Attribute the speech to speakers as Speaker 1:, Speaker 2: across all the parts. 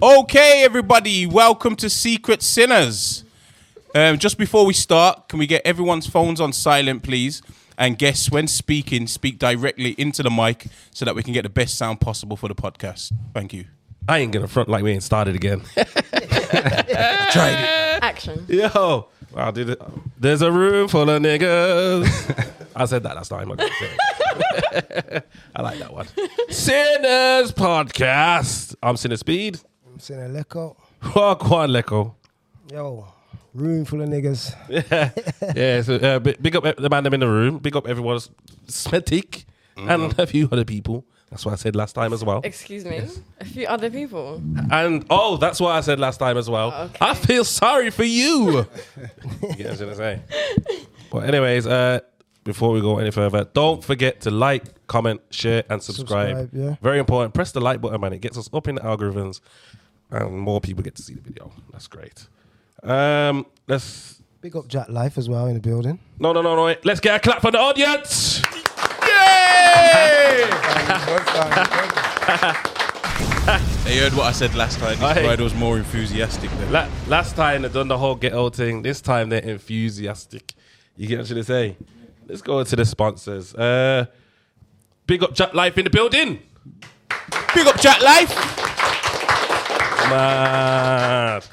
Speaker 1: Okay, everybody, welcome to Secret Sinners. Um, just before we start, can we get everyone's phones on silent, please? And guests, when speaking, speak directly into the mic so that we can get the best sound possible for the podcast. Thank you.
Speaker 2: I ain't gonna front like we ain't started again.
Speaker 3: Action.
Speaker 2: Yo, I did it. There's a room full of niggas. I said that. That's not in my good thing. I like that one. Sinners podcast. I'm Sinner Speed.
Speaker 4: I'm saying a leco.
Speaker 2: Walk one Leko.
Speaker 4: Yo, room full of niggas.
Speaker 2: Yeah, so uh, bi- big up the man them in the room. Big up everyone's smetic and a few other people. That's what I said last time as well.
Speaker 3: Excuse me. A few other people.
Speaker 2: And oh, that's what I said last time as well.
Speaker 3: Okay.
Speaker 2: I feel sorry for you. you know what I'm saying? But anyways, uh, before we go any further, don't forget to like, comment, share, and subscribe.
Speaker 4: Subscribe, yeah.
Speaker 2: Very important. Press the like button, man. It gets us up in the algorithms, and more people get to see the video. That's great. Um, let's
Speaker 4: Big up Jack Life as well in the building.
Speaker 2: no, no, no, no. wait. Let's get a clap for the audience.
Speaker 1: They heard what I said last time. This
Speaker 2: Aye.
Speaker 1: ride was more enthusiastic. Than
Speaker 2: La- last time they done the whole ghetto thing. This time they're enthusiastic. You get what I'm say? Let's go to the sponsors. Uh, big up Jack Life in the building.
Speaker 1: Big up Chat Life.
Speaker 2: Mad.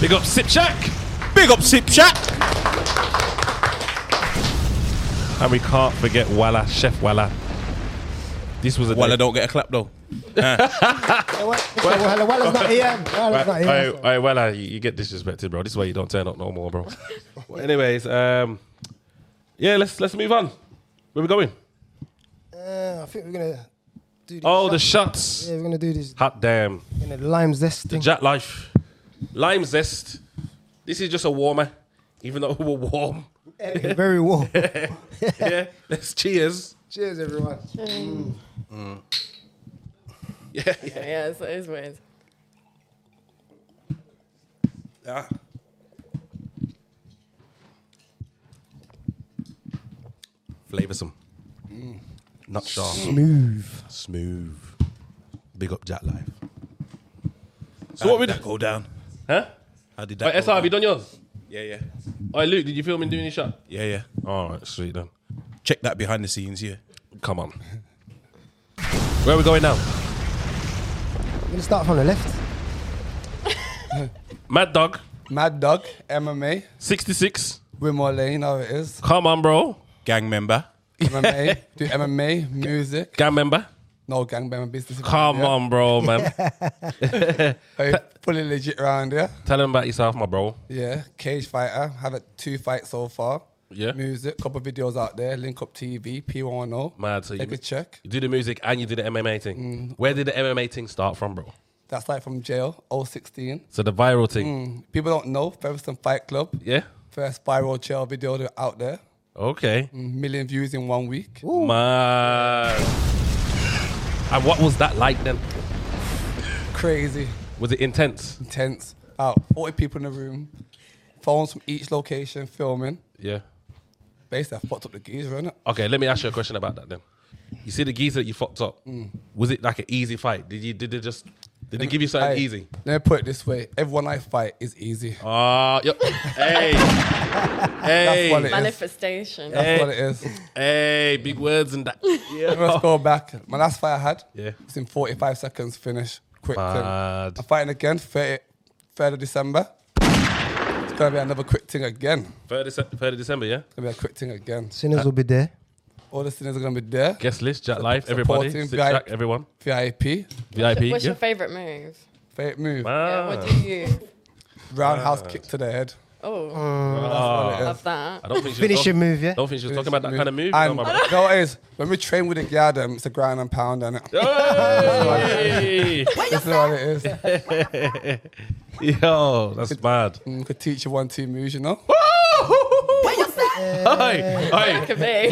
Speaker 2: Big up Sip Shack.
Speaker 1: Big up Sip Chat.
Speaker 2: And we can't forget Walla, Chef Walla. This was a
Speaker 1: Well, I
Speaker 2: day-
Speaker 1: don't get a clap though.
Speaker 4: Hello, hello, Wallace not here. Wallace not
Speaker 2: Aye,
Speaker 4: here.
Speaker 2: aye, well, uh, you, you get disrespected, bro. This way you don't turn up no more, bro. well, anyways, um, yeah, let's let's move on. Where we going?
Speaker 4: Uh, I think we're gonna do this.
Speaker 2: Oh, the shots.
Speaker 4: yeah, we're gonna do this
Speaker 2: Hot damn.
Speaker 4: in the lime zest thing.
Speaker 2: Jack Life. Lime zest. This is just a warmer, even though we're warm.
Speaker 4: Very warm.
Speaker 2: Yeah. Let's cheers.
Speaker 4: Cheers, everyone.
Speaker 2: Yeah.
Speaker 3: Yeah, yeah so it is weird.
Speaker 2: yeah. Flavorsome.
Speaker 1: Mm.
Speaker 2: Not sharp.
Speaker 4: Smooth.
Speaker 2: Smooth. Big up Jack Life. So what we do?
Speaker 1: Go down.
Speaker 2: Huh?
Speaker 1: How did
Speaker 2: Wait,
Speaker 1: that?
Speaker 2: SR, have you done yours?
Speaker 1: Yeah, yeah,
Speaker 2: Oi, Luke, did you film him doing his shot?
Speaker 1: yeah, yeah.
Speaker 2: All right, sweet then.
Speaker 1: Check that behind the scenes here.
Speaker 2: Come on. Where are we going now?
Speaker 4: We're gonna start from the left.
Speaker 2: Mad Dog,
Speaker 5: Mad Dog, MMA,
Speaker 2: 66.
Speaker 5: Wimor Lane, how it is.
Speaker 2: Come on, bro.
Speaker 1: Gang member.
Speaker 5: MMA, do MMA, music.
Speaker 2: Gang member.
Speaker 5: No gangbang business.
Speaker 2: Come
Speaker 5: yeah.
Speaker 2: on, bro, man.
Speaker 5: Hey, fully legit round, yeah?
Speaker 2: Tell him about yourself, my bro.
Speaker 5: Yeah, cage fighter, have it two fights so far.
Speaker 2: Yeah.
Speaker 5: Music, couple videos out there, Link Up TV, P1O.
Speaker 2: Mad, so you-
Speaker 5: oh. Take a check.
Speaker 2: You do the music and you do the MMA thing. Where did the MMA thing start from, bro?
Speaker 5: That's like from jail, 016.
Speaker 2: So the viral thing.
Speaker 5: People don't know, Featherstone Fight Club,
Speaker 2: Yeah.
Speaker 5: first viral jail video that- out there.
Speaker 2: Okay.
Speaker 5: Million views in one week.
Speaker 2: Mad. And what was that like then?
Speaker 5: Crazy,
Speaker 2: Was it intense?
Speaker 5: intense. About 40 people in the room, phones from each location filming.
Speaker 2: Yeah.
Speaker 5: Basically, I fucked up the geezer, innit?
Speaker 2: Okay, let me ask you a question about that then. You see the geezer that you fucked up.
Speaker 5: Mm.
Speaker 2: Was it like an easy fight? Did you did they just did they give you something
Speaker 5: Hey,
Speaker 2: easy?
Speaker 5: Let me put it this way: everyone I fight is easy.
Speaker 2: Ah, yo- hey, hey,
Speaker 5: what it is.
Speaker 3: Manifestation.
Speaker 5: That's
Speaker 2: Hey.
Speaker 5: what it is.
Speaker 2: hey, big words and that.
Speaker 5: Let's go back. My last fight I had,
Speaker 2: Yeah.
Speaker 5: it's in 45 seconds finish. Quick thing.
Speaker 2: Mad.
Speaker 5: I'm fighting again, 30, 3rd of December. It's gonna be another quick thing again.
Speaker 2: Third of, Dece- third of December, yeah.
Speaker 5: It's gonna be a quick thing again.
Speaker 2: Uh,
Speaker 4: Sinners will be there.
Speaker 5: All the sinners are gonna be there.
Speaker 2: Guest list, Jack Life, everybody,
Speaker 5: supporting
Speaker 2: Sit
Speaker 5: VIP.
Speaker 2: Jack, everyone,
Speaker 5: VIP.
Speaker 2: VIP.
Speaker 3: What's
Speaker 2: yeah.
Speaker 3: your favourite move?
Speaker 5: Fake move.
Speaker 3: Yeah,
Speaker 2: Ah,
Speaker 3: what do you?
Speaker 5: Roundhouse kick to the head.
Speaker 3: Oh,
Speaker 5: That's what it
Speaker 3: love
Speaker 5: is.
Speaker 3: that.
Speaker 2: Ah. I don't think she's
Speaker 4: Finish your
Speaker 2: don't,
Speaker 4: move, yeah?
Speaker 2: don't think she was talking about that kind of move.
Speaker 5: And
Speaker 2: no, my
Speaker 5: you know what it is? When we train with the yard, um, it's a ground and pound, and it.
Speaker 2: brother. Hey!
Speaker 5: That's what it is. Mm,
Speaker 2: Yo, that's mad.
Speaker 5: Mm, Could teach you one, two moves, you know?
Speaker 2: Hey,
Speaker 3: Could be.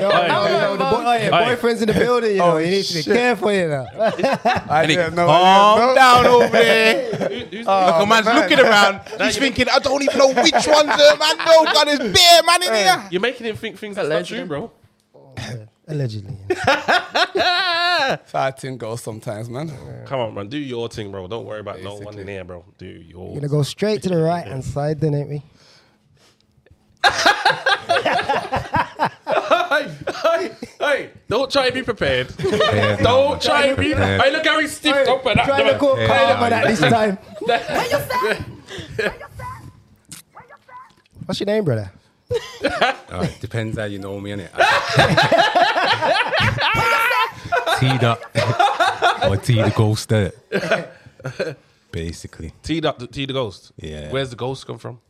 Speaker 4: Oh, yo, the boy, oh, yeah,
Speaker 2: Aye.
Speaker 4: boyfriend's in the building, you know.
Speaker 5: Oh,
Speaker 4: you need to be
Speaker 5: shit.
Speaker 4: careful, you know.
Speaker 5: I didn't know. I didn't know.
Speaker 1: Calm down over there.
Speaker 2: Ah.
Speaker 1: Look, a man's
Speaker 5: man.
Speaker 1: looking around. He's thinking, I don't even know which one's a man. No, God, there's beer, man, in here.
Speaker 2: you're making him think things that's not true, bro.
Speaker 4: Allegedly.
Speaker 5: Fighting goals sometimes, man.
Speaker 2: Come on, man. Do your thing, bro. Don't worry about no one in here, bro. Do your
Speaker 6: We're gonna go straight to the right hand side, then, ain't we?
Speaker 2: Hey, hey, hey. Don't try and be prepared. Don't try and be. Hey, look how he's stiffed up and
Speaker 4: Trying to
Speaker 2: that.
Speaker 4: go calm on at this time.
Speaker 6: What's your name, brother?
Speaker 7: All right, depends how you know me, innit? T dot or T the ghost dirt. Basically,
Speaker 2: T dot T the ghost.
Speaker 7: Yeah.
Speaker 2: Where's the ghost come from?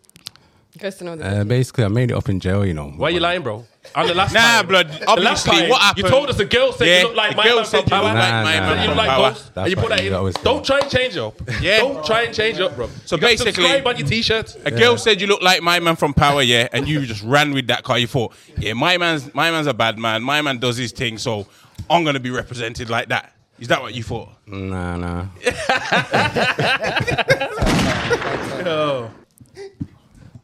Speaker 3: Goes to know the
Speaker 7: uh, basically, I made it up in jail, you know.
Speaker 2: Why are you lying, bro? I'm the last
Speaker 1: Nah,
Speaker 2: time.
Speaker 1: blood.
Speaker 2: The last
Speaker 1: Obviously,
Speaker 2: time,
Speaker 1: what happened?
Speaker 2: You told us the girl said
Speaker 1: Yeah,
Speaker 2: you look like
Speaker 1: the
Speaker 2: my
Speaker 1: girl
Speaker 2: man
Speaker 1: said
Speaker 2: from
Speaker 1: you look
Speaker 2: Power.
Speaker 1: like
Speaker 7: Nah,
Speaker 1: my
Speaker 7: nah,
Speaker 1: man
Speaker 7: nah.
Speaker 2: You
Speaker 1: from
Speaker 2: look like
Speaker 1: Power.
Speaker 2: ghost,
Speaker 7: That's
Speaker 2: and you put
Speaker 7: what
Speaker 2: that
Speaker 7: you
Speaker 2: in.
Speaker 7: always do.
Speaker 2: Don't try and change it up.
Speaker 1: Yeah.
Speaker 2: Don't try and change it up, bro.
Speaker 1: So
Speaker 2: You got
Speaker 1: basically-
Speaker 2: subscribe on your t-shirt.
Speaker 1: A girl said you look like my man from Power, yeah, and you just ran with that car. You thought, yeah, my man's my man's a bad man. My man does his thing, so I'm gonna be represented like that. Is that what you thought?
Speaker 7: Nah, nah.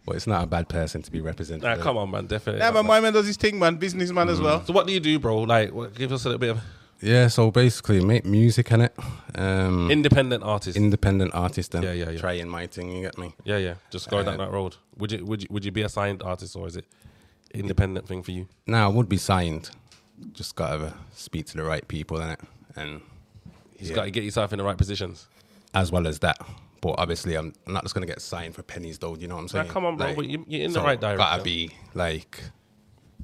Speaker 7: But it's not a bad person to be represented.
Speaker 2: Nah, come on, man. Definitely.
Speaker 1: Yeah,
Speaker 2: not,
Speaker 1: man,
Speaker 2: man.
Speaker 1: my man does his thing, man. Businessman as well.
Speaker 2: So what do you do, bro? Like, what, give us a little bit of
Speaker 7: Yeah, so basically, make music in it. Um,
Speaker 2: independent artist.
Speaker 7: independent artist, then.
Speaker 2: Yeah, yeah, yeah.
Speaker 7: Trying my thing, you get me?
Speaker 2: yeah, yeah. Just go
Speaker 1: Uh,
Speaker 2: down that road. Would you would you would you be a signed artist or is it independent thing for you?
Speaker 7: Now, I would be signed. Just gotta speak to the right people in it, and
Speaker 2: You just got to get yourself in the right positions.
Speaker 7: as well as that. But obviously, I'm not just gonna get signed for pennies, though. You know what I'm saying?
Speaker 2: come on, bro, but you- you're in the right
Speaker 7: Gotta
Speaker 2: direction.
Speaker 7: be like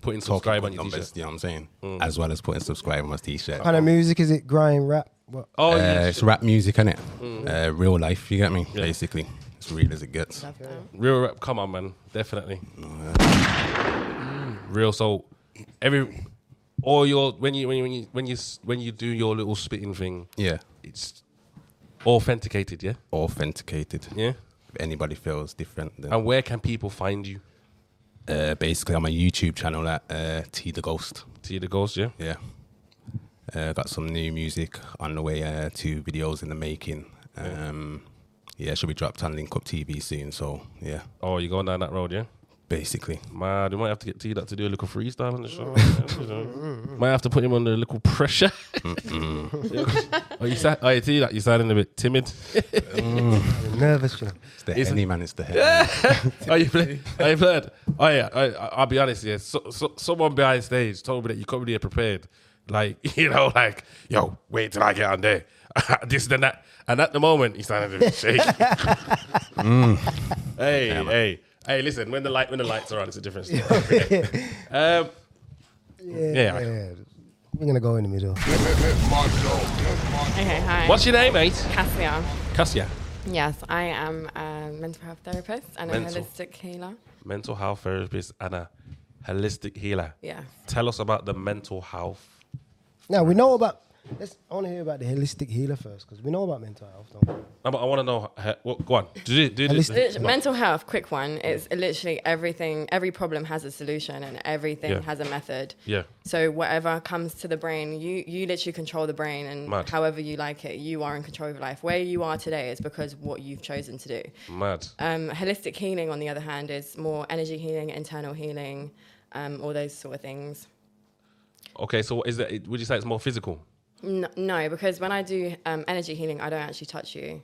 Speaker 2: Putting subscribe
Speaker 7: talking
Speaker 2: on
Speaker 7: on
Speaker 2: your t-shirt.
Speaker 7: numbers.
Speaker 2: Mm.
Speaker 7: You know what I'm saying? As well as putting subscribe on my t-shirt.
Speaker 6: What kind of music is it? Grind, rap? What?
Speaker 2: Oh,
Speaker 7: uh,
Speaker 2: yeah.
Speaker 7: it's rap music, innit?
Speaker 2: Mm.
Speaker 7: Uh, real life, you get me? Basically, it's real as it gets.
Speaker 2: Real rap, come on, man. Definitely. Mm, Real. So every all your when you when you when you when you s- when you do your little spitting thing,
Speaker 7: Yeah,
Speaker 2: it's authenticated, yeah,
Speaker 7: authenticated.
Speaker 2: yeah.
Speaker 7: If anybody feels different, then
Speaker 2: And where can people find you?
Speaker 7: uh, basically on my YouTube channel at uh, T the Ghost.
Speaker 2: See the ghost, yeah.
Speaker 7: Yeah, uh, got some new music on the way. Uh, two videos in the making. Um, yeah, should be dropped on Link Up TV soon. So yeah,
Speaker 2: Oh, you're going down that road, yeah.
Speaker 7: basically.
Speaker 2: Man, we might have to get T that to do a little freestyle on the show. man, you know. might have to put him under a little pressure. oh, you sa- oh, T that you sounding a bit timid.
Speaker 6: I'm nervous, you know.
Speaker 7: It's the any man, it's the head.
Speaker 2: Are you playing? Are you playing? Oh yeah, I, I, I'll be honest. Yeah, so, so, someone behind stage told me that you come here prepared, like you know, like yo, wait till I get on there. this then that, and at the moment he's starting to shake. Hey, hey, hey! Listen, when the light when the lights are on, it's a different story. um, yeah.
Speaker 6: Yeah, we're gonna go in the middle.
Speaker 3: Okay, hi.
Speaker 2: What's your name, mate?
Speaker 3: Cassia.
Speaker 2: Cassia.
Speaker 3: Yes, I am a mental health therapist and
Speaker 2: Mental.
Speaker 3: a holistic healer.
Speaker 2: Mental health therapist and a holistic healer.
Speaker 3: Yeah.
Speaker 2: Tell us about the mental health.
Speaker 6: Now we know about. Let's I want to hear about the holistic healer first, because we know about mental health. Don't we?
Speaker 2: I, I want to know. uh, What? Go on. Do, you- do, you-
Speaker 6: Holistic
Speaker 3: Lit- mental health, quick one. It's literally everything. Every problem has a solution, and everything
Speaker 2: Yeah.
Speaker 3: has a method.
Speaker 2: Yeah.
Speaker 3: So whatever comes to the brain, you you literally control the brain, and
Speaker 2: Mad.
Speaker 3: however you like it, you are in control of your life. Where you are today is because what you've chosen to do.
Speaker 2: Mad.
Speaker 3: Um, holistic healing, on the other hand, is more energy healing, internal healing, um, all those sort of things.
Speaker 2: Okay, so what is that? Would you say it's more physical?
Speaker 3: No, no because when I do um, energy healing, I don't actually touch you.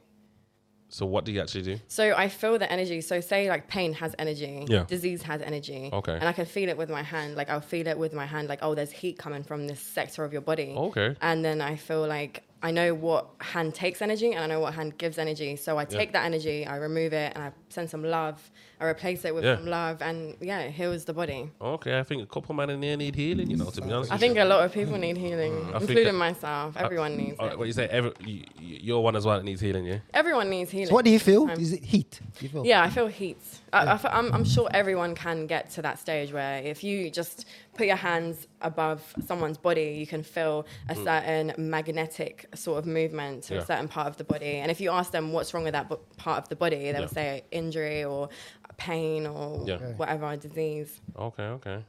Speaker 2: So what do you actually do?
Speaker 3: So I feel the energy. So say like pain has energy,
Speaker 2: Yeah.
Speaker 3: disease has energy.
Speaker 2: Okay.
Speaker 3: And I can feel it with my hand. Like I'll feel it with my hand. Like oh, there's heat coming from this sector of your body.
Speaker 2: Okay.
Speaker 3: And then I feel like I know what hand takes energy and I know what hand gives energy. So I take that energy, I remove it, and I send some love. I replace it with
Speaker 2: Yeah.
Speaker 3: some love, and yeah, it heals the body.
Speaker 2: Okay, I think a couple man in there need healing. You know, to be honest.
Speaker 3: I
Speaker 2: with you.
Speaker 3: think a lot of people need healing,
Speaker 2: Mm, I think
Speaker 3: including
Speaker 2: that-
Speaker 3: myself. Everyone needs
Speaker 2: All right,
Speaker 3: it.
Speaker 2: what you say? Every, you, you- you're one as well that needs healing. Yeah.
Speaker 3: Everyone needs healing.
Speaker 6: So what do you feel?
Speaker 3: Um,
Speaker 6: Is it heat? Do you feel?
Speaker 3: Yeah, I feel heat. I, I fe- I'm, I'm sure everyone can get to that stage where if you just put your hands above someone's body, you can feel a certain magnetic sort of movement to
Speaker 2: Mm. Yeah.
Speaker 3: a certain part of the body. And if you ask them what's wrong with that bo- part of the body, they'll
Speaker 2: Yeah.
Speaker 3: say injury or pain or
Speaker 2: Yeah. Okay.
Speaker 3: whatever disease.
Speaker 2: Okay. Okay.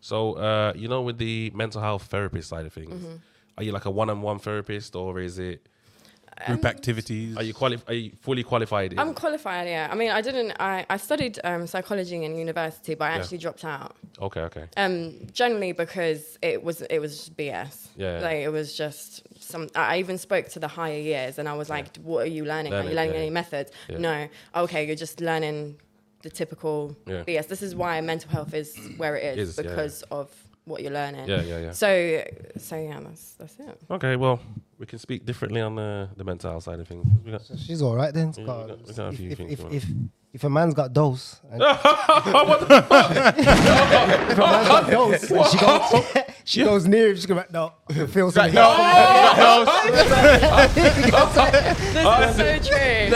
Speaker 2: So uh, you know, with the
Speaker 3: Mm-hmm.
Speaker 2: mental health therapist side of things, are you like a one-on-one therapist or is it?
Speaker 1: Group activities.
Speaker 2: Are you quali- Are you fully qualified? in-
Speaker 3: I'm qualified, yeah. I mean, I didn't, I, I studied um, psychology in university, but I actually dropped out.
Speaker 2: okay, okay.
Speaker 3: Um, generally because it was it was just BS.
Speaker 2: Yeah, yeah.
Speaker 3: Like it was just some. I I even spoke to the higher years, and I was like, "What are you learning? are
Speaker 2: Learning,
Speaker 3: you learning
Speaker 2: yeah,
Speaker 3: any
Speaker 2: yeah.
Speaker 3: methods?
Speaker 2: Yeah.
Speaker 3: No. Okay, you're just learning the typical
Speaker 2: Yeah.
Speaker 3: BS. This is why mental health is where it is,
Speaker 2: Is, yeah, yeah.
Speaker 3: because of what you're learning.
Speaker 2: Yeah, yeah, yeah.
Speaker 3: So, so yeah, that's that's it.
Speaker 2: Okay, well, we can speak differently on the, the mental health side of things. We got-
Speaker 6: She's all right then.
Speaker 2: Yeah,
Speaker 6: Got-
Speaker 2: we got- we got a
Speaker 6: if,
Speaker 2: few
Speaker 6: if,
Speaker 2: things
Speaker 6: if,
Speaker 2: going on.
Speaker 6: if, if a man's got dose, and if a man's got dose, and she goes, she goes near him. She's gonna be like, no, I can feel something.
Speaker 2: Oh,
Speaker 3: This is so true.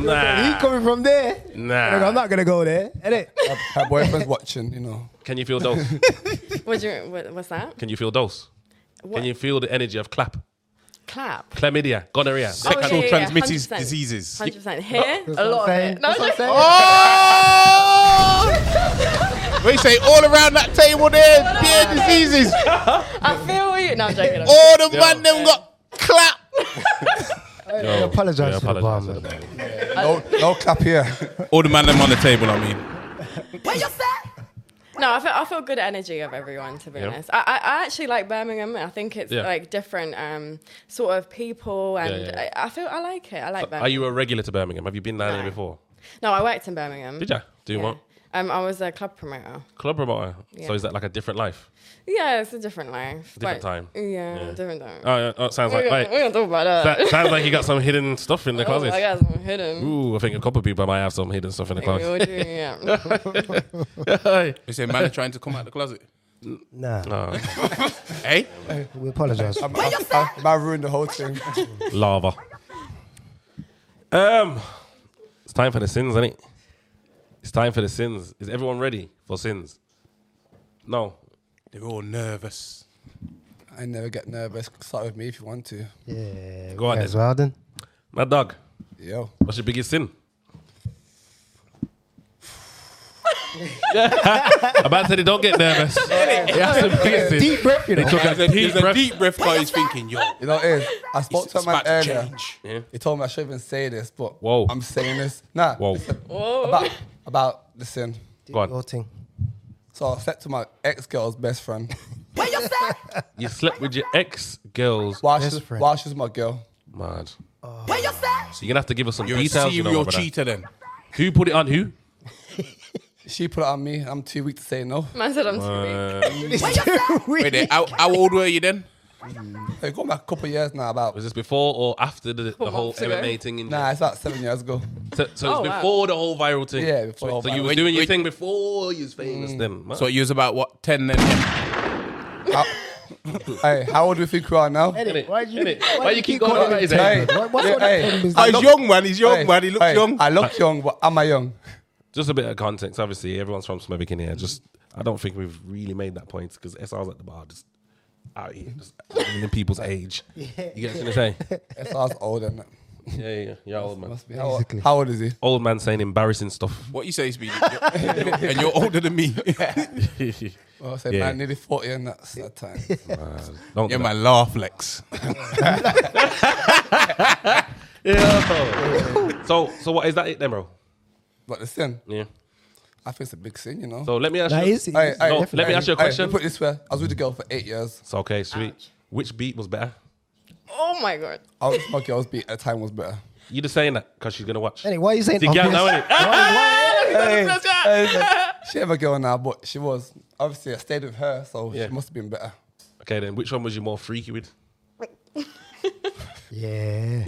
Speaker 6: He
Speaker 2: nah,
Speaker 6: coming from there. Like, I'm
Speaker 2: nah.
Speaker 6: not gonna go there, innit?
Speaker 5: Her, her boyfriend's watching, you know.
Speaker 2: Can you feel dose?
Speaker 3: What do you, what, what's that?
Speaker 2: Can you feel dose?
Speaker 3: What?
Speaker 2: Can you feel the energy of clap?
Speaker 3: clap?
Speaker 2: Chlamydia, gonorrhea.
Speaker 3: Oh, yeah,
Speaker 1: Sexual
Speaker 3: yeah, yeah,
Speaker 1: transmitted
Speaker 3: 100%.
Speaker 1: diseases.
Speaker 3: Hundred percent here.
Speaker 6: That's
Speaker 3: A
Speaker 6: what I'm
Speaker 3: lot of
Speaker 6: saying.
Speaker 3: it. No,
Speaker 6: That's
Speaker 3: I'm
Speaker 6: what I'm
Speaker 3: joking.
Speaker 6: saying.
Speaker 1: Oh! we say all around that table there, beer diseases.
Speaker 3: I feel you. No, I'm joking. I'm joking.
Speaker 1: All the man them got clap.
Speaker 6: I apologize
Speaker 2: Yeah,
Speaker 6: for the bar,
Speaker 2: apologise.
Speaker 6: man.
Speaker 5: No, no clap here.
Speaker 1: All the man them on the table. I mean,
Speaker 3: No, I feel, I feel good energy of everyone, to be
Speaker 2: Yeah.
Speaker 3: honest. I, I, I actually like Birmingham. I think it's
Speaker 2: Yeah.
Speaker 3: like different um, sort of people, and
Speaker 2: yeah, yeah.
Speaker 3: I, I feel I like it. I like Birmingham.
Speaker 2: Are you a regular to Birmingham? Have you been down here
Speaker 3: No.
Speaker 2: before?
Speaker 3: no, I worked in Birmingham.
Speaker 2: Did you? Do you
Speaker 3: Yeah.
Speaker 2: want
Speaker 3: Um, I was a club promoter.
Speaker 2: club promoter? So
Speaker 3: Yeah.
Speaker 2: is that like a different life?
Speaker 3: Yeah, it's a different life.
Speaker 2: Different time.
Speaker 3: Yeah,
Speaker 2: Yeah.
Speaker 3: different time.
Speaker 2: Oh, yeah, oh sounds
Speaker 3: we
Speaker 2: like
Speaker 3: don't, we
Speaker 2: wait,
Speaker 3: don't talk about that.
Speaker 2: that sounds like you got some hidden stuff in the
Speaker 3: oh,
Speaker 2: closet.
Speaker 3: I got some hidden.
Speaker 2: Ooh, I think a couple of people might have some hidden stuff in the
Speaker 3: We all
Speaker 2: closet.
Speaker 3: do, yeah.
Speaker 1: they say man are trying to come out the closet.
Speaker 6: Nah,
Speaker 2: Oh,
Speaker 1: Hey,
Speaker 6: we apologize.
Speaker 5: I'm, I'm, I'm, I ruined the whole thing.
Speaker 2: lava. Um, it's time for the sins, isn't it? It's time for the sins. Is everyone ready for sins? No.
Speaker 1: they're all nervous.
Speaker 5: I never get nervous. Start with me if you want to.
Speaker 6: Yeah,
Speaker 2: Go on
Speaker 6: as
Speaker 2: then.
Speaker 6: well then.
Speaker 2: Mad dog.
Speaker 5: Yo.
Speaker 2: What's your biggest sin? About to say they don't get nervous. That's the biggest sin.
Speaker 6: Deep breath, you know.
Speaker 2: Took a
Speaker 1: There's a,
Speaker 2: deep
Speaker 1: there's a
Speaker 2: breath.
Speaker 1: deep breath guy who's thinking, yo,
Speaker 5: You know what it is? I spoke
Speaker 1: it's
Speaker 5: to a man
Speaker 1: about to
Speaker 5: earlier.
Speaker 1: change.
Speaker 2: Yeah.
Speaker 5: He told me I shouldn't even say this, but
Speaker 2: Whoa.
Speaker 5: I'm saying this. Nah.
Speaker 2: Whoa.
Speaker 5: listen.
Speaker 3: Whoa.
Speaker 5: About, about the sin.
Speaker 6: Do
Speaker 2: Go on.
Speaker 6: Your thing.
Speaker 5: So I slept with my ex girl's best friend
Speaker 2: You slept with your ex girls.
Speaker 5: while,
Speaker 6: Best
Speaker 5: she's,
Speaker 6: friend.
Speaker 5: while she's my girl.
Speaker 2: Mad. So Oh. you're gonna have to give us some
Speaker 1: You're a
Speaker 2: details. You know, my
Speaker 1: serial
Speaker 2: brother.
Speaker 1: cheater then.
Speaker 2: Who put it on who?
Speaker 5: She put it on me. I'm too weak to say no.
Speaker 3: Man said I'm too weak.
Speaker 1: Wait there, how, how old were you then?
Speaker 5: It's gone back a couple of years now, about.
Speaker 2: Was this before or after the, the whole
Speaker 3: months ago.
Speaker 2: MMA thing? In
Speaker 5: Oh, Nah, it's about seven years ago.
Speaker 2: So, so
Speaker 3: Oh,
Speaker 2: it's
Speaker 3: wow.
Speaker 2: before the whole viral thing.
Speaker 5: Yeah, before
Speaker 2: so,
Speaker 5: the whole
Speaker 2: so you
Speaker 5: viral- Mm.
Speaker 2: were
Speaker 1: Wait,
Speaker 2: doing your
Speaker 1: wait.
Speaker 2: thing before you was famous. Then man.
Speaker 1: So you was about what, 10 then?
Speaker 5: How, hey, how old do you think we are now?
Speaker 2: Innit?
Speaker 6: Why you,
Speaker 2: Innit? Why you keep calling
Speaker 5: it
Speaker 2: his
Speaker 5: Hey.
Speaker 2: age?
Speaker 6: What- What's
Speaker 5: Yeah,
Speaker 6: all that
Speaker 5: hey.
Speaker 6: pen
Speaker 1: Oh,
Speaker 6: business?
Speaker 1: he's young, man. He's young,
Speaker 5: Hey,
Speaker 1: man. He looks
Speaker 5: hey,
Speaker 1: young.
Speaker 5: I look young, but am I young?
Speaker 2: Just a bit of context, obviously. Everyone's from Smebikin here. Just, I don't think we've really made that point because SR's at the bar, just out here, just in people's age. You get what I'm saying?
Speaker 5: Yes, I was older. than that.
Speaker 2: Yeah, yeah, yeah. Old man.
Speaker 5: Must be. How, old-
Speaker 6: Basically.
Speaker 5: how old is he?
Speaker 2: Old man saying embarrassing stuff.
Speaker 1: What you say, Speedy? You're- you're- and you're older than me.
Speaker 5: Well, I said,
Speaker 2: Yeah.
Speaker 5: man, nearly 40 and that's that time.
Speaker 2: Don't
Speaker 1: yeah,
Speaker 2: do
Speaker 1: man. Laugh, Lex.
Speaker 2: that. Yeah. so, so what is that it then, bro?
Speaker 5: but the sin,
Speaker 2: Yeah.
Speaker 5: I think it's a big sin, you know.
Speaker 2: So let me ask
Speaker 6: That
Speaker 2: you.
Speaker 6: is it.
Speaker 5: Hey, hey,
Speaker 2: No, let me
Speaker 5: hey,
Speaker 2: ask you a
Speaker 5: hey,
Speaker 2: question.
Speaker 5: put it this way, I was with the girl for eight years.
Speaker 2: So, okay, sweet.
Speaker 3: Ouch.
Speaker 2: Which beat was better?
Speaker 3: Oh my god.
Speaker 5: I was my girl's beat at the time was better.
Speaker 2: You just saying that because she's gonna watch.
Speaker 6: Innit? Why are you saying
Speaker 2: The girl now,
Speaker 6: obvious?
Speaker 2: innit? Oh
Speaker 5: Hey, hey, she ain't my girl now, but she was. Obviously, I stayed with her, so
Speaker 2: Yeah.
Speaker 5: she must have been better.
Speaker 2: Okay, then which one was you more freaky with?
Speaker 6: Yeah.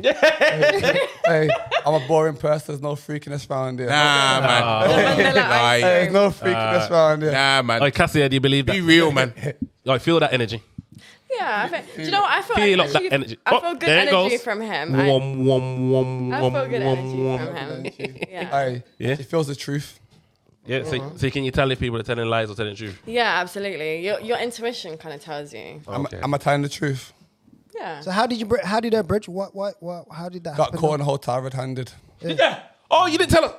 Speaker 5: hey, I'm a boring person. There's no freakiness around here.
Speaker 1: Nah, man.
Speaker 5: Hey,
Speaker 1: Lie.
Speaker 5: there's no freakiness around here.
Speaker 1: Nah, man.
Speaker 2: Like Cassia, do you believe
Speaker 1: Be
Speaker 2: that?
Speaker 1: real, man.
Speaker 2: Like feel that energy.
Speaker 3: Yeah, I feel, do you know what? I feel
Speaker 2: Feel
Speaker 3: like
Speaker 2: up that
Speaker 3: actually-
Speaker 2: energy.
Speaker 3: I
Speaker 2: Oh,
Speaker 3: feel good
Speaker 2: there it
Speaker 3: energy
Speaker 2: goes.
Speaker 3: from him. I-
Speaker 2: Wom, wom, wom,
Speaker 3: I
Speaker 2: wom,
Speaker 3: feel good
Speaker 2: wom,
Speaker 3: energy
Speaker 2: wom.
Speaker 3: from him. Yeah.
Speaker 5: Hey,
Speaker 2: Yeah.
Speaker 5: she feels the truth.
Speaker 2: Yeah, so, so can you tell if people are telling lies or telling the truth?
Speaker 3: yeah, absolutely. Your, your intuition kind of tells you.
Speaker 1: Oh,
Speaker 5: I'm, I'm telling the truth.
Speaker 3: Yeah.
Speaker 6: So how did you? Bre- how did that bridge? What? What? What? How did that?
Speaker 5: Got
Speaker 6: happen?
Speaker 5: caught in a hotel red handed.
Speaker 2: Oh, you didn't tell us.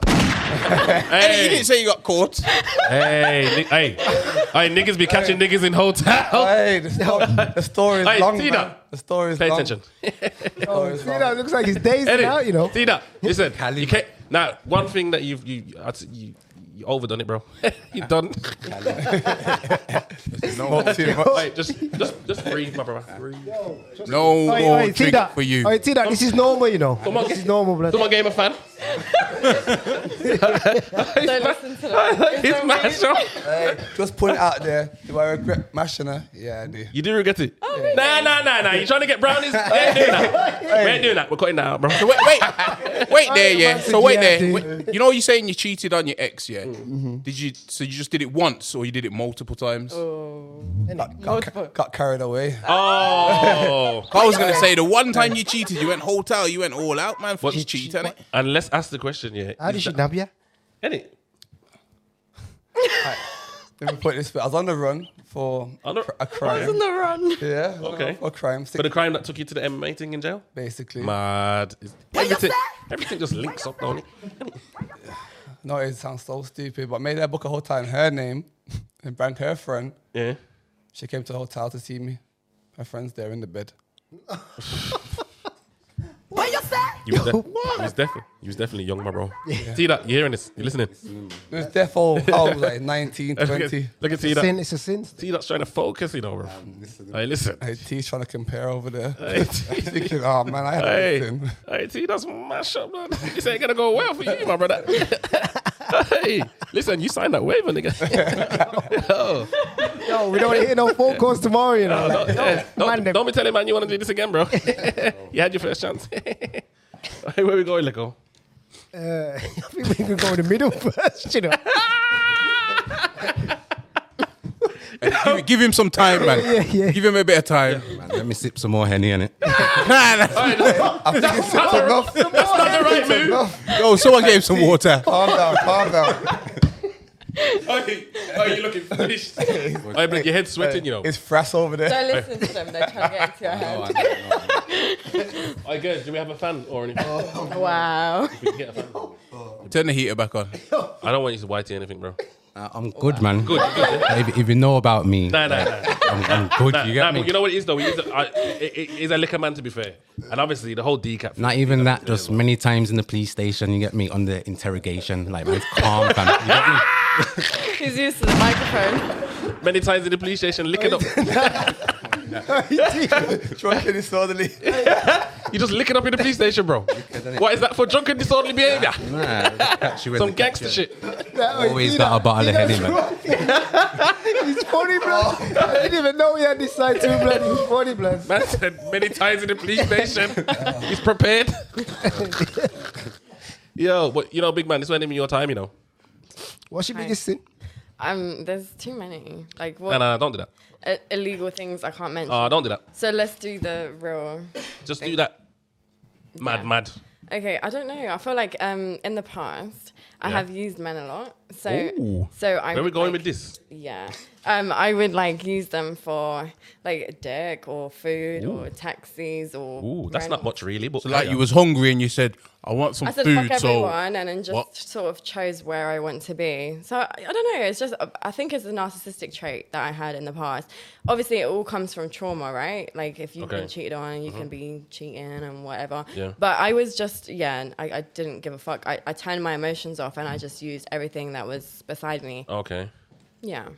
Speaker 1: Hey, you didn't say you got caught.
Speaker 2: Hey, ni- hey, hey, niggas be catching niggas in hotel.
Speaker 5: Hey, the, sto- the story is
Speaker 2: Hey,
Speaker 5: long.
Speaker 2: Tina.
Speaker 5: man. The story is
Speaker 2: Pay
Speaker 5: long.
Speaker 2: attention.
Speaker 5: The story is
Speaker 6: See,
Speaker 5: long.
Speaker 6: that looks like he's dazing
Speaker 2: Eddie,
Speaker 6: out, you know.
Speaker 2: Tina, listen. You can't, now, one thing that you've you I'd say you, you overdone it, bro. you done.
Speaker 5: Not too much.
Speaker 2: Wait, just just just breathe, my brother. Breathe.
Speaker 1: No
Speaker 6: Oi,
Speaker 1: more
Speaker 6: oi,
Speaker 1: drink
Speaker 6: Tida.
Speaker 1: for you.
Speaker 6: Oi, Tida, this is normal, you know.
Speaker 2: on,
Speaker 6: This is
Speaker 2: get-
Speaker 6: normal, blood.
Speaker 2: Come on, gamer fan.
Speaker 3: Don't listen to that.
Speaker 2: It's my show.
Speaker 5: Hey, just put it out there. Do I regret mashing her? Yeah, I do.
Speaker 2: You do regret it. Nah, nah, nah, nah. You trying to get brownies? We ain't doing that. We ain't doing that. We're cutting that out, bro.
Speaker 1: So wait, wait, wait there, yeah. So wait
Speaker 6: yeah,
Speaker 1: there.
Speaker 6: dude.
Speaker 1: Wait, you Mm-hmm. know you're saying you cheated on your ex, yeah? Did you? So you just did it once, or you did it multiple times?
Speaker 5: Got, ca- got carried away.
Speaker 2: Oh.
Speaker 1: I was gonna say the one time you cheated, you went hotel, you went all out, man. For
Speaker 2: What-
Speaker 1: you cheating it.
Speaker 2: And let's ask the question, yeah.
Speaker 6: How did she nab you?
Speaker 2: Any?
Speaker 5: Let me put it this way. I was on the run for
Speaker 2: On the-
Speaker 5: cr- a crime.
Speaker 3: the run.
Speaker 5: Yeah, okay.
Speaker 2: Okay.
Speaker 5: for a crime,
Speaker 2: For the crime that took you to the MMA thing in jail?
Speaker 5: basically.
Speaker 2: Mad. It's- Everything, everything just links up, don't it?
Speaker 5: No, it sounds so stupid, but made her book a hotel in her name and brand her friend.
Speaker 2: Yeah.
Speaker 5: She came to the hotel to see me. Her friend's there in the bed.
Speaker 2: You was, def- you was definitely, you was definitely young, my bro. See that? You hearing this? You listening?
Speaker 5: It was there for, I was like 19,
Speaker 2: Look at,
Speaker 5: 20.
Speaker 2: look at see
Speaker 6: It's a
Speaker 2: that?
Speaker 6: sin. It's a sin.
Speaker 2: See that's trying to focus, you know, bro. Hey, listen.
Speaker 5: Hey, T's trying to compare over there.
Speaker 2: Hey,
Speaker 5: Thinking, oh man, I had
Speaker 2: Hey,
Speaker 5: everything.
Speaker 2: hey, T, that's mash up, man. This ain't gonna go well for you, my brother. hey, listen, you signed that waiver, nigga. Yo.
Speaker 6: Yo, we don't want to hear no phone calls tomorrow, you know.
Speaker 2: No,
Speaker 6: Like,
Speaker 2: yeah,
Speaker 6: man,
Speaker 2: don't,
Speaker 6: they-
Speaker 2: don't be telling man you want to do this again, bro. you had your first chance. hey, where we going, Lico?
Speaker 6: uh, I think we can go in the middle first, you know.
Speaker 1: Give, give him some time, man.
Speaker 6: yeah.
Speaker 1: Give him a bit of time.
Speaker 7: Man, let me sip some more henny in it.
Speaker 1: Nah, nah.
Speaker 5: I think it's enough.
Speaker 2: That's not the right move.
Speaker 7: Oh,
Speaker 1: Yo, someone gave him some water.
Speaker 5: Calm down, calm down.
Speaker 2: Hey, oh, you're looking finished. I but your head's sweating, you know.
Speaker 5: It's Frass over there.
Speaker 3: Don't listen to them. They're trying to get into your head.
Speaker 2: I guess, do we have a fan or anything?
Speaker 3: Wow.
Speaker 2: We can get a fan.
Speaker 1: Turn the heater back on.
Speaker 2: I don't want you to whitey anything, bro.
Speaker 7: Uh, I'm good, man.
Speaker 2: Good, good. yeah?
Speaker 7: If, if you know about me,
Speaker 2: Nah, nah, nah.
Speaker 7: I'm, I'm good. you get
Speaker 2: Nah,
Speaker 7: me?
Speaker 2: but you know what it is though. He's a, I, it, it- he's a liquor man to be fair, and obviously the whole decaf.
Speaker 7: Not even that, just many times in the police station, you get me under interrogation. Like, man, it's calm, fam. You get me?
Speaker 3: He's used to the microphone.
Speaker 2: Many times in the police station, licking up.
Speaker 5: Drunken disorderly.
Speaker 2: You just licking up in the police station, bro. What is that for drunken disorderly behaviour?
Speaker 7: Nah, they catch you in
Speaker 2: Some
Speaker 7: the-
Speaker 2: gangster shit.
Speaker 7: Always got a bottle of head in, man.
Speaker 6: He's funny, blood. I didn't even know he had this side too, blood. He's funny, blood.
Speaker 2: Man said many times in the police station. He's prepared. Yo, but you know, big man, this wasn't even your time, you know.
Speaker 6: What's your biggest sin?
Speaker 3: Um, there's too many. Like
Speaker 2: No,
Speaker 3: what
Speaker 2: no, no, don't do that.
Speaker 3: i- illegal things I can't mention.
Speaker 2: Uh, don't do that.
Speaker 3: so let's do the real.
Speaker 2: Just do that. Mad,
Speaker 3: Yeah.
Speaker 2: mad.
Speaker 3: Okay, I don't know. I feel like um in the past I
Speaker 2: Yeah.
Speaker 3: have used men a lot. So
Speaker 2: Ooh.
Speaker 3: so I
Speaker 2: Where we
Speaker 3: would,
Speaker 2: going
Speaker 3: like,
Speaker 2: with this?
Speaker 3: Yeah. Um, I would like use them for like dick or food or taxis or.
Speaker 2: Ooh, that's not
Speaker 3: rent.
Speaker 2: much really, but
Speaker 1: Like you was hungry and you said, "I want some
Speaker 3: I said
Speaker 1: food."
Speaker 3: fuck
Speaker 1: So
Speaker 3: everyone, and then just
Speaker 1: What?
Speaker 3: sort of chose where I want to be. So I, I don't know. It's just uh, I think it's a narcissistic trait that I had in the past. Obviously, it all comes from trauma, right? Like if you've
Speaker 2: Okay. Mm-hmm.
Speaker 3: been cheated on, you can be cheating and whatever.
Speaker 2: Yeah.
Speaker 3: But I was just yeah, I, I didn't give a fuck. I, I turned my emotions off, and I just used everything that was beside me.
Speaker 2: Okay.
Speaker 3: Yeah.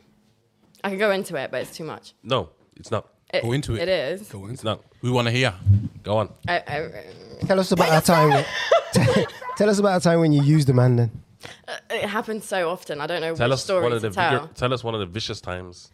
Speaker 3: I can go into it, but it's too much.
Speaker 2: No, it's not.
Speaker 3: It-
Speaker 1: Go into it.
Speaker 3: It is.
Speaker 2: It's not.
Speaker 1: we want to hear.
Speaker 2: Go on.
Speaker 3: I, I,
Speaker 6: Tell us about our time. When, tell us about a time when you used a man. Then
Speaker 3: it happens so often. I don't know
Speaker 2: Tell
Speaker 3: which
Speaker 2: us
Speaker 3: story
Speaker 2: one of
Speaker 3: to
Speaker 2: the
Speaker 3: tell.
Speaker 2: vigor, tell us one of the vicious times.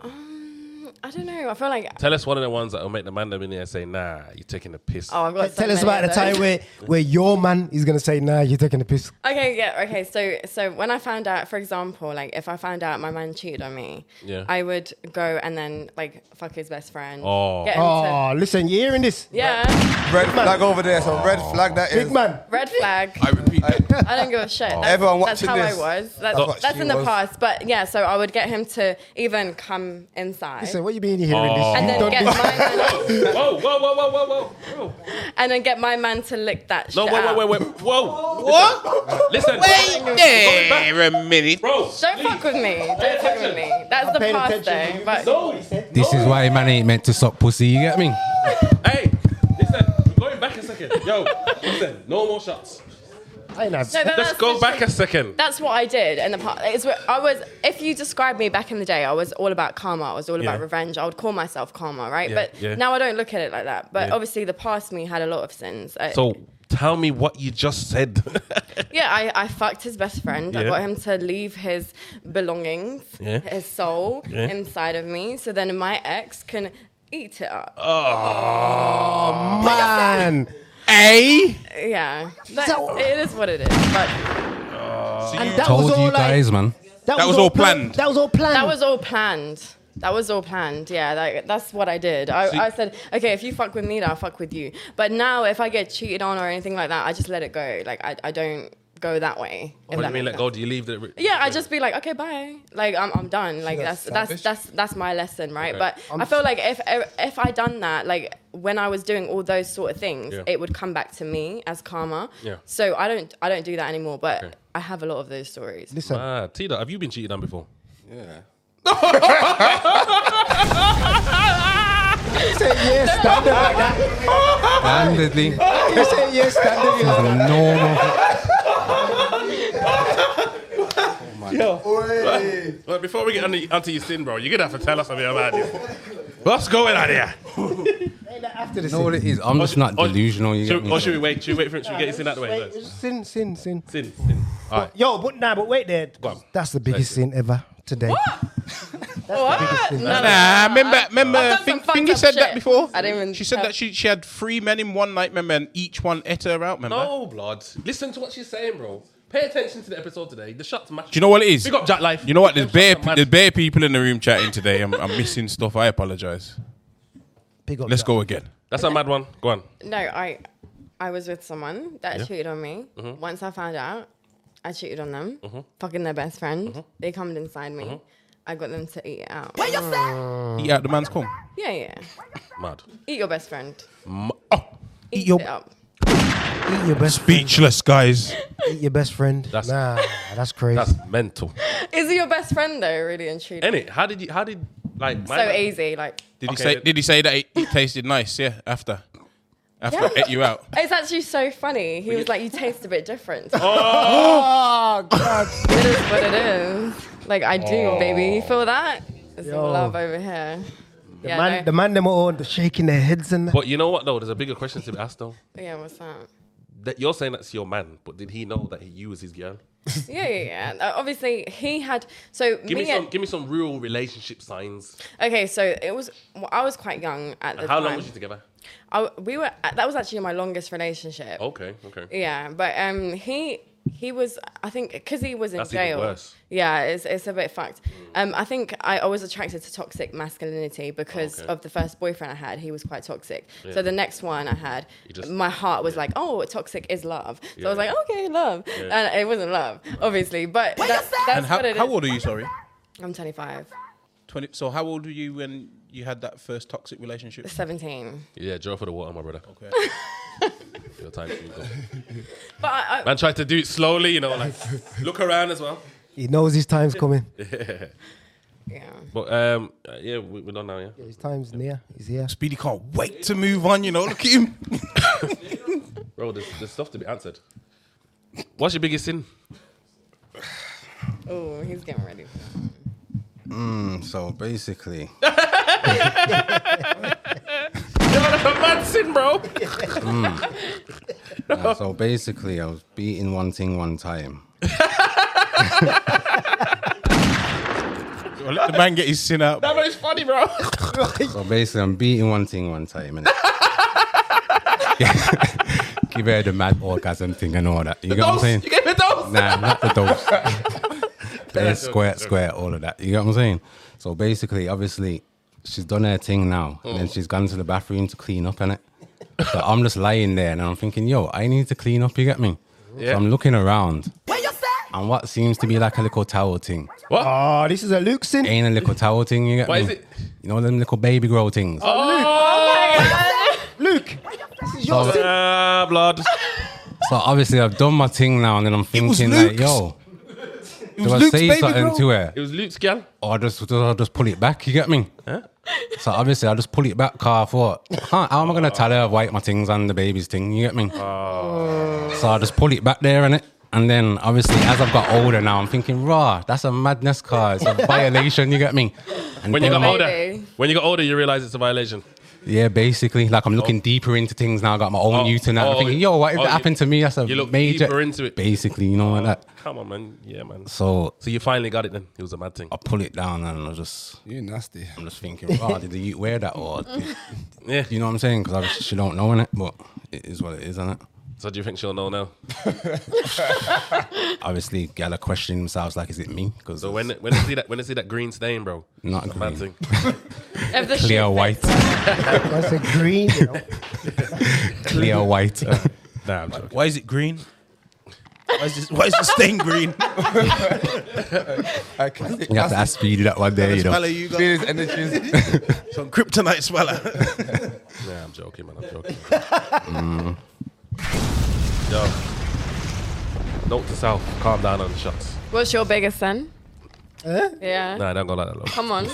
Speaker 3: Um, I don't know. I feel like
Speaker 2: Tell us one of the ones that will make the man in there say, "Nah, you're taking a piss."
Speaker 3: oh, I've got. so
Speaker 6: tell
Speaker 3: many
Speaker 6: us about
Speaker 3: of
Speaker 6: the time
Speaker 3: those.
Speaker 6: where where your man is gonna say, "Nah, you're taking the piss."
Speaker 3: Okay, yeah, okay. So, so when I found out, for example, like if I found out my man cheated on me,
Speaker 2: Yeah.
Speaker 3: I would go and then like fuck his best friend.
Speaker 2: Oh.
Speaker 3: Get him to,
Speaker 6: Oh, listen, you hearing this,
Speaker 3: yeah.
Speaker 5: Red flag over there. So red
Speaker 2: Oh,
Speaker 5: flag that is.
Speaker 6: big man?
Speaker 3: Red flag.
Speaker 1: I repeat,
Speaker 3: I don't give a shit.
Speaker 2: Oh.
Speaker 3: That's,
Speaker 5: Everyone
Speaker 3: that's
Speaker 5: watching
Speaker 3: how
Speaker 5: this,
Speaker 3: I was. That's,
Speaker 5: that's what
Speaker 3: that's
Speaker 5: she
Speaker 3: in the
Speaker 5: was.
Speaker 3: past. But yeah, so I would get him to even come inside.
Speaker 6: Listen, what you been hearing this.
Speaker 3: and
Speaker 6: You've
Speaker 3: then
Speaker 6: done
Speaker 3: get
Speaker 6: this.
Speaker 3: my man,
Speaker 2: Whoa, whoa, whoa, whoa, whoa, whoa. Whoa.
Speaker 3: and then get my man to lick that
Speaker 2: No,
Speaker 3: shit
Speaker 2: wait,
Speaker 3: out.
Speaker 2: wait, wait, wait. Whoa.
Speaker 1: What?
Speaker 2: Listen.
Speaker 1: Wait there a minute.
Speaker 2: Bro.
Speaker 3: Don't fuck with me. Don't fuck with me. That's the
Speaker 6: paying
Speaker 3: past
Speaker 6: attention.
Speaker 3: though. But
Speaker 2: No.
Speaker 7: This is why man ain't meant to suck pussy, you get me?
Speaker 2: Hey, listen. We're going back a second. Yo, listen. No more shots.
Speaker 6: I ain't have-
Speaker 3: No, that-
Speaker 2: Let's
Speaker 3: that's
Speaker 2: go
Speaker 3: the
Speaker 2: back a second.
Speaker 3: That's what I did in the past. It's what I was. If you describe me back in the day, I was all about karma. I was all about
Speaker 2: Yeah.
Speaker 3: revenge. I would call myself karma, right?
Speaker 2: Yeah,
Speaker 3: but
Speaker 2: yeah.
Speaker 3: now I don't look at it like that. But
Speaker 2: Yeah.
Speaker 3: obviously, the past me had a lot of sins. I-
Speaker 2: So tell me what you just said.
Speaker 3: yeah, I, I fucked his best friend. I
Speaker 2: Yeah.
Speaker 3: got him to leave his belongings,
Speaker 2: Yeah.
Speaker 3: his soul
Speaker 2: Yeah.
Speaker 3: inside of me, so then my ex can eat it up.
Speaker 2: Uh.
Speaker 6: man.
Speaker 1: A.
Speaker 3: yeah, That's,
Speaker 6: So-
Speaker 3: it is what it is. But
Speaker 6: And that
Speaker 7: Told
Speaker 6: was all
Speaker 7: you guys,
Speaker 6: like,
Speaker 7: man.
Speaker 1: That was all planned.
Speaker 6: That was all planned.
Speaker 3: that was all planned. That was all planned. Yeah, like, that's what I did. I, I said, okay, if you fuck with me, then I'll fuck with you. But now, if I get cheated on or anything like that, I just let it go. Like, I, I don't go that way.
Speaker 2: What
Speaker 3: if
Speaker 2: do
Speaker 3: that
Speaker 2: you mean
Speaker 3: makes
Speaker 2: let go? Do you leave the
Speaker 3: yeah, I just be like, okay, bye. Like I'm, I'm done. Like that's that's
Speaker 5: that's savage.
Speaker 3: that's that's my lesson, right?
Speaker 2: Okay.
Speaker 3: But i feel like if if I done that, like when I was doing all those sort of things,
Speaker 2: Yeah.
Speaker 3: it would come back to me as karma.
Speaker 2: Yeah.
Speaker 3: So I don't I don't do that anymore. But
Speaker 2: Okay.
Speaker 3: I have a lot of those stories.
Speaker 6: Listen,
Speaker 2: Ah, Tida, have you been cheated on before?
Speaker 4: They say yes, standing like that.
Speaker 7: Handedly.
Speaker 4: They say yes, standing like that.
Speaker 7: Normal.
Speaker 2: Well, before we get on the, onto your sin, bro, you're gonna have to tell us something about this. What's going on here?
Speaker 6: after this,
Speaker 7: You know what it is? I'm just not
Speaker 2: Or-
Speaker 7: delusional, you
Speaker 2: Should,
Speaker 7: get me?
Speaker 2: or should we wait? Should we wait for it? Should we get your sin out of the way?
Speaker 6: wait, sin, sin, sin.
Speaker 2: Sin, sin. All right.
Speaker 6: Yo, but nah, but wait there.
Speaker 2: on.
Speaker 6: That's the biggest sin ever today.
Speaker 3: What? No, no, no.
Speaker 1: Nah, remember, remember, Uh,
Speaker 3: done some
Speaker 1: Fing-
Speaker 3: fucked
Speaker 1: Fingy
Speaker 3: up
Speaker 1: said that
Speaker 3: shit.
Speaker 1: before.
Speaker 3: I didn't even
Speaker 1: She said
Speaker 3: tell-
Speaker 1: that she she had three men in one night, remember, and each one ate her out, remember.
Speaker 2: No, Oh, blood. Listen to what she's saying, bro. Pay attention to the episode today. The shots match.
Speaker 1: Do you know what it is?
Speaker 2: Big up Jack Life.
Speaker 1: You know what? There's
Speaker 2: Them
Speaker 1: bare
Speaker 2: shots are
Speaker 1: there's
Speaker 2: mad.
Speaker 1: bare people in the room chatting today. I'm, I'm missing stuff. I apologize.
Speaker 6: Big up.
Speaker 1: Let's
Speaker 6: Jack.
Speaker 1: go again.
Speaker 2: That's a mad one. Go on.
Speaker 3: No, I I was with someone that cheated on me.
Speaker 1: Mm-hmm.
Speaker 3: Once I found out, I cheated on them. Fucking their best friend.
Speaker 1: Mm-hmm.
Speaker 3: They come inside me. I got them to eat it out. Mm.
Speaker 1: Eat out the man's cum.
Speaker 3: Yeah, yeah.
Speaker 2: Mad.
Speaker 3: Eat your best friend.
Speaker 1: Oh,
Speaker 3: Eat
Speaker 6: your-
Speaker 3: it up.
Speaker 6: Eat your best.
Speaker 1: speechless, guys.
Speaker 6: Eat your best friend.
Speaker 2: That's-
Speaker 6: nah, that's crazy.
Speaker 2: That's mental.
Speaker 3: Is he your best friend though? Really and truly.
Speaker 2: Ain't it? How did you? How did like?
Speaker 3: so easy, like
Speaker 1: Did he
Speaker 2: Okay.
Speaker 1: say? Did he say that it, it tasted nice? Yeah. After, after I
Speaker 3: Yeah.
Speaker 1: ate you out.
Speaker 3: it's actually so funny. He was like, "You taste a bit different."
Speaker 1: Oh.
Speaker 3: Oh, It is what it is. Like I do, baby. You
Speaker 1: Oh.
Speaker 3: feel that? It's
Speaker 6: Yo.
Speaker 3: love over here.
Speaker 6: the,
Speaker 3: yeah,
Speaker 6: man,
Speaker 3: no.
Speaker 6: the man them all shaking their heads and that.
Speaker 2: But you know what though? There's a bigger question to be asked though.
Speaker 3: yeah, what's that?
Speaker 2: That you're saying that's your man, but did he know that you was his girl?
Speaker 3: Yeah, yeah, yeah. Uh, obviously, he had. So
Speaker 2: Give me,
Speaker 3: me
Speaker 2: some.
Speaker 3: and-
Speaker 2: Give me some real relationship signs.
Speaker 3: Okay, so it was. Well, I was quite young at the
Speaker 2: How
Speaker 3: time.
Speaker 2: long was you together?
Speaker 3: I, we were. That was actually my longest relationship.
Speaker 2: Okay. Okay.
Speaker 3: Yeah, but um, he he was. I think because he was in
Speaker 2: That's even
Speaker 3: jail.
Speaker 2: worse.
Speaker 3: Yeah, it's it's a bit fucked. Um, I think I, I was attracted to toxic masculinity because
Speaker 2: Okay.
Speaker 3: of the first boyfriend I had. He was quite toxic. So the next one I had,
Speaker 2: just-
Speaker 3: my heart was like, oh, toxic is love. So I was
Speaker 2: Yeah.
Speaker 3: like, okay, love, and it wasn't love, obviously. But that, that's
Speaker 1: And how,
Speaker 3: what it is.
Speaker 1: how old are you? Sorry.
Speaker 3: I'm 25,
Speaker 1: Twenty. So how old were you when you had that first toxic relationship?
Speaker 3: 17.
Speaker 2: Yeah, Joe for the water, my brother.
Speaker 1: Okay.
Speaker 2: Your time. you go.
Speaker 3: But I, I,
Speaker 2: Man tried to do it slowly, you know, like look around as well.
Speaker 6: He knows his time's coming.
Speaker 3: yeah.
Speaker 2: But um, uh, yeah, we, we're done now. Yeah.
Speaker 6: His time's near. He's here.
Speaker 1: Speedy can't wait to move on. You know, look at him.
Speaker 2: Bro, there's, there's stuff to be answered. What's your biggest sin?
Speaker 3: Oh, he's getting ready.
Speaker 7: So basically,
Speaker 2: Yo, that's a mad sin, bro.
Speaker 7: uh, so basically, I was beating one thing one time.
Speaker 1: Well, let the man get his sin out.
Speaker 2: That is funny, bro.
Speaker 7: So basically, I'm beating one thing one time. And Give her the mad orgasm thing and all that. You get what I'm
Speaker 2: Dose. You
Speaker 7: saying?
Speaker 2: gave me dose.
Speaker 7: Nah, not the dose. Bare square, square, all of that. You get what I'm saying? So basically, obviously, she's done her thing now, and
Speaker 2: Oh.
Speaker 7: then she's gone to the bathroom to clean up, innit? So I'm just lying there, and I'm thinking, yo, I need to clean up. You get me?
Speaker 2: Yeah.
Speaker 7: So I'm looking around. and what seems to be like a little towel thing.
Speaker 6: Oh, this is a Luke sin.
Speaker 7: Ain't a little towel thing, you get
Speaker 2: Why
Speaker 7: me?
Speaker 2: is it- Oh.
Speaker 7: You know them little baby grow things.
Speaker 6: Luke, this is your sin.
Speaker 2: Ah, blood.
Speaker 7: So obviously I've done my thing now, and then I'm
Speaker 1: was
Speaker 7: thinking like,
Speaker 1: Luke's.
Speaker 7: yo,
Speaker 1: It
Speaker 7: do I
Speaker 1: Luke's
Speaker 7: say
Speaker 1: baby
Speaker 7: something
Speaker 1: girl.
Speaker 7: to her,
Speaker 2: It was Luke's gun.
Speaker 7: or just do I just pull it back? You get me? So obviously I just pull it back. Car for huh, how am I gonna tell her I've wiped my things and the baby's thing? You get me?
Speaker 2: Oh.
Speaker 7: So I just pull it back there and it. And then obviously as I've got older now, I'm thinking, raw, that's a madness car. It's a violation, you get me? And
Speaker 2: When you
Speaker 7: then-
Speaker 2: got older,
Speaker 3: Maybe.
Speaker 2: when you got older, you realize it's a violation.
Speaker 7: Yeah, basically. Like I'm looking deeper into things now. I got my own
Speaker 2: Oh,
Speaker 7: youth and that.
Speaker 2: oh,
Speaker 7: I'm thinking, yo, what if
Speaker 2: oh,
Speaker 7: that
Speaker 2: you-
Speaker 7: happened to me? That's a
Speaker 2: you look
Speaker 7: major
Speaker 2: deeper Oh. into it.
Speaker 7: Basically, you know like that.
Speaker 2: Come on, man. Yeah, man.
Speaker 7: So
Speaker 2: So you finally got it then. It was a mad thing.
Speaker 7: I pull it down and I just
Speaker 5: You nasty.
Speaker 7: I'm just thinking, oh, did the youth wear that or did-
Speaker 2: Yeah.
Speaker 7: you know what I'm saying? Because obviously she don't know in it, but it is what it is, innit?
Speaker 2: So do you think she'll know now?
Speaker 7: Obviously, gal are questioning themselves like, is it me? Because
Speaker 2: So when when I see that when I see that green stain, bro,
Speaker 7: Not
Speaker 2: it's a mad
Speaker 7: green.
Speaker 2: thing.
Speaker 3: If the
Speaker 7: clear
Speaker 3: shit
Speaker 7: white,
Speaker 6: That's a green. You know.
Speaker 7: clear white.
Speaker 2: Uh, Nah, I'm joking.
Speaker 1: Why is it green? Why is this? Why is the stain green?
Speaker 5: I can
Speaker 7: you have to ask Speedy that one day, you know.
Speaker 1: Smell you got
Speaker 5: feel his energies.
Speaker 1: some kryptonite smeller.
Speaker 2: Nah, I'm joking, man. I'm joking. Mm. Yo. Note to self, calm down on the shots.
Speaker 3: fit- What's your biggest sin? Yeah.
Speaker 2: Nah, don't go like that. Love.
Speaker 3: Come on.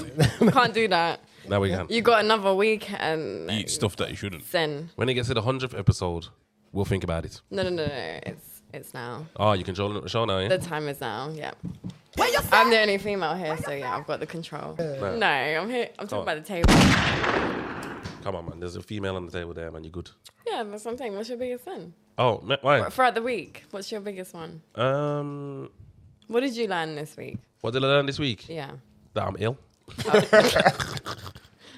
Speaker 3: Can't do that.
Speaker 2: Now we can.
Speaker 3: You got another week and
Speaker 1: Eat stuff that you shouldn't.
Speaker 3: sin.
Speaker 2: When it gets to the hundredth episode, we'll think about it.
Speaker 3: No, no, no, no. It's it's now.
Speaker 2: Oh, you controlling the show now, yeah?
Speaker 3: The time is now. Yeah. I'm the only female here, so yeah, I've got the control. No, I'm here. I'm talking
Speaker 2: on.
Speaker 3: about the table.
Speaker 2: Come on, man. There's a female on the table there, man. You good?
Speaker 3: Yeah, that's what I'm saying. What's your biggest sin
Speaker 2: Oh, ma- why?
Speaker 3: throughout the week? What's your biggest one?
Speaker 2: Um,
Speaker 3: What did you learn this week?
Speaker 2: what did I learn this week?
Speaker 3: Yeah,
Speaker 2: That I'm ill.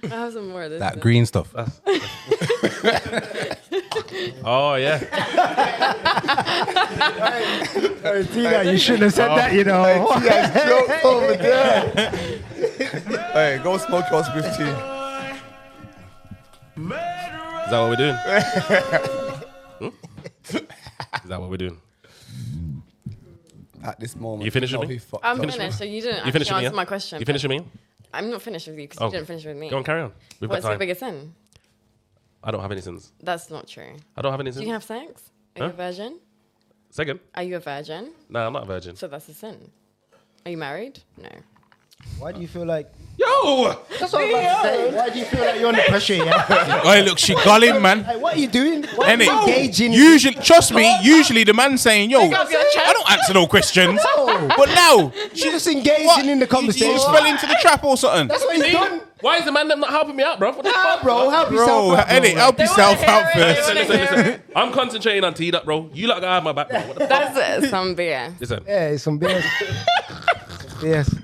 Speaker 3: I have some more of this.
Speaker 7: That green stuff.
Speaker 2: Oh yeah.
Speaker 6: Hey, Tina, you shouldn't have
Speaker 1: Oh.
Speaker 6: said that, you know.
Speaker 5: Yes, joke over there. hey, go smoke your spliff tea.
Speaker 2: Is that what we're doing? Hmm? Is that what we're doing?
Speaker 5: At this moment,
Speaker 2: You finished with
Speaker 5: I'll
Speaker 2: me?
Speaker 5: be fucked
Speaker 3: I'm
Speaker 5: up.
Speaker 3: finished, so you didn't
Speaker 2: You
Speaker 3: actually
Speaker 2: finishing
Speaker 3: answer
Speaker 2: me? yeah?
Speaker 3: my question.
Speaker 2: You finishing me?
Speaker 3: I'm not finished with you because
Speaker 2: Oh.
Speaker 3: you didn't finish with me.
Speaker 2: Go on, carry on. We've
Speaker 3: What's
Speaker 2: got
Speaker 3: your
Speaker 2: time.
Speaker 3: biggest sin?
Speaker 2: I don't have any sins.
Speaker 3: That's not true.
Speaker 2: I don't have any
Speaker 3: Do
Speaker 2: sins.
Speaker 3: you have sex? Are you a
Speaker 2: Huh?
Speaker 3: virgin?
Speaker 2: Second,
Speaker 3: Are you a virgin?
Speaker 2: no, I'm not a virgin.
Speaker 3: So that's a sin. Are you married? No.
Speaker 6: Why do you feel like?
Speaker 2: Yo,
Speaker 6: That's what I'm about to say. Why do you feel like you're under pressure? Yeah.
Speaker 1: Hey, look, she got him, man.
Speaker 6: Hey, what are you doing? Why are
Speaker 1: Ain't
Speaker 6: you
Speaker 1: it?
Speaker 6: engaging?
Speaker 1: Usually, trust me. Usually, the man saying, "Yo,
Speaker 3: up your chest.
Speaker 1: I don't answer no questions," but now
Speaker 6: You're just engaging
Speaker 1: what?
Speaker 6: in
Speaker 1: He- he
Speaker 6: the
Speaker 1: just
Speaker 6: conversation.
Speaker 1: fell into the trap or something.
Speaker 6: That's what he's done,
Speaker 2: why is the man them not helping me out, bro? What the fuck,
Speaker 6: bro. Help yourself,
Speaker 1: Bro,
Speaker 6: out,
Speaker 1: edit,
Speaker 6: bro.
Speaker 1: help yourself out first.
Speaker 2: Listen, listen, listen. I'm concentrating on teed up, bro. You lot gotta have my back, bro. What the fuck?
Speaker 3: That's uh, some beer.
Speaker 2: Listen,
Speaker 6: Yeah, it's some BS. Some BS.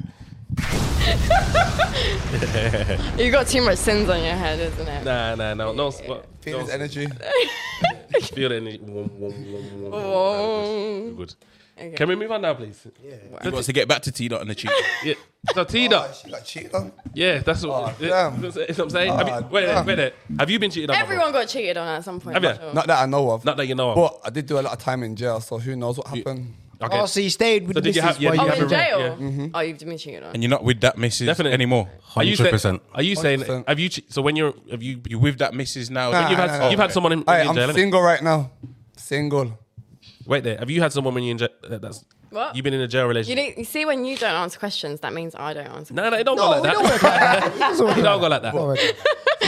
Speaker 3: You got too much sins on your head, isn't it?
Speaker 2: nah, nah, no, no. s- What?
Speaker 5: Feel his
Speaker 2: no,
Speaker 5: energy.
Speaker 2: s- Feel the energy. Wom, wom, wom, wom, wom. Good.
Speaker 3: Okay.
Speaker 2: Can we move on now, please?
Speaker 1: He wants to get back to T dot and the cheek.
Speaker 2: Yeah. So teed
Speaker 5: Oh,
Speaker 2: up.
Speaker 5: she got cheated on.
Speaker 2: Yeah, that's what.
Speaker 5: Oh,
Speaker 2: yeah,
Speaker 5: damn.
Speaker 2: that's what I'm saying. Have you,
Speaker 5: Oh,
Speaker 2: wait, a minute,
Speaker 5: damn.
Speaker 2: wait, a minute. Have you been cheated on? before?
Speaker 3: Everyone got cheated on at some point.
Speaker 2: Have you?
Speaker 3: I'm sure.
Speaker 5: Not that I know of.
Speaker 2: Not that you know. of.
Speaker 5: But I did do a lot of time in jail, so who knows what happened.
Speaker 2: Okay.
Speaker 6: Oh, so you stayed with
Speaker 2: So
Speaker 6: the
Speaker 2: did you have-
Speaker 6: missus
Speaker 2: yeah,
Speaker 6: while
Speaker 2: did
Speaker 3: Oh,
Speaker 2: you
Speaker 6: you
Speaker 2: have
Speaker 3: in
Speaker 2: a ring,
Speaker 3: jail?
Speaker 2: yeah. Mm-hmm.
Speaker 3: Oh, you've been cheated on.
Speaker 1: and you're not with that missus
Speaker 2: Definitely.
Speaker 1: anymore.
Speaker 2: Are you saying?
Speaker 7: 100%.
Speaker 2: Are you saying?
Speaker 5: 100%.
Speaker 2: Have you? Che- so when you're, have you?
Speaker 1: You're with that missus now.
Speaker 5: Nah,
Speaker 2: You've had,
Speaker 5: nah, nah.
Speaker 2: you've had someone in,
Speaker 5: Hey,
Speaker 2: in jail.
Speaker 5: I'm
Speaker 2: innit?
Speaker 5: single right now. Single.
Speaker 2: Wait there. Have you had someone when you in jail? that- That's
Speaker 3: What?
Speaker 2: you've been in a jail
Speaker 3: You,
Speaker 2: relationship.
Speaker 3: don't, you see, when you don't answer questions, that means I don't answer.
Speaker 2: No, no, it don't go like that. It don't go like that.
Speaker 6: Alright.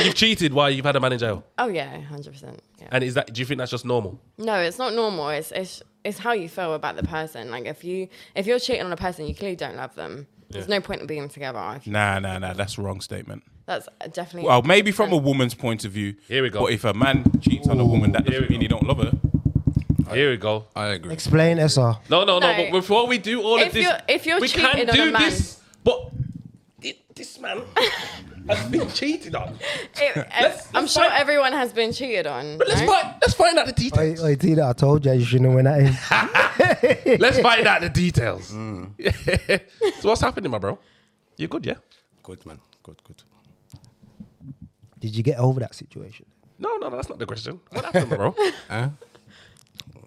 Speaker 2: You've cheated while you've had a man in jail.
Speaker 3: Oh yeah, hundred percent. Yeah.
Speaker 2: And is that? Do you think that's just normal?
Speaker 3: No, it's not normal. It's it's it's how you feel about the person. Like if you if you're cheating on a person, you clearly don't love them. There's no point in being together. If you,
Speaker 1: Nah, nah, nah. That's a wrong statement.
Speaker 3: that's definitely.
Speaker 1: Well, maybe from a woman's point of view.
Speaker 2: Here we go.
Speaker 1: But if a man cheats on a woman, that
Speaker 2: Here we
Speaker 1: doesn't mean
Speaker 2: go.
Speaker 1: he don't love her.
Speaker 2: Here we go.
Speaker 7: I agree.
Speaker 6: Explain SR.
Speaker 2: No, no, no.
Speaker 3: No.
Speaker 2: But before we do all of
Speaker 3: If
Speaker 2: this,
Speaker 3: you're- if you're
Speaker 2: we
Speaker 3: cheating
Speaker 2: can't
Speaker 3: on a
Speaker 2: do
Speaker 3: man-
Speaker 2: this. But thi- this man has been cheated on.
Speaker 3: It- it-
Speaker 2: Let's-
Speaker 3: I'm
Speaker 2: let's
Speaker 3: sure
Speaker 2: find-
Speaker 3: everyone has been cheated on.
Speaker 2: Let's
Speaker 3: no?
Speaker 2: find. Let's find out the details.
Speaker 6: Oi, oi, Tina, I told you you shouldn't have went at him.
Speaker 2: Let's find out the details. so what's happening, my bro? You good, yeah?
Speaker 7: Good man. Good, good.
Speaker 6: Did you get over that situation?
Speaker 2: No, no, no, that's not the question. What happened, my bro?
Speaker 7: Huh?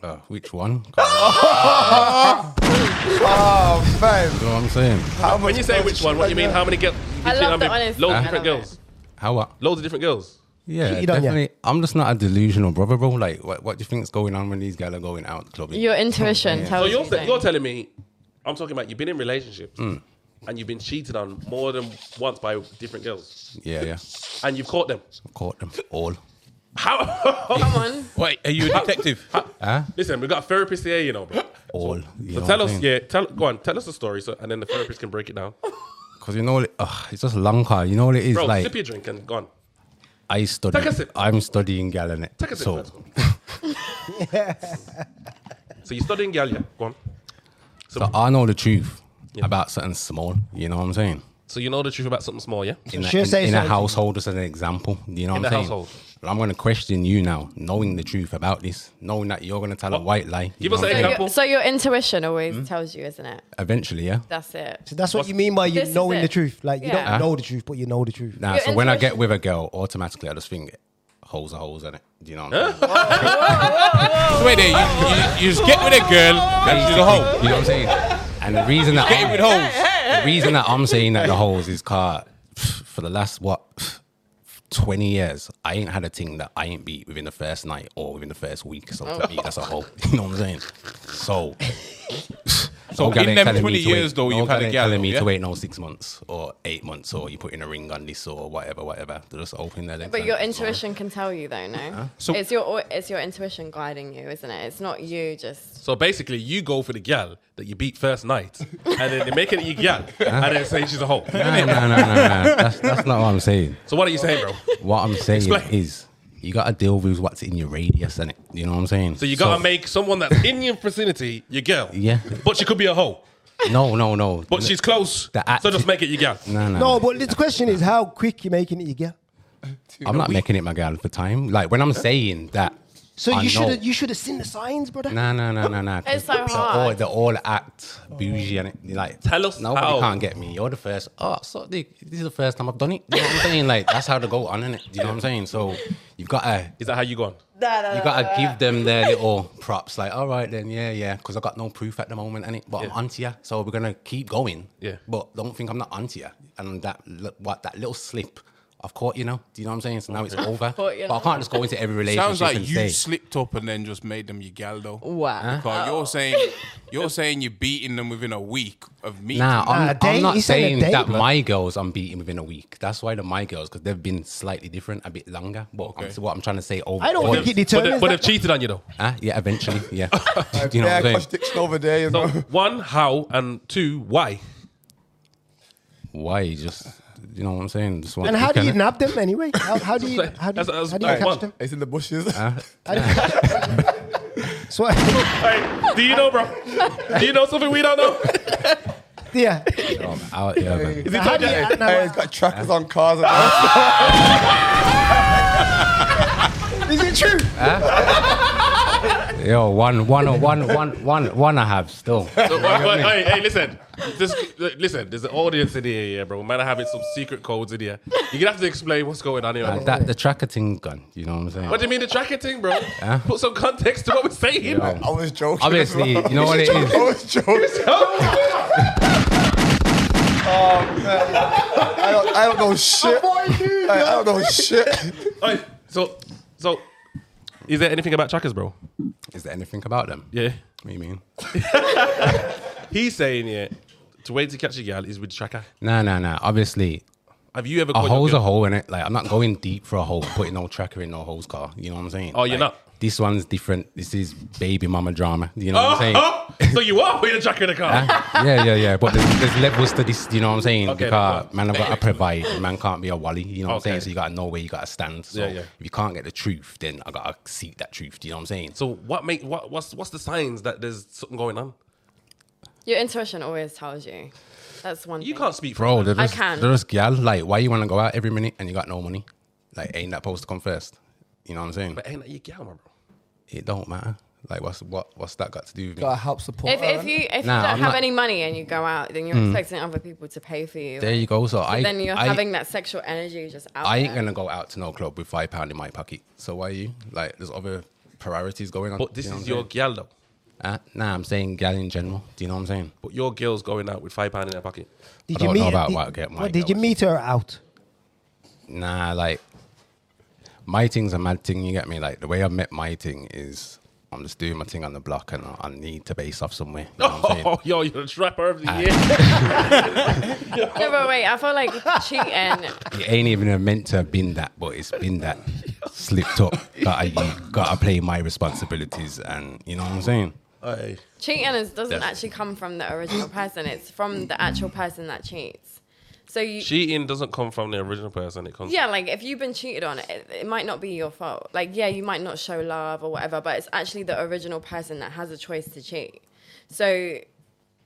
Speaker 7: Uh, which one? you know
Speaker 5: Oh, man.
Speaker 7: what I'm saying?
Speaker 5: How much
Speaker 2: When you say
Speaker 5: pressure
Speaker 2: which one, what do you mean?
Speaker 5: is
Speaker 2: How many girls?
Speaker 3: I love the honest-
Speaker 2: Loads
Speaker 3: I
Speaker 2: of
Speaker 3: love
Speaker 2: different
Speaker 3: it.
Speaker 2: girls.
Speaker 7: How what?
Speaker 2: Loads of different girls.
Speaker 7: Yeah,
Speaker 6: Cheated on ya.
Speaker 7: definitely. I'm just not a delusional brother, bro. Like, what, what do you think's going on when these guys are going out clubbing?
Speaker 3: Your intuition
Speaker 2: So
Speaker 7: Oh,
Speaker 3: tells
Speaker 2: you're,
Speaker 3: you.
Speaker 2: th-
Speaker 3: things.
Speaker 2: you're telling me, I'm talking about you've been in relationships and you've been cheated on more than once by different girls
Speaker 7: Yeah, yeah.
Speaker 2: and you've caught them.
Speaker 7: Caught them all.
Speaker 2: How?
Speaker 3: Come on.
Speaker 1: Wait, are you a detective?
Speaker 2: Listen, we've got a therapist here, you know, bro.
Speaker 7: All. You
Speaker 2: So
Speaker 7: know
Speaker 2: tell us, yeah, tell, go on, tell us the story so, and then the therapist can break it down.
Speaker 7: Because you know, what it- ugh, it's just long car. You know what it is?
Speaker 2: Bro, sip
Speaker 7: like,
Speaker 2: your drink and go on.
Speaker 7: I study.
Speaker 2: Take a sip.
Speaker 7: I'm studying Galanet.
Speaker 2: Take a sip.
Speaker 7: So,
Speaker 2: let's go. so you're studying Galia. Go on.
Speaker 7: so I know the truth about something small. You know what I'm saying?
Speaker 2: So you know the truth about something small, yeah?
Speaker 7: in, a,
Speaker 6: She'll
Speaker 7: in-
Speaker 6: say
Speaker 7: in a
Speaker 6: something.
Speaker 7: household as an example. You know
Speaker 2: In
Speaker 7: what
Speaker 2: the
Speaker 7: I'm saying?
Speaker 2: household.
Speaker 7: But I'm going to question you now, knowing the truth about this, knowing that you're going to tell a
Speaker 2: What?
Speaker 7: white lie. you
Speaker 2: Give
Speaker 7: know
Speaker 2: us
Speaker 7: what
Speaker 2: an
Speaker 3: So,
Speaker 7: I'm saying?
Speaker 2: example.
Speaker 3: your- so your intuition always
Speaker 7: Hmm?
Speaker 3: tells you, isn't it?
Speaker 7: Eventually, yeah.
Speaker 3: That's it.
Speaker 6: So that's what you mean by you
Speaker 3: This is
Speaker 6: knowing
Speaker 3: it.
Speaker 6: the truth. Like you
Speaker 3: Yeah.
Speaker 6: don't know the truth, but you know the truth.
Speaker 7: Nah,
Speaker 3: Your
Speaker 7: so when I get
Speaker 3: intuition-
Speaker 7: with a girl, automatically I just think holes are holes in it. Do you know what I'm saying?
Speaker 1: So wait there, you, you, you just get with a girl and she's a hoe.
Speaker 7: You know what I'm saying? And the reason that
Speaker 1: Get
Speaker 7: I'm,
Speaker 1: with hoes.
Speaker 7: the reason that I'm saying that the holes is car for the last what twenty years, I ain't had a thing that I ain't beat within the first night or within the first week. So to me, that's a hole. You know what I'm saying? So.
Speaker 1: So
Speaker 7: No gal
Speaker 1: in
Speaker 7: ain't
Speaker 1: them
Speaker 7: telling me
Speaker 1: 20
Speaker 7: to wait-
Speaker 1: years though,
Speaker 7: no
Speaker 1: you've had
Speaker 7: gal
Speaker 1: a
Speaker 7: ain't
Speaker 1: gal.
Speaker 7: telling me
Speaker 1: yeah?
Speaker 7: to wait no six months or eight months or you put in a ring on this or whatever, whatever. They're just open their legs.
Speaker 3: But
Speaker 7: and-
Speaker 3: your intuition can tell you, though,
Speaker 7: Uh-huh.
Speaker 3: no?
Speaker 1: So-
Speaker 3: it's your it's your intuition guiding you, isn't it? It's not you just.
Speaker 2: So basically, you go for the gal that you beat first night, and then they make it your gal, and then say she's a hoe.
Speaker 7: No, no, no, no, no. That's, that's not what I'm saying.
Speaker 2: So what are you saying, bro?
Speaker 7: What I'm saying
Speaker 2: Explain.
Speaker 7: is you got to deal with what's in your radius, innit? You know what I'm saying?
Speaker 2: So you gotta make someone that's in your vicinity your girl.
Speaker 7: Yeah.
Speaker 2: But she could be a hoe.
Speaker 7: No, no, no.
Speaker 2: But she's close.
Speaker 7: The act-
Speaker 2: so just make it your gal.
Speaker 7: No, no.
Speaker 6: No, but the question is how quick you're making it, you get.
Speaker 7: I'm not making it my gal for time. Like when I'm saying that.
Speaker 6: So you
Speaker 7: I know-
Speaker 6: should have you should have seen the signs, brother.
Speaker 7: No, no, no, no, no. 'cause
Speaker 3: It's so
Speaker 7: they're All,
Speaker 3: hard.
Speaker 7: they all act bougie and it, like
Speaker 2: Tell us
Speaker 7: nobody
Speaker 2: how.
Speaker 7: can't get me. You're the first. Oh, so the, this is the first time I've done it. You know what I'm saying? Like that's how they go on, innit? You know what I'm saying? So you've got to
Speaker 2: Is that how you go on?
Speaker 7: you got
Speaker 6: Uh,
Speaker 7: to give them their little props. Like all right then, yeah, yeah, because I got no proof at the moment, innit? But I'm onto ya, so we're gonna keep going.
Speaker 2: Yeah.
Speaker 7: But don't think I'm not onto ya. And that li- what that little slip. I've caught you now. Do you know what I'm saying? So now it's over.
Speaker 3: Caught you
Speaker 7: but I
Speaker 3: now.
Speaker 7: can't just go into every relationship
Speaker 1: Sounds like
Speaker 7: and
Speaker 1: you
Speaker 7: say,
Speaker 1: slipped up and then just made them your gal though.
Speaker 3: Wow.
Speaker 1: Because you're saying you're saying you're beating them within a week of me.
Speaker 7: Nah, I'm,
Speaker 6: Nah,
Speaker 7: I'm
Speaker 6: date-
Speaker 7: not
Speaker 6: he's saying a
Speaker 7: saying
Speaker 6: date,
Speaker 7: that
Speaker 6: bro.
Speaker 7: my girls I'm beating within a week. That's why the my girls because they've been slightly different, a bit longer. But I'm,
Speaker 1: Okay.
Speaker 7: so what I'm trying to say over.
Speaker 6: I don't
Speaker 7: over-
Speaker 6: think it
Speaker 2: But, they,
Speaker 6: determines.
Speaker 2: but
Speaker 6: that.
Speaker 2: they've cheated on you though.
Speaker 7: Huh? yeah, eventually, yeah. Do you know
Speaker 5: Yeah,
Speaker 7: what I'm saying?
Speaker 5: contradiction over there, you
Speaker 2: So
Speaker 5: know.
Speaker 2: one, how, and two, why?
Speaker 7: Why just you know what I'm saying? Just want
Speaker 6: and how do you
Speaker 7: know?
Speaker 6: nab them anyway? How, how do you how do
Speaker 2: That's-
Speaker 6: you,
Speaker 2: that's-
Speaker 6: how do you
Speaker 2: that's one.
Speaker 6: catch them?
Speaker 5: It's in the bushes.
Speaker 7: Uh,
Speaker 6: How do you catch them? So-
Speaker 2: Hey, do you know, bro? Do you know something we don't know?
Speaker 6: yeah.
Speaker 7: Out, yeah, man.
Speaker 5: Is he
Speaker 6: How
Speaker 5: told
Speaker 6: do
Speaker 5: you?
Speaker 6: you-
Speaker 5: Hey,
Speaker 6: no,
Speaker 5: it's got trackers on cars. And all.
Speaker 6: Is it true?
Speaker 7: Yo, one, one, one, one, one, one. I have still.
Speaker 2: So, but- but- hey, hey, listen. Just listen. There's an audience in here, yeah, bro. We might have having some secret codes in here. You're gonna have to explain what's going on here.
Speaker 7: Like
Speaker 2: bro.
Speaker 7: that the tracker thing gone. You know what I'm saying?
Speaker 2: What do you mean the tracking thing, bro? Put some context to what we're saying.
Speaker 7: Um,
Speaker 5: I was joking.
Speaker 7: Obviously,
Speaker 5: as well.
Speaker 7: you know what it is.
Speaker 5: I was joking. Oh, I don't, I don't know shit. I, I don't know shit.
Speaker 2: Hey, so, so, is there anything about trackers, bro?
Speaker 7: Is there anything about them?
Speaker 2: Yeah.
Speaker 7: What do you mean?
Speaker 2: He's saying, yeah, to wait to catch a gal is with tracker.
Speaker 7: No, no, no. Obviously,
Speaker 2: Have you ever
Speaker 7: a
Speaker 2: caught your
Speaker 7: hole's a
Speaker 2: girl-
Speaker 7: hole in it. Like I'm not going deep for a hole, putting no tracker in no hole's car. You know what I'm saying?
Speaker 2: Oh, you're
Speaker 7: Like,
Speaker 2: not?
Speaker 7: This one's different. This is baby mama drama. You know what I'm saying?
Speaker 2: Oh, oh, so you are putting a tracker in the car.
Speaker 7: yeah, yeah, yeah. But there's, there's levels to this. You know what I'm saying?
Speaker 2: Okay,
Speaker 7: because
Speaker 2: that's
Speaker 7: man, I've got to provide. Man can't be a wally. You know what I'm
Speaker 2: Okay.
Speaker 7: saying? So you got to know where you got to stand. So
Speaker 2: Yeah, yeah.
Speaker 7: if you can't get the truth, then I got to seek that truth. Do you know what I'm saying? So
Speaker 2: So what make what what's what's the signs that there's something going on?
Speaker 3: Your intuition always tells you. That's one
Speaker 2: You
Speaker 3: thing.
Speaker 2: can't speak,
Speaker 7: bro, they're
Speaker 3: I
Speaker 7: just,
Speaker 3: can.
Speaker 7: they're just gal. Like, why you want to go out every minute and you got no money? Like, ain't that supposed to come first? You know what I'm saying?
Speaker 2: But ain't that your gal, my bro?
Speaker 7: It don't matter. Like, what's what what's that got to do with me?
Speaker 5: Gotta help support.
Speaker 3: If,
Speaker 5: her,
Speaker 3: if you if
Speaker 7: Nah,
Speaker 3: you don't
Speaker 7: I'm
Speaker 3: have
Speaker 7: not-
Speaker 3: any money and you go out, then you're expecting other people to pay for you.
Speaker 7: There you go. So, I
Speaker 3: then you're
Speaker 7: I-
Speaker 3: having that sexual energy just out.
Speaker 7: I ain't
Speaker 3: there.
Speaker 7: gonna go out to no club with five pound in my pocket. So why are you like? There's other priorities going on.
Speaker 2: But this
Speaker 7: you know
Speaker 2: is
Speaker 7: what I'm
Speaker 2: your gal though.
Speaker 7: saying? Uh, nah, I'm saying gal in general. Do you know what I'm saying?
Speaker 2: But your girl's going out with five pound in her pocket.
Speaker 7: I
Speaker 6: Did
Speaker 7: don't
Speaker 6: you meet?
Speaker 7: know about
Speaker 6: did,
Speaker 7: what I get,
Speaker 6: what,
Speaker 7: Mike,
Speaker 6: did you
Speaker 7: that
Speaker 6: meet her out?
Speaker 7: Nah, like my thing's a mad thing. You get me? Like the way I met my thing is I'm just doing my thing on the block, and I, I need to base off somewhere. You know what I'm saying?
Speaker 2: Oh, yo, you're the trapper of the year.
Speaker 3: No, but wait, I felt like cheating.
Speaker 7: It ain't even meant to have been that, but it's been that slipped up. Gotta, you gotta play my responsibilities, and you know what I'm saying.
Speaker 2: Aye.
Speaker 3: Cheating is, doesn't
Speaker 7: Def-
Speaker 3: actually come from the original person. It's from the actual person that cheats. So you,
Speaker 2: Cheating doesn't come from the original person. It comes.
Speaker 3: yeah, like if you've been cheated on, it, it might not be your fault. Like yeah, you might not show love or whatever, but it's actually the original person that has a choice to cheat. So,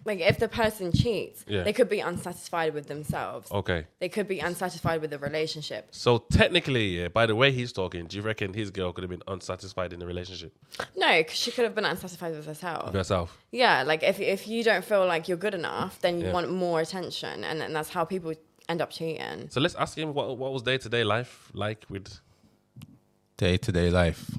Speaker 3: like if the person cheats,
Speaker 2: Yeah. Oh.
Speaker 3: they could be unsatisfied with themselves.
Speaker 2: Okay.
Speaker 3: They could be unsatisfied with the relationship.
Speaker 2: So technically, yeah, by the way he's talking, do you reckon his girl could have been unsatisfied in the relationship
Speaker 3: No, 'cause she could have been unsatisfied with herself.
Speaker 2: with herself?
Speaker 3: Yeah, like if if you don't feel like you're good enough, then you
Speaker 2: Yeah.
Speaker 3: want more attention, and, and that's how people end up cheating.
Speaker 2: So let's ask him what what was day to day life like with.
Speaker 7: Day to day life,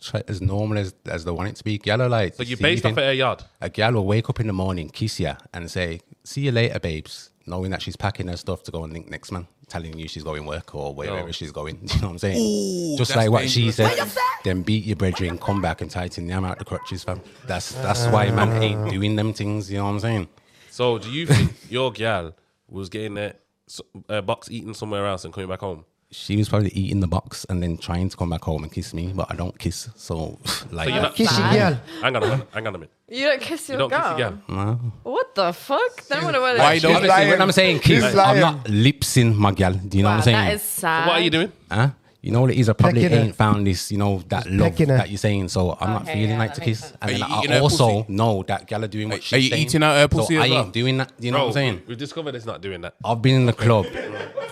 Speaker 7: try as normal as as they want it to be. Yellow light.
Speaker 2: So you based off at her yard.
Speaker 7: A gal will wake up in the morning, kiss ya, and say, "See you later, babes," knowing that she's packing her stuff to go and link next man, telling you she's going work or wherever
Speaker 2: Yo.
Speaker 7: she's going. You know what I'm saying?
Speaker 1: Ooh,
Speaker 7: Just
Speaker 1: that's
Speaker 7: like what she
Speaker 1: dangerous.
Speaker 7: said. Then beat your brethren, come back and tighten them out the crutches, fam. That's that's why man ain't doing them things. You know what I'm saying?
Speaker 2: So do you think your gal was getting that s- uh, box eaten somewhere else and coming back home?
Speaker 7: She was probably eating the box and then trying to come back home and kiss me, but I don't kiss. So like,
Speaker 2: you're not-
Speaker 6: Kiss your girl.
Speaker 2: Hang on, a minute, hang on a minute.
Speaker 3: You don't kiss your
Speaker 2: You don't
Speaker 3: girl.
Speaker 2: kiss your gal.
Speaker 3: What the fuck? Then what about
Speaker 1: Why don't-
Speaker 7: Honestly,
Speaker 5: lying.
Speaker 7: when I'm saying
Speaker 5: He's
Speaker 7: kiss, I'm
Speaker 5: lying.
Speaker 7: not lipsing my gal. Do you know what I'm saying?
Speaker 3: That is sad.
Speaker 2: What are you doing?
Speaker 7: Huh? You know what it is? I probably
Speaker 6: Pecking her.
Speaker 7: ain't found this, you know, that love
Speaker 6: pecking her.
Speaker 7: that you're saying, so I'm not
Speaker 3: Okay,
Speaker 7: feeling
Speaker 3: yeah,
Speaker 7: like
Speaker 3: that
Speaker 7: to
Speaker 3: makes
Speaker 7: kiss.
Speaker 3: sense.
Speaker 7: And
Speaker 1: Are
Speaker 7: then
Speaker 1: you
Speaker 7: I
Speaker 1: eating her
Speaker 7: also
Speaker 1: pussy?
Speaker 7: know that gal are doing what she's
Speaker 1: are you
Speaker 7: saying.
Speaker 1: eating out her
Speaker 7: So
Speaker 1: pussy as
Speaker 7: I
Speaker 1: well?
Speaker 7: ain't doing that. You know what I'm saying?
Speaker 2: Oh, We've discovered it's not doing that.
Speaker 7: I've been in the club,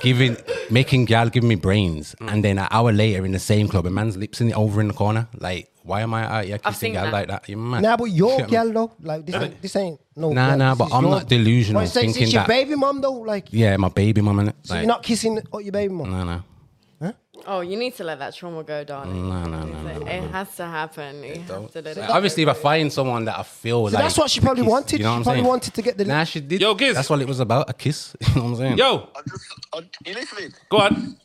Speaker 7: giving, making gal give me brains, and then an hour later in the same club, a man's lips in it over in the corner. Like, why am I out here kissing
Speaker 3: seen
Speaker 7: gal
Speaker 3: that.
Speaker 7: like that? You mad?
Speaker 6: Nah, but your
Speaker 7: Shit,
Speaker 6: girl though, like this, ain't, this ain't no.
Speaker 7: Nah,
Speaker 6: girl,
Speaker 7: nah,
Speaker 6: this
Speaker 7: but
Speaker 6: is
Speaker 7: I'm not delusional
Speaker 6: Well, it's like,
Speaker 7: thinking
Speaker 6: it's your
Speaker 7: that-
Speaker 6: baby mom though, like
Speaker 7: Yeah, my baby mum and
Speaker 6: so you're not kissing oh, your baby mom.
Speaker 7: No, no,
Speaker 3: Oh, you need to let that trauma go, darling.
Speaker 7: no, no, no.
Speaker 3: It- It has to happen. You have to let it.
Speaker 7: Like, obviously, if I find someone that I feel
Speaker 6: So
Speaker 7: like
Speaker 6: that's what she probably
Speaker 7: kiss,
Speaker 6: wanted.
Speaker 7: you know what
Speaker 6: She
Speaker 7: I'm
Speaker 6: probably
Speaker 7: saying?
Speaker 6: wanted to get the-
Speaker 7: Nah, she did.
Speaker 2: Yo, Giz.
Speaker 7: That's what it was about. A kiss. You know what I'm saying?
Speaker 2: Yo,
Speaker 8: I just, I, you listening?
Speaker 2: go on.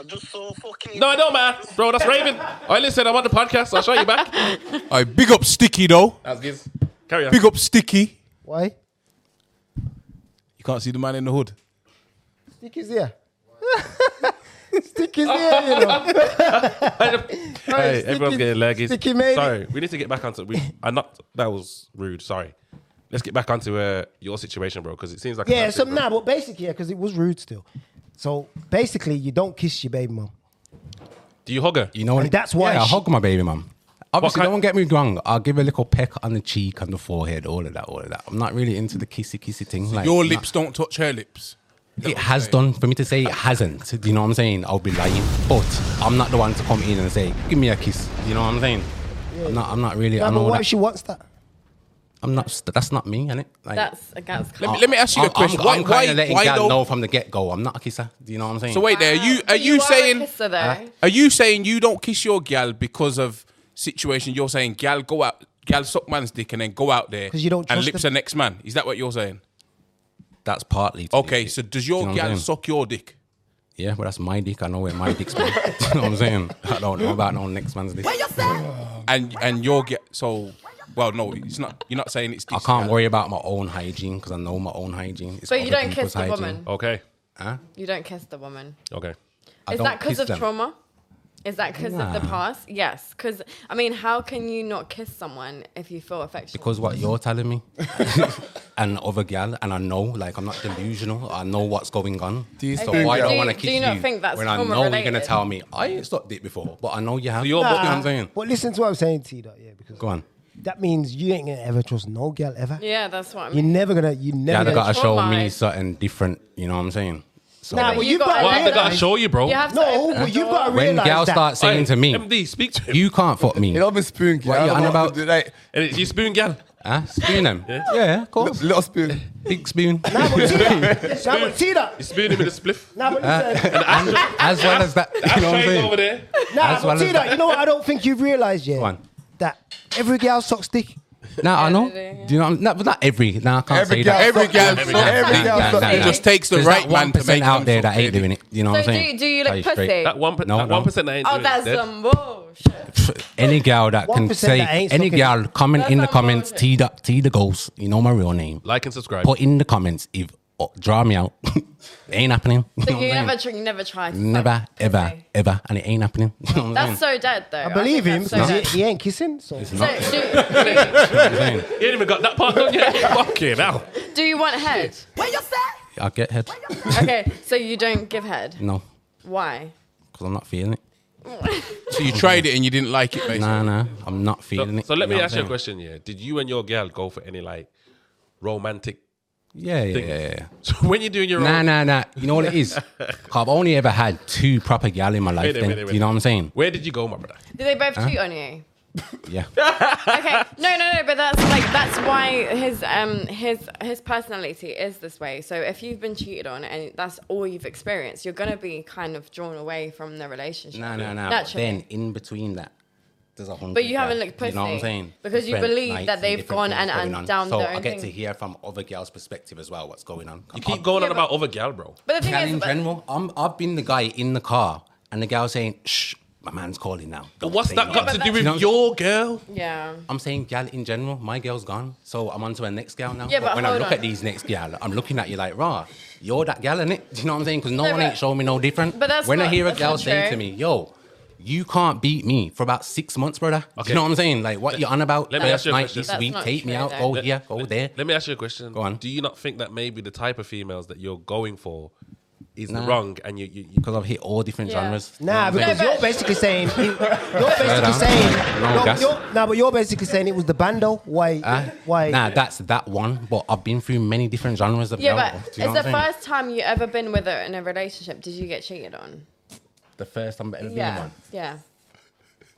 Speaker 8: I'm just so fucking.
Speaker 2: No, I don't, man. Bro, that's Raven. I listen, I'm on the podcast. I'll show you back.
Speaker 1: I big up Sticky though.
Speaker 2: That's Giz. Carry on.
Speaker 1: Big up Sticky.
Speaker 6: Why?
Speaker 1: You can't see the man in the hood.
Speaker 6: Stick his ear. Stick his ear, you know.
Speaker 2: Hey,
Speaker 6: Sticky-
Speaker 2: everyone's getting leggies.
Speaker 6: Sticky made it.
Speaker 2: Sorry, we need to get back onto. We, I not that was rude. Sorry. Let's get back onto uh, your situation, bro, because it seems like a
Speaker 6: Yeah,
Speaker 2: bad
Speaker 6: so
Speaker 2: thing, bro.
Speaker 6: nah, but basically, yeah, because it was rude still. So basically, you don't kiss your baby mom.
Speaker 2: Do you hug her?
Speaker 7: You know what?
Speaker 6: And that's why
Speaker 7: Yeah, I
Speaker 6: she-
Speaker 7: hug my baby mum. Obviously,
Speaker 2: kind-
Speaker 7: don't get me wrong. I'll give a little peck on the cheek, on the forehead, all of that, all of that. I'm not really into the kissy kissy thing. like
Speaker 1: Your
Speaker 7: nah.
Speaker 1: lips don't touch her lips.
Speaker 7: It has done for me to say it hasn't. Do you know what I'm saying? I'll be lying, but I'm not the one to come in and say, "Give me a kiss." Do you know what I'm saying? I'm not. I'm not really.
Speaker 6: Nah,
Speaker 7: I'm
Speaker 6: but
Speaker 7: all
Speaker 6: what
Speaker 7: that.
Speaker 6: if she wants that?
Speaker 7: I'm not. st- That's not me, innit? Like,
Speaker 3: That's that's.
Speaker 1: Let me, let me ask you a question.
Speaker 7: I'm,
Speaker 1: why
Speaker 7: I'm
Speaker 1: why,
Speaker 7: kind of letting
Speaker 1: why
Speaker 7: gal
Speaker 1: don't-
Speaker 7: know from the get go. I'm not a kisser. Do you know what I'm saying?
Speaker 1: So wait there. Are you are you, saying
Speaker 3: Are a kisser, though.
Speaker 1: are you saying you don't kiss your gal because of situation? You're saying gal go out, gal suck man's dick and then go out there
Speaker 6: 'Cause you don't
Speaker 1: and
Speaker 6: trust
Speaker 1: lips
Speaker 6: them.
Speaker 1: the next man. Is that what you're saying?
Speaker 7: that's partly. to
Speaker 1: Okay,
Speaker 7: do-
Speaker 1: so does
Speaker 7: you
Speaker 1: your
Speaker 7: know what I'm
Speaker 1: gal
Speaker 7: saying?
Speaker 1: suck your dick?
Speaker 7: Yeah, but that's my dick. I know where my dick's been. Do you know what I'm saying? I don't know about no next man's dick. I
Speaker 1: And and your gal so well no, it's not. You're not saying it's. This
Speaker 7: can't
Speaker 1: gal.
Speaker 7: worry about my own hygiene because I know my own hygiene. It's
Speaker 3: But you
Speaker 7: other
Speaker 3: don't kiss
Speaker 7: people's
Speaker 3: the
Speaker 7: hygiene.
Speaker 3: woman.
Speaker 2: Okay.
Speaker 3: You don't kiss the woman.
Speaker 2: Okay.
Speaker 7: I
Speaker 3: Is
Speaker 7: don't
Speaker 3: that because
Speaker 7: kiss
Speaker 3: of
Speaker 7: them.
Speaker 3: trauma? Is that because of the
Speaker 7: Nah.
Speaker 3: past? Yes, because I mean, how can you not kiss someone if you feel affection?
Speaker 7: Because what you're telling me and other gal, and I know, like, I'm not delusional. I know what's going on.
Speaker 5: you
Speaker 7: so
Speaker 5: think-
Speaker 7: why
Speaker 5: Do
Speaker 7: don't
Speaker 5: you-
Speaker 7: want to
Speaker 3: do
Speaker 7: kiss
Speaker 3: you not think that's
Speaker 7: when I know
Speaker 3: trauma
Speaker 7: you're going to
Speaker 3: related?
Speaker 7: tell me, I ain't sucked dick before, but I know you have.
Speaker 2: you're-
Speaker 7: you know what I'm saying?
Speaker 6: But listen to what I'm saying to you, though, yeah, because
Speaker 7: Go on.
Speaker 6: that means you ain't gonna ever trust no girl ever.
Speaker 3: yeah, that's what I
Speaker 6: You're
Speaker 3: mean.
Speaker 6: never gonna. You
Speaker 7: Yeah,
Speaker 6: never.
Speaker 7: they
Speaker 6: gonna
Speaker 7: got to show me
Speaker 3: Trauma.
Speaker 7: something different. You know what I'm saying? So
Speaker 6: Nah,
Speaker 7: like,
Speaker 6: but
Speaker 3: you
Speaker 6: you've
Speaker 3: got
Speaker 6: got.
Speaker 3: to
Speaker 2: What
Speaker 3: Why
Speaker 2: have they got to
Speaker 6: realize-
Speaker 2: show you, bro?
Speaker 3: You have to
Speaker 6: No,
Speaker 3: open the
Speaker 6: but you've
Speaker 3: door.
Speaker 6: got to
Speaker 7: when
Speaker 6: realize
Speaker 7: gal
Speaker 6: that.
Speaker 7: start saying
Speaker 2: Hey,
Speaker 7: to me,
Speaker 2: MD, speak to him.
Speaker 7: "You can't fuck me,"
Speaker 5: It don't be spoon, yeah.
Speaker 7: What you
Speaker 5: I
Speaker 7: on
Speaker 5: don't know what
Speaker 7: about?
Speaker 5: to do, like,
Speaker 2: And it's you spoon gal.
Speaker 7: Huh? Spoon him? Yeah, yeah of course.
Speaker 5: Little spoon.
Speaker 7: Big spoon.
Speaker 6: Nah, but see that. Nah, but see that.
Speaker 2: Spoon him in a spliff.
Speaker 6: Nah, but
Speaker 7: Uh,
Speaker 6: listen.
Speaker 7: And as well as that, you know what I'm
Speaker 2: Shane over
Speaker 7: saying?
Speaker 2: there.
Speaker 6: Nah,
Speaker 7: as well
Speaker 6: but see
Speaker 7: as
Speaker 6: that.
Speaker 7: that.
Speaker 6: You know what? I don't think you've realised yet.
Speaker 7: Go on.
Speaker 6: That every girl sucks dick.
Speaker 7: Now, I know.
Speaker 3: Yeah, yeah, yeah.
Speaker 7: Do you know what I'm no, but not every. Now, I can't
Speaker 5: Every
Speaker 7: say
Speaker 5: girl-
Speaker 7: that.
Speaker 5: every girl-
Speaker 7: Nah,
Speaker 5: every
Speaker 7: nah,
Speaker 5: girl-
Speaker 7: nah,
Speaker 5: girl-
Speaker 7: nah,
Speaker 5: sucks
Speaker 7: nah,
Speaker 5: dick.
Speaker 7: nah.
Speaker 1: Just takes the
Speaker 7: There's
Speaker 1: right
Speaker 7: that
Speaker 1: man to
Speaker 7: 1%
Speaker 1: make
Speaker 7: out
Speaker 1: them
Speaker 7: there
Speaker 1: feel
Speaker 7: that ain't
Speaker 1: pretty.
Speaker 7: doing it. You know what
Speaker 3: So
Speaker 7: I'm saying?
Speaker 3: do, do you look
Speaker 7: Tell you straight.
Speaker 3: pussy?
Speaker 2: That one, per-
Speaker 7: No,
Speaker 2: that
Speaker 7: no.
Speaker 2: one percent ain't
Speaker 3: Oh,
Speaker 2: doing
Speaker 3: that's
Speaker 2: it. Dead.
Speaker 3: some bullshit.
Speaker 7: Any girl that can
Speaker 6: 1%
Speaker 7: say
Speaker 6: that ain't
Speaker 7: any
Speaker 6: sucking
Speaker 7: girl comment
Speaker 3: That's
Speaker 7: in the
Speaker 3: not
Speaker 7: comments,
Speaker 3: bullshit.
Speaker 7: T the T the ghost. You know my real name.
Speaker 2: Like and subscribe.
Speaker 7: Put in the comments if oh, draw me out. it ain't happening. You know
Speaker 3: So
Speaker 7: what
Speaker 3: you
Speaker 7: I'm
Speaker 3: never,
Speaker 7: saying?
Speaker 3: tr- you never tried. to
Speaker 7: never,
Speaker 3: fuck
Speaker 7: ever,
Speaker 3: pussy.
Speaker 7: ever, and it ain't happening. You know what I'm
Speaker 3: That's so dead, though.
Speaker 6: I believe
Speaker 3: think
Speaker 6: him
Speaker 3: that's
Speaker 6: because
Speaker 3: So
Speaker 6: he,
Speaker 3: dead.
Speaker 6: he ain't kissing. So
Speaker 3: So do,
Speaker 7: saying?
Speaker 2: You ain't even got that part done yet. Fucking hell.
Speaker 3: do, do you want head?
Speaker 7: I get head.
Speaker 3: Okay, so you don't give head.
Speaker 7: No,
Speaker 3: Why?
Speaker 7: because I'm not feeling it.
Speaker 1: So you tried it and you didn't like it, basically.
Speaker 7: Nah, nah, I'm not feeling
Speaker 2: So,
Speaker 7: it.
Speaker 2: so let me
Speaker 7: know what
Speaker 2: ask you
Speaker 7: I'm
Speaker 2: a
Speaker 7: saying?
Speaker 2: question. Yeah, did you and your girl go for any like romantic?
Speaker 7: Yeah, yeah,
Speaker 2: thing.
Speaker 7: yeah. yeah.
Speaker 2: So when you're doing your
Speaker 7: Nah,
Speaker 2: own,
Speaker 7: nah, nah. You know what it is? I've only ever had two proper gal in my life.
Speaker 2: Wait a
Speaker 7: then.
Speaker 2: minute, wait
Speaker 7: You know
Speaker 2: a
Speaker 7: what I'm saying?
Speaker 2: where did you go, my brother?
Speaker 3: Do they both cheat on you?
Speaker 7: Yeah.
Speaker 3: Okay, no, no, no, but that's like that's why his um his his personality is this way. So if you've been cheated on and that's all you've experienced, you're gonna be kind of drawn away from the relationship.
Speaker 7: No, no, no. But
Speaker 3: Naturally.
Speaker 7: then in between that, there's a hundred.
Speaker 3: But you haven't looked
Speaker 7: You know what I'm
Speaker 3: pussy,
Speaker 7: saying?
Speaker 3: because you
Speaker 7: Different
Speaker 3: believe
Speaker 7: nights
Speaker 3: that
Speaker 7: and
Speaker 3: they've
Speaker 7: different
Speaker 3: gone
Speaker 7: things
Speaker 3: and-
Speaker 7: going
Speaker 3: and
Speaker 7: on.
Speaker 3: down
Speaker 7: So
Speaker 3: their
Speaker 7: I
Speaker 3: own
Speaker 7: get to
Speaker 3: thing.
Speaker 7: hear from other girls' perspective as well what's going on.
Speaker 2: You keep going on about other gal, bro.
Speaker 3: But the thing
Speaker 7: Gal
Speaker 3: is,
Speaker 7: in
Speaker 3: but-
Speaker 7: general, I'm, I've been the guy in the car and the girl saying, shh, my man's calling now.
Speaker 2: But
Speaker 7: Don't
Speaker 2: what's
Speaker 7: say
Speaker 2: that got
Speaker 7: nothing."
Speaker 2: to
Speaker 3: but
Speaker 2: do with
Speaker 7: You know-
Speaker 2: your girl?
Speaker 3: yeah,
Speaker 7: I'm saying gal in general, my girl's gone, so I'm on to her next gal now.
Speaker 3: Yeah, but
Speaker 7: when I
Speaker 3: hold
Speaker 7: look
Speaker 3: on.
Speaker 7: at these next gal, I'm looking at you like, rah, you're that gal, innit? Do you know what I'm saying? Because no,
Speaker 3: No,
Speaker 7: one
Speaker 3: but-
Speaker 7: ain't showing me no different.
Speaker 3: But that's
Speaker 7: when I
Speaker 3: not-
Speaker 7: hear a
Speaker 3: that's
Speaker 7: gal
Speaker 3: not
Speaker 7: saying
Speaker 3: true.
Speaker 7: to me, yo, you can't beat me for about six months, brother. Do
Speaker 2: Okay.
Speaker 7: you know what I'm saying? Like, what you on about?
Speaker 2: Let me ask you a
Speaker 7: night
Speaker 2: question.
Speaker 7: this
Speaker 3: That's
Speaker 7: week,
Speaker 3: not
Speaker 7: take me
Speaker 3: true,
Speaker 7: out,
Speaker 3: though.
Speaker 7: go
Speaker 2: Let-
Speaker 7: here, go there.
Speaker 2: Let me ask you a question.
Speaker 7: Go on.
Speaker 2: Do you not think that maybe the type of females that you're going for is
Speaker 7: Nah.
Speaker 2: wrong, and you you, you
Speaker 7: Because I've hit all different
Speaker 3: Yeah.
Speaker 7: genres. You know what
Speaker 6: Nah,
Speaker 7: I'm
Speaker 6: because
Speaker 7: saying?
Speaker 3: No,
Speaker 6: you're
Speaker 3: but-
Speaker 6: basically saying you're basically
Speaker 7: on.
Speaker 6: saying
Speaker 7: No
Speaker 6: no,
Speaker 7: gas.
Speaker 6: you're, nah, but you're basically saying it was the bando. Why?
Speaker 7: Huh?
Speaker 6: why?
Speaker 7: Uh, Nah, that's that one. But I've been through many different genres of
Speaker 3: yeah,
Speaker 7: gal.
Speaker 3: but
Speaker 7: Do you know
Speaker 3: it's
Speaker 7: what
Speaker 3: the
Speaker 7: I'm saying?
Speaker 3: first time you ever been with her in a relationship. Did you get cheated on?
Speaker 7: The first time I've ever been in
Speaker 3: Yeah,
Speaker 7: one.
Speaker 3: yeah.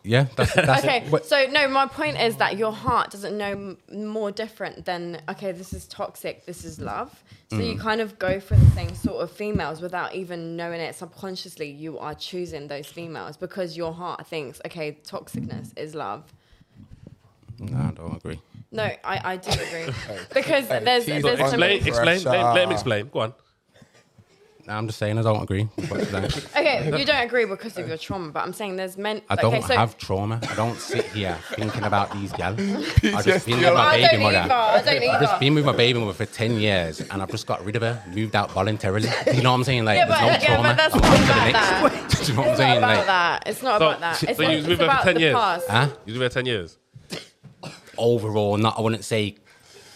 Speaker 7: Yeah, that's, that's
Speaker 3: Okay,
Speaker 7: But-
Speaker 3: so no, my point is that your heart doesn't know m- more different than okay, this is toxic, this is love. So
Speaker 7: Mm.
Speaker 3: you kind of go for the same sort of females without even knowing it. Subconsciously, you are choosing those females because your heart thinks, okay, toxicness is love.
Speaker 7: Nah, I don't agree.
Speaker 3: No, I, I do agree because there's
Speaker 5: tease
Speaker 3: there's
Speaker 5: on
Speaker 3: some-
Speaker 2: explain explain let, let him
Speaker 5: Pressure.
Speaker 2: explain. Go on.
Speaker 7: Nah, I'm just saying I don't agree. with what you're saying.
Speaker 3: okay, you don't agree because of your trauma, but I'm saying there's men.
Speaker 7: I
Speaker 3: okay,
Speaker 7: don't
Speaker 3: so,
Speaker 7: have trauma. I don't sit here thinking about these gals. I've just
Speaker 5: PTSD.
Speaker 7: been with my
Speaker 3: Oh, I
Speaker 7: baby
Speaker 3: don't either.
Speaker 7: mother.
Speaker 3: I don't
Speaker 7: I've just
Speaker 3: either.
Speaker 7: been with my baby mother for 10 years and I've just got rid of her, moved out voluntarily. Do you know what I'm saying? Like,
Speaker 3: Yeah,
Speaker 7: there's
Speaker 3: but-
Speaker 7: no
Speaker 3: yeah,
Speaker 7: trauma.
Speaker 3: but that's
Speaker 7: I'm
Speaker 3: not
Speaker 7: on to the
Speaker 3: about
Speaker 7: next. Do you know what I'm
Speaker 3: It's not
Speaker 7: saying?
Speaker 3: about
Speaker 7: Like,
Speaker 3: that. It's not about that.
Speaker 2: so
Speaker 3: It's,
Speaker 2: you
Speaker 3: not,
Speaker 2: was with
Speaker 3: it's
Speaker 2: her for
Speaker 3: about
Speaker 2: 10
Speaker 3: the
Speaker 2: years?
Speaker 3: past.
Speaker 7: huh?
Speaker 2: You do it ten years.
Speaker 7: Overall, not, I wouldn't say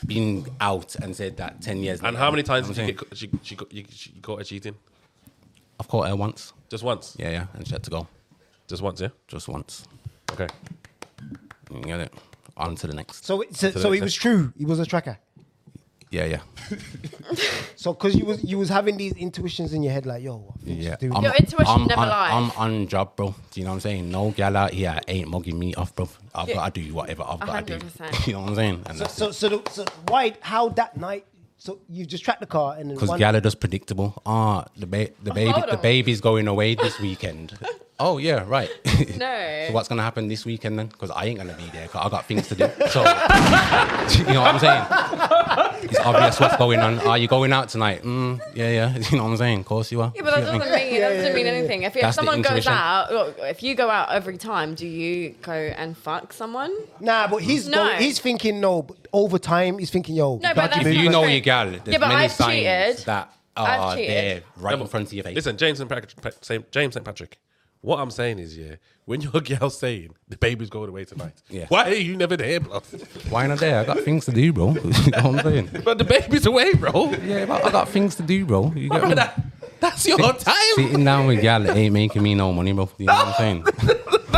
Speaker 7: been out and said that 10 years
Speaker 2: And
Speaker 7: later.
Speaker 2: how many times
Speaker 7: You
Speaker 2: did you
Speaker 7: know
Speaker 2: get
Speaker 7: what I'm saying?
Speaker 2: ca- she, she, got- you, she caught her cheating?
Speaker 7: I've caught her once.
Speaker 2: Just once.
Speaker 7: Yeah, yeah. And she had to go.
Speaker 2: Just once. Yeah.
Speaker 7: Just once.
Speaker 2: Okay.
Speaker 7: You get it? On to the next.
Speaker 6: So, it- so, so
Speaker 2: that's
Speaker 6: it was true. He was a tracker.
Speaker 7: Yeah, yeah.
Speaker 6: So, because you was you was having these intuitions in your head, like, yo, I think
Speaker 7: Yeah,
Speaker 6: she's doing
Speaker 7: I'm-
Speaker 3: Your intuition
Speaker 7: I'm
Speaker 3: never
Speaker 7: on,
Speaker 3: lies.
Speaker 7: I'm on job, bro. Do you know what I'm saying? No gal out here ain't mugging me off, bro. I've
Speaker 3: Yeah.
Speaker 7: got to do whatever I've got to do.
Speaker 3: 100%.
Speaker 7: You know what I'm saying? And that's
Speaker 6: So, so, the, so why? How that night? So you just tracked the car and then
Speaker 7: because
Speaker 6: one-
Speaker 7: gal are just predictable. Ah, the ba- the baby,
Speaker 3: hold
Speaker 7: the
Speaker 3: on.
Speaker 7: baby's going away this weekend. oh yeah, right.
Speaker 3: No.
Speaker 7: so what's gonna happen this weekend then? Because I ain't gonna be there. Cause I got things to do. So you know what I'm saying? It's obvious what's going on. Are you going out tonight? Mm, yeah, yeah. You know what I'm saying? Of course you are.
Speaker 3: Yeah, but that
Speaker 7: You know what I mean?
Speaker 3: doesn't mean, that doesn't mean anything. If, if
Speaker 7: That's the
Speaker 3: someone goes
Speaker 7: intuition.
Speaker 3: out, look, if you go out every time, do you go and fuck someone?
Speaker 6: Nah, but he's
Speaker 3: No.
Speaker 6: going- he's thinking no. But over time, he's thinking yo.
Speaker 3: No, but
Speaker 6: dodgy
Speaker 3: that's
Speaker 7: if
Speaker 6: move.
Speaker 7: you
Speaker 3: not
Speaker 7: know
Speaker 3: true.
Speaker 7: your gal, there's
Speaker 3: Yeah, but
Speaker 7: many
Speaker 3: I've
Speaker 7: signs
Speaker 3: cheated.
Speaker 7: that
Speaker 3: I've
Speaker 7: are
Speaker 3: cheated.
Speaker 7: there right in
Speaker 2: But
Speaker 7: front of your face.
Speaker 2: Listen, James St. Patrick, Pa- Saint- James St. Patrick. What I'm saying is, yeah, when your girl's saying the baby's going away tonight,
Speaker 7: Yeah.
Speaker 2: why are you never there, bro?
Speaker 7: why not there? I got things to do, bro. you know what I'm saying? Oh,
Speaker 2: but the baby's away, bro.
Speaker 7: Yeah, but I got things to do, bro. You get me?
Speaker 2: That- that's your time.
Speaker 7: Sitting down with gal ain't making me no money, bro. You know what I'm saying?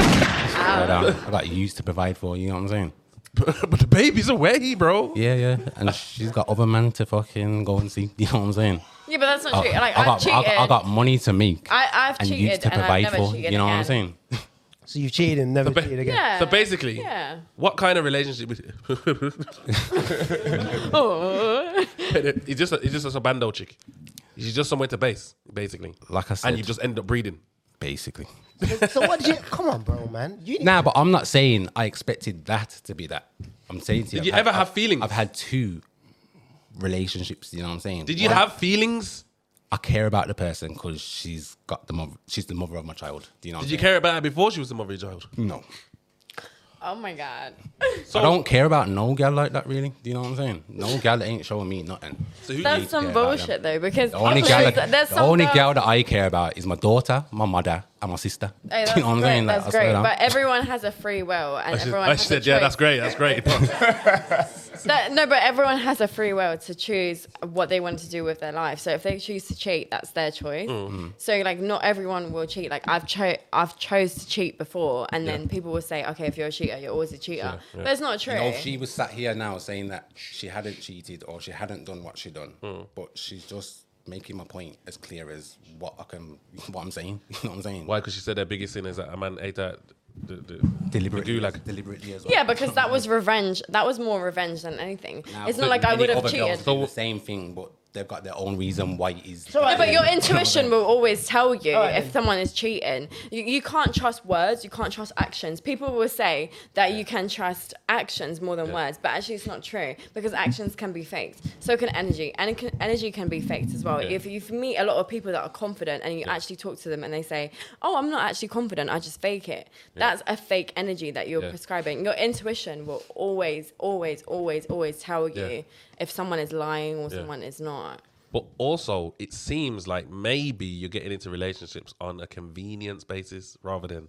Speaker 7: Straight down. I got use to provide for. You know what I'm saying?
Speaker 2: but the baby's away, bro.
Speaker 7: Yeah, yeah. And she's got other man to fucking go and see. You know what I'm saying?
Speaker 3: Yeah, but that's not true. Like
Speaker 7: Oh, I
Speaker 3: I've
Speaker 7: got, I
Speaker 3: cheated.
Speaker 7: got, I got money to make
Speaker 3: I- I've
Speaker 7: and
Speaker 3: cheated
Speaker 7: use to
Speaker 3: and I've
Speaker 7: provide
Speaker 3: never
Speaker 7: for.
Speaker 3: cheated
Speaker 7: You know what I'm
Speaker 3: again.
Speaker 7: saying?
Speaker 6: So you've cheated and never
Speaker 2: ba-
Speaker 6: cheated again.
Speaker 3: Yeah.
Speaker 2: So basically,
Speaker 3: Yeah.
Speaker 2: what kind of relationship? Is
Speaker 3: Oh.
Speaker 2: it's just a, it's just a bando chick. She's just somewhere to base, basically.
Speaker 7: Like I
Speaker 2: and
Speaker 7: said.
Speaker 2: you just end up breeding.
Speaker 7: basically.
Speaker 6: So what did you? Come on, bro, man. You need
Speaker 7: Nah, but I'm not saying I expected that to be that. I'm saying to you.
Speaker 2: Did
Speaker 7: I've
Speaker 2: you
Speaker 7: had-
Speaker 2: ever have
Speaker 7: I've-
Speaker 2: feelings?
Speaker 7: I've had two relationships. You know what I'm saying?
Speaker 2: Did you
Speaker 7: One,
Speaker 2: have feelings?
Speaker 7: I care about the person because she's got the mother. She's the mother of my child. Do you know? What
Speaker 2: Did
Speaker 7: I'm
Speaker 2: you
Speaker 7: saying?
Speaker 2: care about her before she was the mother of your child?
Speaker 7: No.
Speaker 3: oh my god.
Speaker 2: So
Speaker 7: I don't care about no gal like that. Really? Do you know what I'm saying? No gal ain't showing me nothing.
Speaker 2: So who
Speaker 3: That's some
Speaker 7: yeah,
Speaker 3: bullshit though, because
Speaker 7: The only, gal,
Speaker 3: there's,
Speaker 7: that,
Speaker 3: there's
Speaker 7: the
Speaker 3: some
Speaker 7: only
Speaker 3: girls-
Speaker 7: gal that I care about is my daughter, my mother, and my sister.
Speaker 3: Hey,
Speaker 7: Do
Speaker 3: that's
Speaker 7: you know what I'm
Speaker 3: great.
Speaker 7: saying? Like,
Speaker 3: That's
Speaker 7: I swear
Speaker 3: great.
Speaker 7: down.
Speaker 3: But everyone has a free will, and
Speaker 2: she,
Speaker 3: everyone
Speaker 2: I
Speaker 3: has a
Speaker 2: said,
Speaker 3: choice.
Speaker 2: yeah, that's great, that's great.
Speaker 3: That- no, but everyone has a free will to choose what they want to do with their life. So if they choose to cheat, that's their choice.
Speaker 7: Mm-hmm.
Speaker 3: So like, not everyone will cheat. Like I've cho- I've chose to cheat before, and then people will say, okay, if you're a cheater, you're always a cheater. But it's not true.
Speaker 7: You know, if she was sat here now saying that she hadn't cheated or she hadn't done what she done, but she's just making my point as clear as what I can, what I'm saying. You know what I'm saying?
Speaker 2: Why? Because she said their biggest sin is that a man ate that the, the,
Speaker 7: Deliberately,
Speaker 2: the gulag.
Speaker 7: deliberately as well.
Speaker 3: yeah, because that was revenge. That was more revenge than anything.
Speaker 7: Now,
Speaker 3: it's not like I
Speaker 7: many
Speaker 3: would have
Speaker 7: other girls
Speaker 3: cheated.
Speaker 7: do the same thing, but they've got their own reason why it is.
Speaker 3: No, but your intuition will always tell you if someone is cheating. You, you can't trust words, you can't trust actions. People will say that you can trust actions more than words, but actually it's not true because actions can be faked. So can energy, and it can, energy can be faked as well.
Speaker 2: Yeah.
Speaker 3: If you meet a lot of people that are confident and you actually talk to them and they say, "Oh, I'm not actually confident, I just fake it," that's a fake energy that you're
Speaker 2: Yeah.
Speaker 3: prescribing. Your intuition will always, always, always, always tell you if someone is lying or
Speaker 2: Yeah.
Speaker 3: someone is not.
Speaker 2: But also, it seems like maybe you're getting into relationships on a convenience basis rather than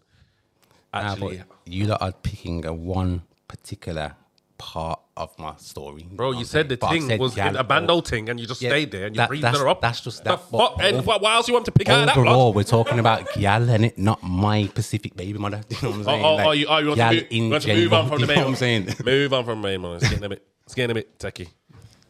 Speaker 7: Nah,
Speaker 2: actually.
Speaker 7: but you lot are picking a one particular part of my story.
Speaker 2: Bro, you said the thing was in a bando thing, and you just
Speaker 7: Yeah,
Speaker 2: stayed there and you
Speaker 7: that-
Speaker 2: breathed
Speaker 7: that's-
Speaker 2: her up.
Speaker 7: that's just
Speaker 2: the
Speaker 7: that, but
Speaker 2: fuck. And
Speaker 7: over-
Speaker 2: what, what else you want to pick out of that?
Speaker 7: Overall,
Speaker 2: Blood?
Speaker 7: we're talking about gal and it, not my Pacific baby mother. Do you know what I'm
Speaker 2: Oh,
Speaker 7: saying?
Speaker 2: oh,
Speaker 7: Like,
Speaker 2: oh, you, oh, you want to,
Speaker 7: gal
Speaker 2: move,
Speaker 7: in
Speaker 2: you want to move
Speaker 7: general,
Speaker 2: on from
Speaker 7: you
Speaker 2: the main
Speaker 7: know what
Speaker 2: one.
Speaker 7: I'm saying?
Speaker 2: Move on from the main one. It's getting a bit, it's getting a bit techie.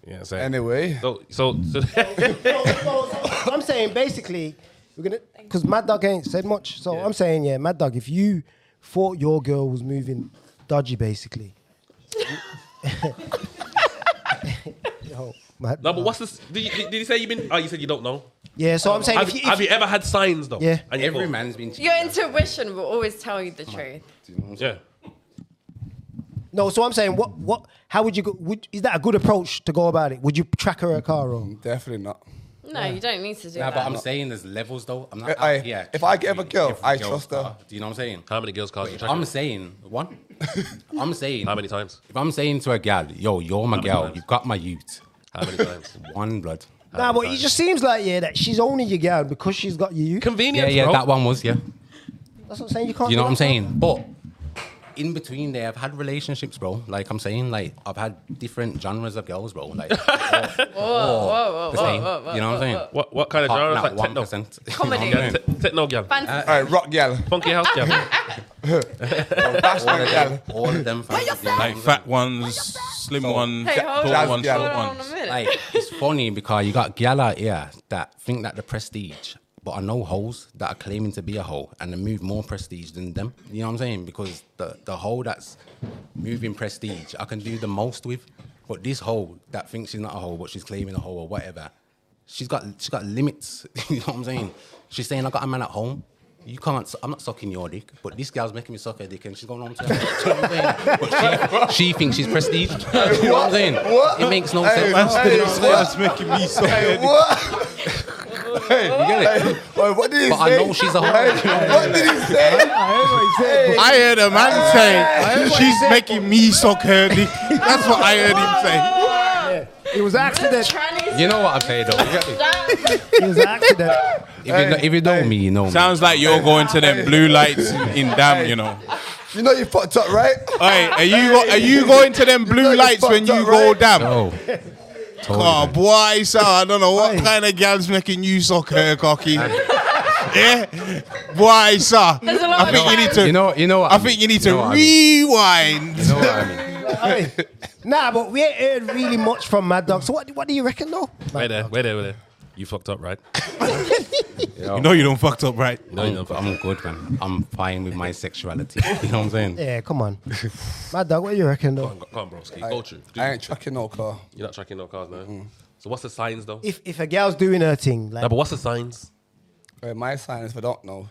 Speaker 2: Yeah, so
Speaker 5: Anyway.
Speaker 2: so so, so
Speaker 6: So I'm saying basically, we're gonna because Mad Dog ain't said much. So I'm saying, yeah, Mad Dog, if you thought your girl was moving dodgy, basically. Yo, Mad
Speaker 2: no,
Speaker 6: Dog.
Speaker 2: but what's this? Did you, did you say you been? Oh, you said you don't know.
Speaker 6: yeah, so I'm saying,
Speaker 2: Have,
Speaker 6: if, you- if
Speaker 2: have
Speaker 6: you-
Speaker 2: you ever had signs though?
Speaker 6: Yeah.
Speaker 2: And you Oh,
Speaker 7: Every
Speaker 2: thought-
Speaker 7: man's been cheated.
Speaker 3: Your intuition will always tell you the truth.
Speaker 2: Yeah.
Speaker 6: no, so I'm saying, what, what, how would you go? Would, is that a good approach to go about it? Would you track her a car or?
Speaker 5: Definitely not.
Speaker 3: No, you don't need to do
Speaker 7: Nah,
Speaker 3: that.
Speaker 7: but I'm saying there's levels though. I'm not.
Speaker 5: I-
Speaker 7: out here
Speaker 5: if I get
Speaker 7: tracking
Speaker 5: a girl,
Speaker 7: every
Speaker 5: I
Speaker 7: girl's
Speaker 5: trust her.
Speaker 7: car. Do you know what I'm saying?
Speaker 2: How many girls' cars you check?
Speaker 7: I'm saying one. I'm saying
Speaker 2: How many times?
Speaker 7: If I'm saying to a gal, yo, you're my gal,
Speaker 2: times?
Speaker 7: you've got my youth.
Speaker 2: How many times?
Speaker 7: One blood.
Speaker 6: Nah, but it just seems like yeah that she's only your girl because she's got you.
Speaker 7: Yeah,
Speaker 2: Convenience,
Speaker 7: yeah,
Speaker 2: bro.
Speaker 7: that one was yeah.
Speaker 6: That's what I'm saying. You can't.
Speaker 7: You know
Speaker 6: do
Speaker 7: what I'm
Speaker 6: that.
Speaker 7: saying? But in between there, I've had relationships, bro. Like I'm saying, like I've had different genres of girls, bro. Like, whoa,
Speaker 3: whoa, whoa,
Speaker 7: the same.
Speaker 3: whoa, whoa,
Speaker 7: you know what I'm saying?
Speaker 2: What what kind of
Speaker 7: Apart
Speaker 2: genre?
Speaker 7: from
Speaker 2: It's
Speaker 7: that
Speaker 2: Like techno,
Speaker 7: 1%. You know
Speaker 3: Comedy.
Speaker 7: what I'm
Speaker 2: Yeah,
Speaker 7: saying?
Speaker 2: te- techno gal,
Speaker 3: Fancy-
Speaker 7: Uh,
Speaker 5: All right, rock gal.
Speaker 2: funky house gal.
Speaker 5: Bashman
Speaker 7: All of
Speaker 5: gal.
Speaker 7: them- all of them. fans, you know what I'm
Speaker 1: Like
Speaker 7: saying?
Speaker 1: fat ones, slim ones,
Speaker 3: hey,
Speaker 1: tall
Speaker 3: hold on,
Speaker 5: Jazz
Speaker 1: ones,
Speaker 5: gal.
Speaker 1: short
Speaker 3: hold on a
Speaker 1: ones.
Speaker 3: minute.
Speaker 7: Like it's funny because you got gal out here that think that the prestige, but I know hoes that are claiming to be a hoe and they move more prestige than them. You know what I'm saying? Because the the hoe that's moving prestige, I can do the most with. But this hoe that thinks she's not a hoe, but she's claiming a hoe or whatever, she's got she's got limits. you know what I'm saying? She's saying I got a man at home. You can't. su- I'm not sucking your dick, but this gal's making me suck her dick, and she's going on to her. Do you know what I'm saying? But she, she thinks she's prestige. you know what I'm saying?
Speaker 5: What?
Speaker 7: It makes no
Speaker 5: Hey,
Speaker 7: sense.
Speaker 5: man,
Speaker 1: That's
Speaker 5: Hey,
Speaker 1: what- that's making me so
Speaker 5: Hey, what?
Speaker 7: You get it?
Speaker 5: Wait, what did he
Speaker 7: But I
Speaker 5: say?
Speaker 7: know she's a hoe.
Speaker 5: Hey, what did he say?
Speaker 6: I heard what he said.
Speaker 1: I heard a man say, she's making me suck her dick. That's what I heard him say.
Speaker 6: but It was an accident.
Speaker 3: Trannies.
Speaker 7: You know what I say though.
Speaker 3: That-
Speaker 6: It was an accident.
Speaker 7: If you, know, if you know me, you know me.
Speaker 1: Sounds like you're going to them blue lights in, in Dam, you know.
Speaker 5: You know you fucked up, right?
Speaker 1: Hey, are you go- are you going to them blue
Speaker 5: know you
Speaker 1: lights when
Speaker 5: fucked
Speaker 1: you
Speaker 5: up,
Speaker 1: go
Speaker 5: right?
Speaker 1: Dam?
Speaker 7: no.
Speaker 1: Oh
Speaker 7: Totally.
Speaker 1: boy, so I don't know what
Speaker 6: Aye.
Speaker 1: kind of gal's making you suck her cocky. yeah, boy, so
Speaker 3: There's a lot
Speaker 1: I
Speaker 3: of
Speaker 1: think you
Speaker 3: guys-
Speaker 1: need to.
Speaker 7: You know, you know. What
Speaker 1: I think you need to
Speaker 7: know what I mean?
Speaker 1: rewind.
Speaker 7: You know what I mean?
Speaker 6: Aye. nah, but we ain't heard really much from Mad Dog. So what, what do you reckon though?
Speaker 2: Wait there, wait there, wait there. You fucked up, right?
Speaker 1: You know you don't fucked up, right?
Speaker 2: No, you don't fuck
Speaker 7: I'm good, man. I'm fine with my sexuality. You know what I'm saying?
Speaker 6: Yeah, come on. Mad dog, what do you reckon though?
Speaker 2: Come on, bro. Go through.
Speaker 5: I ain't tracking no car.
Speaker 2: You're not tracking no cars, man.
Speaker 7: Mm-hmm.
Speaker 2: So what's the signs, though?
Speaker 6: If if a girl's doing her thing, like
Speaker 2: No, but what's the signs?
Speaker 5: Uh, my sign is if I don't know,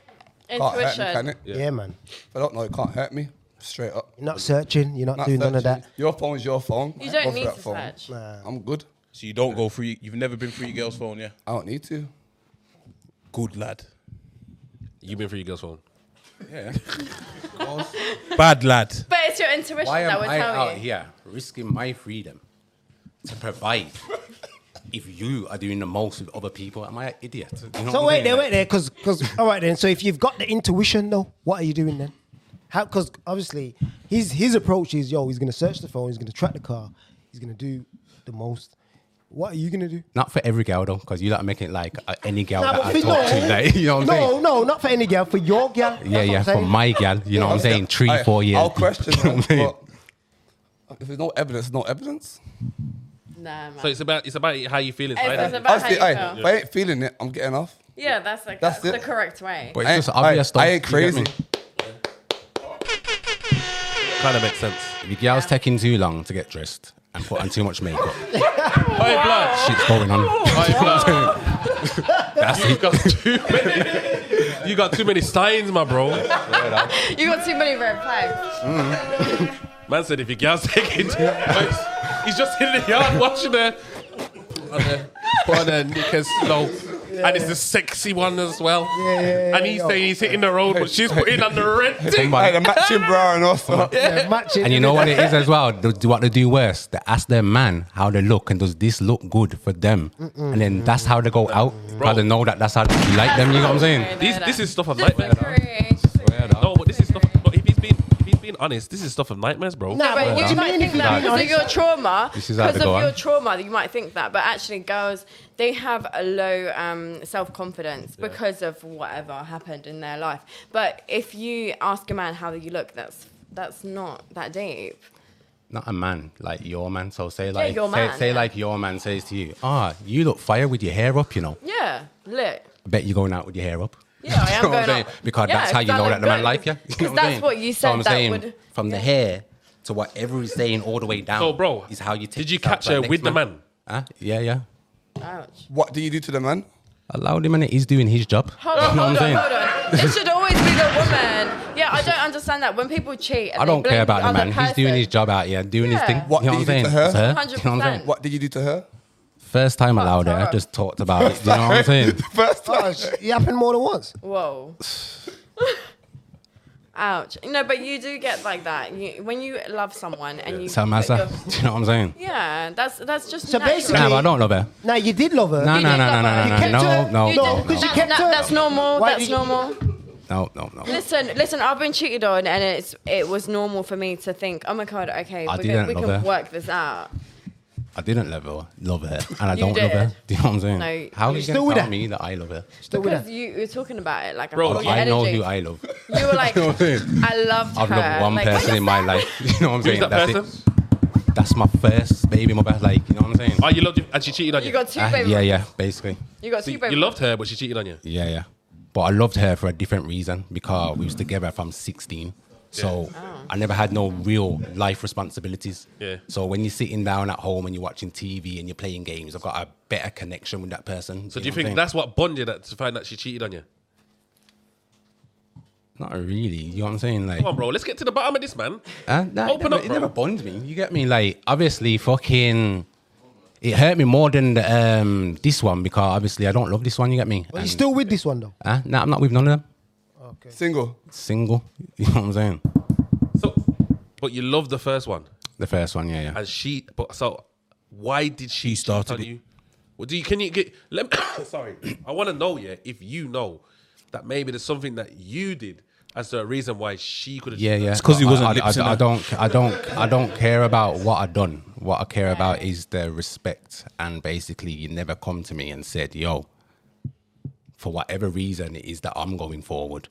Speaker 5: can't hurt me,
Speaker 3: Intuition.
Speaker 5: can it?
Speaker 6: yeah. man.
Speaker 5: If I don't know, it can't hurt me. Straight up.
Speaker 6: You're not searching, you're not,
Speaker 5: Not
Speaker 6: doing none of
Speaker 5: searching.
Speaker 6: that.
Speaker 5: Your phone's your phone.
Speaker 3: You
Speaker 5: I ain't
Speaker 3: don't
Speaker 5: going
Speaker 3: need
Speaker 5: for that
Speaker 3: to
Speaker 5: phone.
Speaker 3: search.
Speaker 5: I'm good.
Speaker 1: So you don't go free. You've never been free girl's phone, yeah?
Speaker 5: I don't need to.
Speaker 1: Good lad.
Speaker 2: You've been for your girl's phone.
Speaker 1: Bad lad.
Speaker 3: But it's your intuition
Speaker 7: Why
Speaker 3: that
Speaker 7: am
Speaker 3: would
Speaker 7: I
Speaker 3: tell
Speaker 7: out
Speaker 3: you.
Speaker 7: here risking my freedom to provide if you are doing the most with other people? Am I an idiot? You know what
Speaker 6: So
Speaker 7: I'm
Speaker 6: wait there,
Speaker 7: saying?
Speaker 6: wait there, because all right then. So if you've got the intuition though, what are you doing then? How? Because obviously his his approach is yo, he's gonna search the phone, he's gonna track the car, he's gonna do the most. What are you gonna do?
Speaker 7: Not for every girl though, because you don't make it like uh, any girl
Speaker 6: Nah,
Speaker 7: that
Speaker 6: but
Speaker 7: I
Speaker 6: for-
Speaker 7: talk to.
Speaker 6: no.
Speaker 7: Like, you know what I'm
Speaker 6: no,
Speaker 7: saying?
Speaker 6: no, not for any girl, for your girl. That's
Speaker 7: yeah,
Speaker 6: what
Speaker 7: yeah,
Speaker 6: I'm
Speaker 7: for
Speaker 6: saying.
Speaker 7: my gal, you know what I'm saying? Three,
Speaker 5: Aye,
Speaker 7: four years.
Speaker 5: I'll question
Speaker 7: you know
Speaker 5: that,
Speaker 7: what I'm saying?
Speaker 5: but if there's no evidence, no evidence.
Speaker 3: Nah, man.
Speaker 2: So it's about it's about how you feeling.
Speaker 3: It's-
Speaker 2: Right?
Speaker 3: it's about how
Speaker 5: Honestly,
Speaker 3: you
Speaker 5: aye,
Speaker 3: feel.
Speaker 5: if I ain't feeling it, I'm getting off.
Speaker 3: Yeah, that's like
Speaker 5: That's
Speaker 3: that's the
Speaker 5: it.
Speaker 3: correct way.
Speaker 7: But
Speaker 5: I
Speaker 7: it's just
Speaker 5: ain't- I
Speaker 7: obvious
Speaker 5: ain't- I
Speaker 7: though,
Speaker 5: ain't
Speaker 7: you get
Speaker 5: crazy.
Speaker 7: me?
Speaker 2: kind of makes sense.
Speaker 7: If your girl's taking too long to get dressed and put on too much makeup,
Speaker 2: Hey, blood.
Speaker 7: shit's going on.
Speaker 2: Hey, blood. you got too many. You got too many signs, my bro.
Speaker 3: You got too many red flags.
Speaker 2: Man said if your girl's taking, too much, he's just in the yard watching her. On her, on her knickers slow. And it's the sexy one as well. Yeah,
Speaker 6: yeah,
Speaker 2: and he's
Speaker 6: yeah.
Speaker 2: saying he's hitting the road, but she's putting on the red thing.
Speaker 5: Like the matching bra and all stuff.
Speaker 6: Yeah, match it.
Speaker 7: And you know what it is as well? The, what they do worse, they ask their man how they look and does this look good for them? And then that's how they go out because they know that that's how you like them, you know what I'm saying?
Speaker 2: This, this is stuff of
Speaker 3: Just
Speaker 2: nightmares.
Speaker 3: agree.
Speaker 2: No, but this is stuff. But if he's being if he's being honest, this is stuff of nightmares, bro.
Speaker 3: But
Speaker 6: Nah, but what do
Speaker 3: you
Speaker 6: you
Speaker 3: might
Speaker 6: mean?
Speaker 3: think
Speaker 6: If you
Speaker 3: that
Speaker 6: being
Speaker 3: because of
Speaker 6: honest,
Speaker 3: your trauma,
Speaker 7: This
Speaker 3: because
Speaker 7: is
Speaker 3: of
Speaker 7: how they go
Speaker 3: your
Speaker 7: on.
Speaker 3: trauma, you might think that. But actually, girls, they have a low um, self confidence because of whatever happened in their life. But if you ask a man how you look, that's that's not that deep.
Speaker 7: Not a man, like your man. So say like,
Speaker 3: your
Speaker 7: say,
Speaker 3: man,
Speaker 7: say
Speaker 3: yeah.
Speaker 7: like your man says to you, ah, you look fire with your hair up, you know.
Speaker 3: Yeah, lit.
Speaker 7: I bet you're going out with your hair up.
Speaker 3: Yeah, I am
Speaker 7: You know what I'm
Speaker 3: going
Speaker 7: saying?
Speaker 3: out-
Speaker 7: Because
Speaker 3: Yeah,
Speaker 7: that's how
Speaker 3: if
Speaker 7: you
Speaker 3: that
Speaker 7: know
Speaker 3: look
Speaker 7: that the man
Speaker 3: good.
Speaker 7: like you. you. know
Speaker 3: 'Cause
Speaker 7: I'm
Speaker 3: that's
Speaker 7: saying?
Speaker 3: what you
Speaker 7: So I'm
Speaker 3: said that
Speaker 7: saying,
Speaker 3: would-
Speaker 7: from the
Speaker 3: yeah.
Speaker 7: hair to whatever he's saying all the way down.
Speaker 2: So, bro,
Speaker 7: is how you take
Speaker 2: did you
Speaker 7: yourself
Speaker 2: catch
Speaker 7: to that
Speaker 2: her
Speaker 7: next
Speaker 2: with the man?
Speaker 7: Huh? Yeah, yeah.
Speaker 3: Ouch.
Speaker 5: What do you do to the man?
Speaker 7: Allowed him and he's doing his job.
Speaker 3: Hold
Speaker 7: you
Speaker 3: on,
Speaker 7: know
Speaker 3: hold
Speaker 7: what I'm
Speaker 3: on,
Speaker 7: saying?
Speaker 3: hold on. It should always be the woman. Yeah, I don't understand that. When people cheat, and
Speaker 7: I
Speaker 3: they
Speaker 7: don't
Speaker 3: blame
Speaker 7: care about the
Speaker 3: other
Speaker 7: man. He's doing
Speaker 3: person-
Speaker 7: his job out here, doing his
Speaker 3: Yeah.
Speaker 7: thing.
Speaker 5: What
Speaker 7: you know
Speaker 5: did
Speaker 7: what I'm
Speaker 5: you do
Speaker 7: saying?
Speaker 5: to her?
Speaker 7: It's You know what I'm
Speaker 3: 100%.
Speaker 7: saying?
Speaker 5: What did you do to her?
Speaker 7: First time allowed her,
Speaker 3: her.
Speaker 7: just talked about it. You know what I'm saying?
Speaker 5: First time.
Speaker 6: Oh, it happened more than once.
Speaker 3: Whoa. Ouch. No, but you do get like that. You, when you love someone and you.
Speaker 7: Tell
Speaker 3: put
Speaker 7: myself.
Speaker 3: your-
Speaker 7: Do you know what I'm saying?
Speaker 3: Yeah, that's that's just.
Speaker 6: So
Speaker 3: natural.
Speaker 6: basically-
Speaker 7: Nah, but I don't love her.
Speaker 6: Now you did love her.
Speaker 7: No,
Speaker 3: You
Speaker 7: no, no,
Speaker 3: did
Speaker 7: no,
Speaker 3: love her.
Speaker 7: no,
Speaker 3: You
Speaker 7: no,
Speaker 6: kept
Speaker 7: no,
Speaker 6: her?
Speaker 7: no,
Speaker 3: You
Speaker 7: no,
Speaker 3: did-
Speaker 6: Because you
Speaker 3: that-
Speaker 6: kept
Speaker 3: that-
Speaker 6: her.
Speaker 3: That's normal.
Speaker 6: Why
Speaker 3: that's
Speaker 6: did you-
Speaker 3: normal.
Speaker 7: no, no, no, no.
Speaker 3: Listen, listen. I've been cheated on, and it's it was normal for me to think, oh my god, okay,
Speaker 7: I
Speaker 3: we can,
Speaker 7: didn't
Speaker 3: we
Speaker 7: love
Speaker 3: can
Speaker 7: her.
Speaker 3: work this out.
Speaker 7: I didn't love her, love her, and I
Speaker 3: You
Speaker 7: don't love her.
Speaker 3: did.
Speaker 7: Do you know what I'm saying?
Speaker 3: No,
Speaker 7: How are
Speaker 3: you
Speaker 7: you
Speaker 6: still
Speaker 7: gonna
Speaker 6: with
Speaker 7: tell
Speaker 6: her.
Speaker 7: me that I love her?
Speaker 6: Still with
Speaker 3: Because
Speaker 6: her.
Speaker 3: you, you were talking about it, like
Speaker 2: Bro,
Speaker 3: I felt your
Speaker 7: I know
Speaker 3: energy.
Speaker 7: who I love.
Speaker 3: You were like, I loved
Speaker 7: I've
Speaker 3: her.
Speaker 7: loved one
Speaker 3: like,
Speaker 7: person in my life. You know what I'm saying?
Speaker 2: that
Speaker 7: That's
Speaker 2: person?
Speaker 7: it. That's my first baby, my best. Like, you know what I'm saying?
Speaker 2: Oh, you loved and she cheated on you.
Speaker 3: You got two
Speaker 7: Ah,
Speaker 3: baby.
Speaker 7: yeah, yeah, basically.
Speaker 3: You got two
Speaker 2: you,
Speaker 3: baby.
Speaker 2: you loved her, but she cheated on you.
Speaker 7: Yeah, yeah. But I loved her for a different reason because we was together from 16. So
Speaker 3: Oh.
Speaker 7: I never had no real life responsibilities.
Speaker 2: Yeah.
Speaker 7: So when you're sitting down at home and you're watching TV and you're playing games, I've got a better connection with that person.
Speaker 2: So do
Speaker 7: know
Speaker 2: you
Speaker 7: what
Speaker 2: think
Speaker 7: I'm saying?
Speaker 2: that's what bonded that to find that she cheated on you?
Speaker 7: not really? You know what I'm saying? Like,
Speaker 2: Come on, bro. Let's get to the bottom of this, man.
Speaker 7: Huh? Nah,
Speaker 2: Open
Speaker 7: it never,
Speaker 2: up,
Speaker 7: It
Speaker 2: bro.
Speaker 7: never bonds me. You get me? Like, obviously, fucking. It hurt me more than the, um, this one because obviously I don't love this one. You get me?
Speaker 6: But
Speaker 7: And-
Speaker 6: you still with this one though.
Speaker 7: Huh? Nah, I'm not with none of them.
Speaker 5: Single.
Speaker 7: Single. You know what I'm saying?
Speaker 2: So, but you loved the first one,
Speaker 7: The first one, yeah, yeah.
Speaker 2: and she. But so, why did she
Speaker 1: He
Speaker 2: cheat
Speaker 1: started
Speaker 2: on
Speaker 1: it.
Speaker 2: you? Well, do you? Can you get? Let me, sorry, I want to know, yeah, if you know that maybe there's something that you did as the reason why she could have.
Speaker 7: Yeah, yeah.
Speaker 1: 'cause he
Speaker 7: I-
Speaker 1: wasn't
Speaker 7: I, I,
Speaker 1: lip-syncing
Speaker 7: I,
Speaker 1: her.
Speaker 7: don't, I don't, I don't care about what I done. What I care about is the respect. And basically, you never come to me and said, "Yo," for whatever reason it is that I'm going forward.